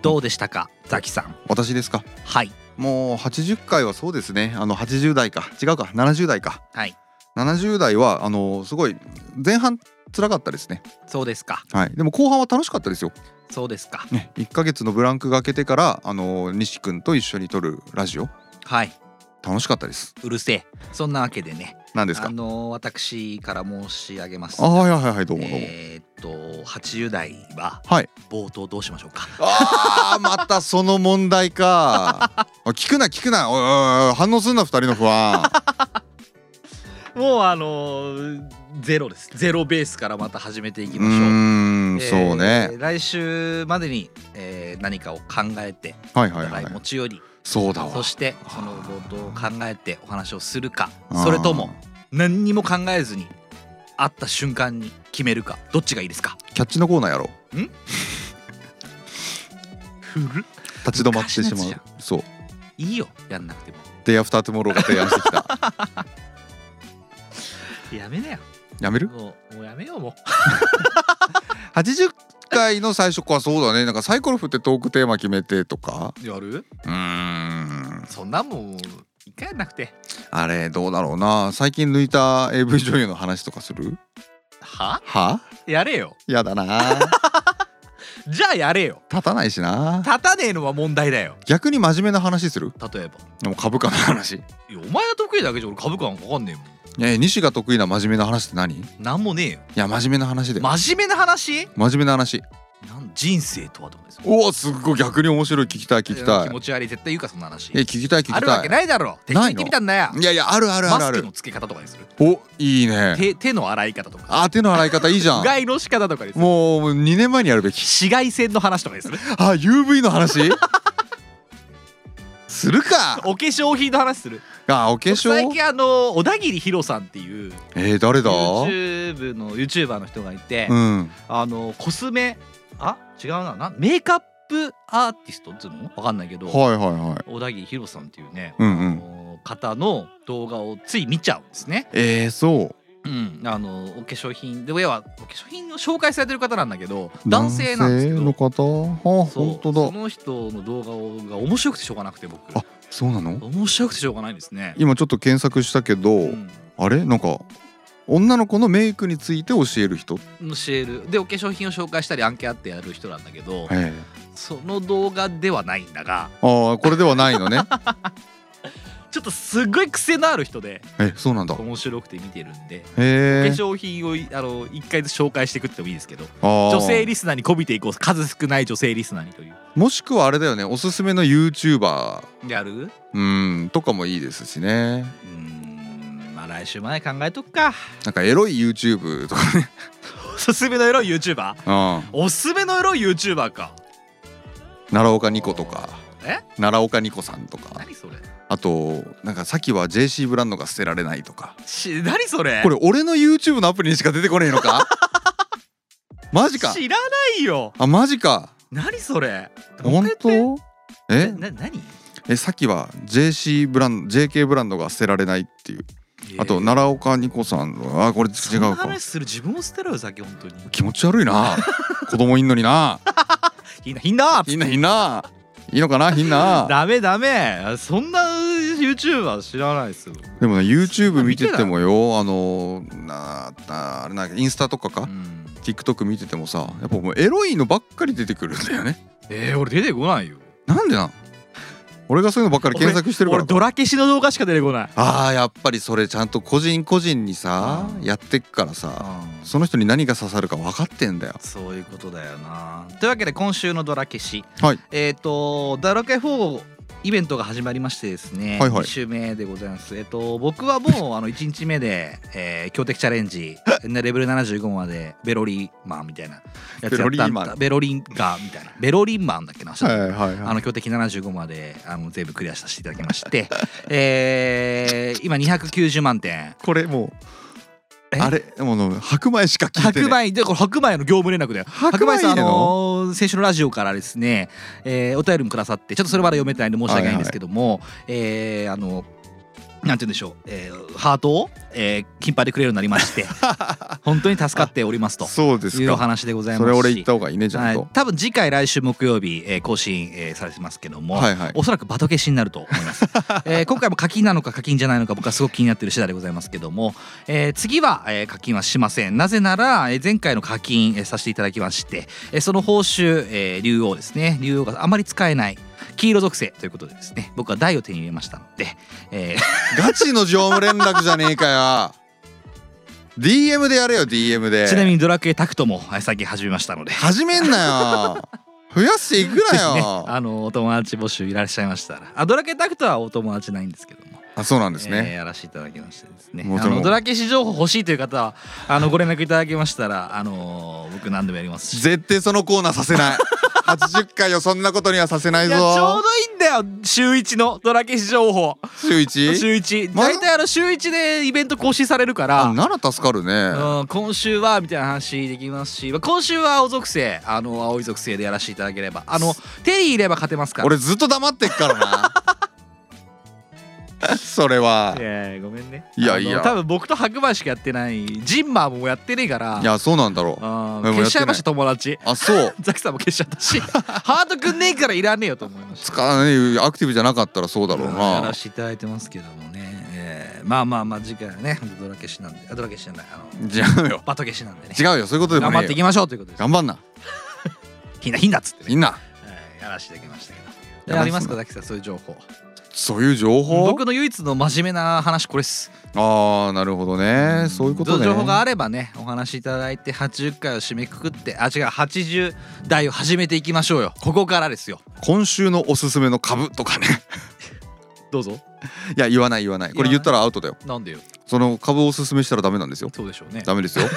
Speaker 1: どうでしたかザキさん。
Speaker 2: 私ですか
Speaker 1: はい。
Speaker 2: もう80回はそうですねあの80代か違うか70代か
Speaker 1: はい
Speaker 2: 70代はあのすごい前半辛かったですね
Speaker 1: そうですか。
Speaker 2: はいでも後半は楽しかったですよ、
Speaker 1: そうですか。
Speaker 2: ね、1ヶ月のブランクが明けてからあの西くんと一緒に撮るラジオ
Speaker 1: はい。
Speaker 2: 楽しかったです
Speaker 1: うるせえ。そんなわけでね。
Speaker 2: 何です
Speaker 1: あ
Speaker 2: か
Speaker 1: の私から申し上げます。
Speaker 2: あはいはいはいどうもどうも、
Speaker 1: えーっと80代は
Speaker 2: はい
Speaker 1: 冒頭どうしましょうか。
Speaker 2: あーまたその問題
Speaker 1: <laughs>
Speaker 2: かおい聞くな聞くなおいおいおい反応すんな2人の不安
Speaker 1: もうあのーゼロですゼロベースからまた始めていき
Speaker 2: うー
Speaker 1: ましょう、
Speaker 2: んそうね
Speaker 1: えー来週までに、えー何かを考えて
Speaker 2: はい
Speaker 1: お
Speaker 2: はいは
Speaker 1: 互
Speaker 2: い
Speaker 1: い持ち寄り、
Speaker 2: そうだわ
Speaker 1: そしてその冒頭を考えてお話をするか
Speaker 2: あー
Speaker 1: それとも何にも考えずに会った瞬間に決めるかどっちがいいですか
Speaker 2: キャッチのコーナーやろう。
Speaker 1: ん <laughs>
Speaker 2: 立ち止まってし
Speaker 1: 昔
Speaker 2: ま
Speaker 1: のやつじ
Speaker 2: う。そう。
Speaker 1: いいよやんなくても
Speaker 2: デイアフタートゥモローが提案してき
Speaker 1: <laughs>
Speaker 2: た。
Speaker 1: やめなよ
Speaker 2: やめる
Speaker 1: もうもうやめようもう
Speaker 2: ?80 回の最初はそうだね。なんかサイコロ振ってトークテーマ決めてとか。
Speaker 1: <laughs> やる
Speaker 2: うーん。
Speaker 1: そんなもん一回やんなくて
Speaker 2: あれどうだろうな。最近抜いた AV 女優の話とかする
Speaker 1: は
Speaker 2: は
Speaker 1: やれよ
Speaker 2: や
Speaker 1: <laughs>
Speaker 2: だな。
Speaker 1: じゃあやれよ
Speaker 2: 立たないしな。
Speaker 1: 立たねえのは問題だよ
Speaker 2: 逆に真面目な話する
Speaker 1: 例えば
Speaker 2: でも株価の話。ね
Speaker 1: いやお前は得意だけじゃ俺株価なんかわかんねえもん
Speaker 2: え西が得意な真面目な話って何い
Speaker 1: なんもねえよ
Speaker 2: や真面目な話で。
Speaker 1: 真面目な話
Speaker 2: 真面目な話。
Speaker 1: なん人生とはとかですよ
Speaker 2: おおすっごい逆に面白い聞きたい聞きた
Speaker 1: 気
Speaker 2: い
Speaker 1: 持。ち悪い絶対言うかそんな話
Speaker 2: え聞きたい聞きたい。
Speaker 1: あるわけないだろ適当に
Speaker 2: な
Speaker 1: 言っ
Speaker 2: いの
Speaker 1: てみたんだよ
Speaker 2: いやいやあるあるあ
Speaker 1: マ
Speaker 2: るあ
Speaker 1: スク
Speaker 2: る
Speaker 1: の。付け方とかにする
Speaker 2: おいいね。
Speaker 1: 手手の洗い方とか
Speaker 2: あ手の洗い方いいじゃ。
Speaker 1: うんがいの仕方とかにする
Speaker 2: もうもう2年前にやるべき。
Speaker 1: 紫外線の話とかにする <laughs>
Speaker 2: あ UV の話？するか。
Speaker 1: お化粧品の話する
Speaker 2: あお化粧。
Speaker 1: 最近あの小田切ヒロさんっていう
Speaker 2: えー、誰だ？
Speaker 1: YouTube の YouTuber の人がいて、
Speaker 2: うん。
Speaker 1: あのコスメあ違うななメイクアップアーティストっつうのわかんないけど、
Speaker 2: はいはいはい。
Speaker 1: 小田切ヒロさんっていうね、
Speaker 2: うんう
Speaker 1: あ
Speaker 2: ん。
Speaker 1: の方の動画をつい見ちゃうんですね。
Speaker 2: えー、そう。
Speaker 1: うん、あのお化粧品で親はお化粧品を紹介されてる方なんだけど男性なんですけど
Speaker 2: 男性の方あ
Speaker 1: そう
Speaker 2: 本当
Speaker 1: そ
Speaker 2: だ
Speaker 1: の人の動画が面白くてしょうがなくて僕
Speaker 2: あそうなの
Speaker 1: 面白くてしょうがないですね、
Speaker 2: 今ちょっと検索したけど、
Speaker 1: うん、
Speaker 2: あれなんか女の子のメイクについて教える人、
Speaker 1: 教えるでお化粧品を紹介したりアンケートやる人なんだけど、
Speaker 2: ええ
Speaker 1: その動画ではないんだが
Speaker 2: ああこれではな
Speaker 1: <laughs>
Speaker 2: いのね
Speaker 1: ちょっとすごい癖のある人で
Speaker 2: えそうなんだへ
Speaker 1: 面白くて見てるんで化
Speaker 2: え
Speaker 1: 粧品をいあの1回ずつ紹介していくってもいいですけど
Speaker 2: 女
Speaker 1: 女性リスナーに媚びていこう数少ない女性リスナーにという
Speaker 2: もしくはあれだよねおすすめの YouTuber
Speaker 1: やる
Speaker 2: うんとかもいいですしね
Speaker 1: うーんまあ来週まで考えとくか <laughs>
Speaker 2: なんかエロい YouTube とかね
Speaker 1: おすすめのエロい YouTuber
Speaker 2: うん
Speaker 1: おすすめのエロい YouTuber か
Speaker 2: 奈良岡ニコとか
Speaker 1: え
Speaker 2: 奈良岡ニコさんとか
Speaker 1: 何それ
Speaker 2: あとなんかさっきは JC ブランドが捨てられないとか
Speaker 1: し何それ
Speaker 2: これ俺の YouTube のアプリにしか出てこねえのか
Speaker 1: <laughs>
Speaker 2: マジか
Speaker 1: 知らないよ
Speaker 2: あマジか
Speaker 1: 何それ
Speaker 2: 本当え
Speaker 1: な何
Speaker 2: えさっきは JC ブランド JK ブランドが捨てられないっていうあと奈良岡ニコさんあこれ違
Speaker 1: そんな
Speaker 2: うか
Speaker 1: 話する自分を捨てろよ先本当に
Speaker 2: 気持ち悪
Speaker 1: <laughs>
Speaker 2: いな子供いんのにな
Speaker 1: ひんなひんな
Speaker 2: ひんなひんないいのかなひんな
Speaker 1: ダメダメそんな YouTuber 知らないですよ、
Speaker 2: でもね YouTube 見て
Speaker 1: 見て
Speaker 2: てもよあのななあれなんかインスタとかか、
Speaker 1: うん、
Speaker 2: TikTok 見ててもさやっぱもうエロいのばっかり出てくるんだよね
Speaker 1: えー、俺出てこないよ
Speaker 2: なんでなん俺がそういうのばっかり検索してるから
Speaker 6: 俺
Speaker 2: か
Speaker 6: ドラ消しの動画しか出てこない
Speaker 2: あーやっぱりそれちゃんと個人個人にさやってっからさその人に何が刺さるか分かってんだよ
Speaker 1: そういうことだよなというわけで今週のドラ消し、
Speaker 2: はい
Speaker 1: えっ、と「ダラケ4」イベントが始まりましてですね、
Speaker 2: はいはい
Speaker 1: 2週目でございます、えっと僕はもうあの1日目で、えー強敵チャレンジねレベル75までベロリーマンみたいなやつや
Speaker 2: ベロ
Speaker 1: っ
Speaker 2: リ
Speaker 1: た
Speaker 2: ー
Speaker 1: ん
Speaker 2: マ
Speaker 1: だ
Speaker 2: ン
Speaker 1: ベロリンガーみたいなベロリンマンだっけな、
Speaker 2: はいはい
Speaker 1: あの強敵75まであの全部クリアさせていただきまして <laughs> えー今290万点
Speaker 2: これも
Speaker 1: え
Speaker 2: うあれもう白米しか聞いて
Speaker 1: 白
Speaker 2: ない
Speaker 1: 米でこれ白米の業務連絡だよ
Speaker 2: 白
Speaker 1: 白
Speaker 2: 米
Speaker 1: 米さん、あ
Speaker 2: 入れの
Speaker 1: のー先週のラジオからですね、えーお便りもくださってちょっとそれまだ読めてないんで申し訳ないんですけども、えーあのなんて言うんでしょう、えーハートを、えー、金杯でくれるようになりまして
Speaker 2: <laughs>
Speaker 1: 本当に助かっておりますと
Speaker 2: そうです
Speaker 1: いうお
Speaker 2: か
Speaker 1: 話でございます
Speaker 2: そ
Speaker 1: し
Speaker 2: れ俺言った方がいいねちゃん
Speaker 1: は
Speaker 2: と
Speaker 1: い多分次回来週木曜日、えー更新、えーされてますけども、
Speaker 2: はいはい
Speaker 1: おそらくバト消しになると思い
Speaker 2: <laughs>
Speaker 1: ます、えー今回も課金なのか課金じゃないのか僕はすごく気になってる次第でございますけども、えー次は、えー課金はしませんなぜなら、えー前回の課金、えーさせていただきまして、えーその報酬、えー竜王ですね竜王があまり使えない黄色属性ということでですね僕は台を手に入れましたので、えー
Speaker 2: ガチの常務連絡じゃねえかよ DM でやれよ DM
Speaker 1: <laughs>
Speaker 2: で
Speaker 1: ちなみにドラクエタクトもえー最近始めましたので
Speaker 2: 始めんなよ増やしていく
Speaker 1: <laughs>
Speaker 2: な
Speaker 1: ね
Speaker 2: よ
Speaker 1: あのお友達募集いらっしゃいましたらあドラケタクトはお友達ないんですけども
Speaker 2: あそうなんです
Speaker 1: えー
Speaker 2: ね
Speaker 1: やらせていただきましてですね
Speaker 2: もち
Speaker 1: あ
Speaker 2: ろん
Speaker 1: のドラ消し情報欲しいという方はあのご連絡いただけましたら、あのー僕何でもやりますし
Speaker 2: 絶対そのコーナーさ
Speaker 1: <laughs>
Speaker 2: せない80回よそんなことにはさせない
Speaker 6: いやちょう
Speaker 2: ぞ
Speaker 6: どいいんだよ週一のドラ消し情報
Speaker 2: 週一
Speaker 6: 週一
Speaker 2: まだ
Speaker 6: 大体あの週一でイベント更新されるから
Speaker 2: あなら助かるね
Speaker 1: うん、今週はみたいな話できますしまあ今週は青属性あの青い属性でやらせていただければあの手に入れば勝てますから
Speaker 2: 俺ずっと黙って
Speaker 1: <laughs>
Speaker 2: っからなそれはい
Speaker 6: やいやごめんね
Speaker 2: いやい
Speaker 1: あの
Speaker 2: や
Speaker 1: 多分僕と白馬しかやってないジンマーもやってねえから
Speaker 2: いやそうなんだろう
Speaker 1: うん
Speaker 2: でもやってない
Speaker 1: 消しちゃいました友達
Speaker 2: あそう
Speaker 1: ザキさんも消しちゃったし <laughs> ハートくんねえからいらねえよと思いました
Speaker 2: 使わないアクティブじゃなかったらそうだろう
Speaker 1: や
Speaker 2: な
Speaker 1: らせていただいてますけどもね、えーまあまあまあ次回はね本当ドラ消しなんであドラ消しじゃないあの
Speaker 2: 違うよ
Speaker 1: バト消しなんでね
Speaker 2: 違うよそういうことでも
Speaker 1: 頑
Speaker 2: ね
Speaker 1: 張
Speaker 2: え
Speaker 1: ってい
Speaker 2: よ
Speaker 1: きましょうということです
Speaker 2: 頑張んな
Speaker 1: ひんなひんなっつって
Speaker 2: み
Speaker 1: ね、
Speaker 2: んな
Speaker 1: えーやらせていただきましたけ
Speaker 2: やらせて
Speaker 1: どありますかザキさんそういう情報
Speaker 2: そういう情報
Speaker 1: 僕の唯一の真面目な話これっす
Speaker 2: ああなるほどねそういうことね
Speaker 1: 情報があればねお話しいただいて80回を締めくくってあ違う80代を始めていきましょうよここからですよ
Speaker 2: 今週のおすすめの株
Speaker 1: <laughs>
Speaker 2: とかね
Speaker 1: どうぞ
Speaker 2: いや言わない言わないこれ言ったらアウトだよ
Speaker 1: なんでよ
Speaker 2: その株をおすすめしたらダメなんですよ
Speaker 1: そうでしょうね
Speaker 2: ダ
Speaker 1: <laughs>
Speaker 2: メですよ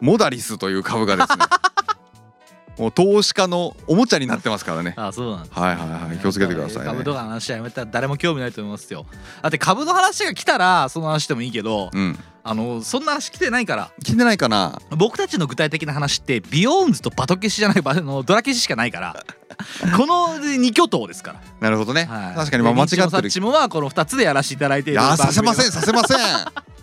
Speaker 2: モダリスという株がですねもう投資家のおもちゃになってますからね
Speaker 1: あそうなんだ
Speaker 2: はいはいはい気をつけてください
Speaker 1: 株
Speaker 2: ね
Speaker 1: とかの話はやめたら誰も興味ないと思いますよだって株の話が来たらその話でもいいけど
Speaker 2: うん
Speaker 1: あのそんな話来てないから
Speaker 2: 聞いてないかな
Speaker 1: 僕たちの具体的な話ってビヨーンズとバト消しじゃないあのドラ消ししかないから
Speaker 2: <laughs>
Speaker 1: この2巨頭ですか
Speaker 2: なるほどね
Speaker 1: ら、はい
Speaker 2: 確かにまあ間違
Speaker 1: でニッチ
Speaker 2: っ
Speaker 1: もサ
Speaker 2: て
Speaker 1: ッ
Speaker 2: る
Speaker 1: チもはこの2つでやらせていただいて
Speaker 2: い
Speaker 1: い
Speaker 2: やーさせませ
Speaker 1: ん
Speaker 2: んさせません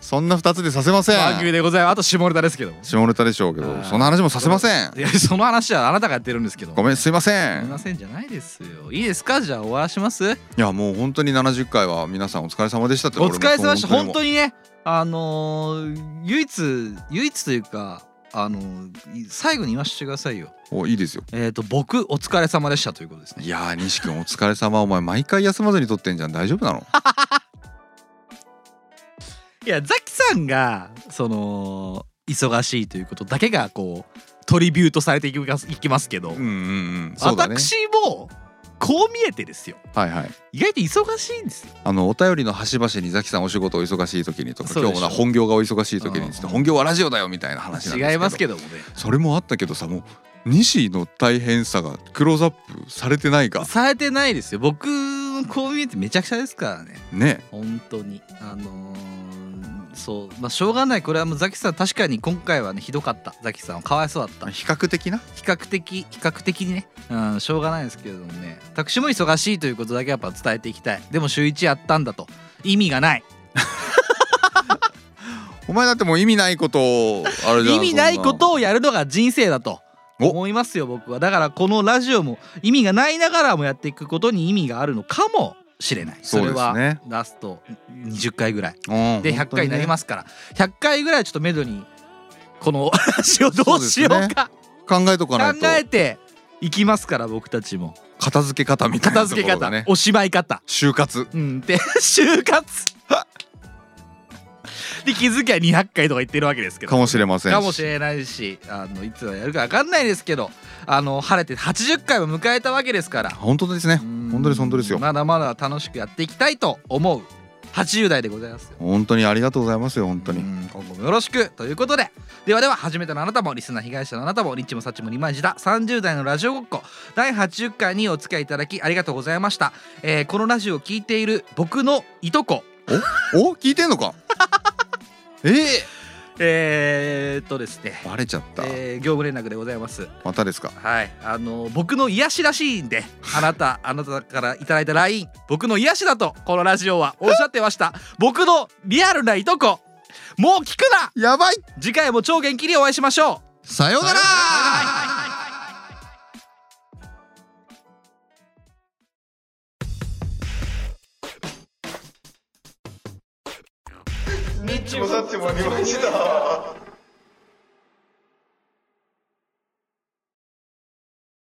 Speaker 2: そんな二つでさせませ
Speaker 1: 番組
Speaker 2: ん
Speaker 1: でございますあと下ネタですけども
Speaker 2: 下ネタでしょうけどそんな話もさせません
Speaker 1: いやその話はあなたがやってるんですけど
Speaker 2: ごめんすいませ
Speaker 1: すみ
Speaker 2: ん
Speaker 1: ませんじゃないですよいいですかじゃあ終わらします
Speaker 2: いやもう本当に70回は皆さんお疲れ様でしたって
Speaker 1: お疲れ様でした
Speaker 2: 俺も
Speaker 1: 本当にねあのー唯一唯一というかあのーい最後に言わせてくださいよ
Speaker 2: おいいですよ
Speaker 1: えっ、と僕お疲れ様でしたということですね
Speaker 2: いやー西君お疲れ様お前毎回休まずに撮ってんじゃん大丈夫なの
Speaker 1: いやザキさんがその忙しいということだけがこうトリビュートされていきますいきますけど、
Speaker 2: うんうんうんそうだね
Speaker 1: 私もこう見えてですよ
Speaker 2: はいはい
Speaker 1: 意外と忙しいんですよ
Speaker 2: あのお便りの端々にザキさんお仕事お忙しい時にとか
Speaker 1: そう
Speaker 2: 今
Speaker 1: でしょ
Speaker 2: 日もな本業がお忙しい時にっつっ
Speaker 1: う
Speaker 2: て
Speaker 1: ん
Speaker 2: 本業はラジオだよみたいな話なんですけど
Speaker 1: 違いますけどもね
Speaker 2: それもあったけどさもう西の大変さがクローズアップされてないか
Speaker 1: されてないですよ僕こう見えてめちゃくちゃですからね
Speaker 2: ね
Speaker 1: 本当にあのーそうまあしょうがないこれはもうザキさん確かに今回はねひどかったザキさんはかわいそうだった比
Speaker 2: 比較的な
Speaker 1: 較的比較的にね、うん、しょうがないですけれどもね私も忙しいということだけやっぱ伝えていきたいでも週1やったんだと意味がない
Speaker 2: お前だってもう意味ないことをあれじゃん
Speaker 1: 意味ないこ
Speaker 2: そん
Speaker 1: とをやるのが人生だと
Speaker 2: お
Speaker 1: 思いますよ僕はだからこのラジオも意味がないながらもやっていくことに意味があるのかもしれないそ
Speaker 2: そう
Speaker 1: れ
Speaker 2: ですね
Speaker 1: はラスト20回ぐらい
Speaker 2: なうん
Speaker 1: で100回になりますから、100回ぐらいちょっとめどにこの <laughs> 話をどうしよ
Speaker 2: そう
Speaker 1: う
Speaker 2: で
Speaker 1: か
Speaker 2: 考えと
Speaker 1: 考
Speaker 2: かないと
Speaker 1: えていきますから僕たちも
Speaker 2: 片付け方みたい
Speaker 1: 片
Speaker 2: なとこ
Speaker 1: 付け
Speaker 2: ろ
Speaker 1: 方、
Speaker 2: がね
Speaker 1: おしまい方
Speaker 2: 就活
Speaker 1: うんで <laughs> 就活で気づきゃ200回とか言ってるわけですけ
Speaker 2: か
Speaker 1: ど
Speaker 2: もしれません
Speaker 1: かもしれないしあのいつやるか分かんないですけどあの晴れて80回も迎えたわけですから
Speaker 2: 本当ですね
Speaker 1: うん
Speaker 2: 本当です本当ですよ
Speaker 1: まだまだ楽しくやっていきたいと思う80代でございますよ
Speaker 2: 本当にありがとうございますよ本当に
Speaker 1: うん今後もよろしくということでではでは初めてのあなたもリスナー被害者のあなたもリッチもサッチもリマジだ30代のラジオごっこ第80回にお付き合いいただきありがとうございました、えーこのラジオを聞いている僕のいとこ
Speaker 2: お聞いて
Speaker 1: <laughs>
Speaker 2: んのかえ
Speaker 1: えー、っとですね
Speaker 2: ー、バレちゃった、
Speaker 1: えー業務連絡でございます
Speaker 2: またですか
Speaker 1: はいあの僕の癒しらしいんであなた <laughs> あなたからいただいた LINE 僕の癒しだとこのラジオはおっしゃってました僕のリアルないとこもう聞くな
Speaker 2: やばい
Speaker 1: 次回も超元気にお会いしましょう
Speaker 2: さようなら
Speaker 13: ッチもサッチもありました。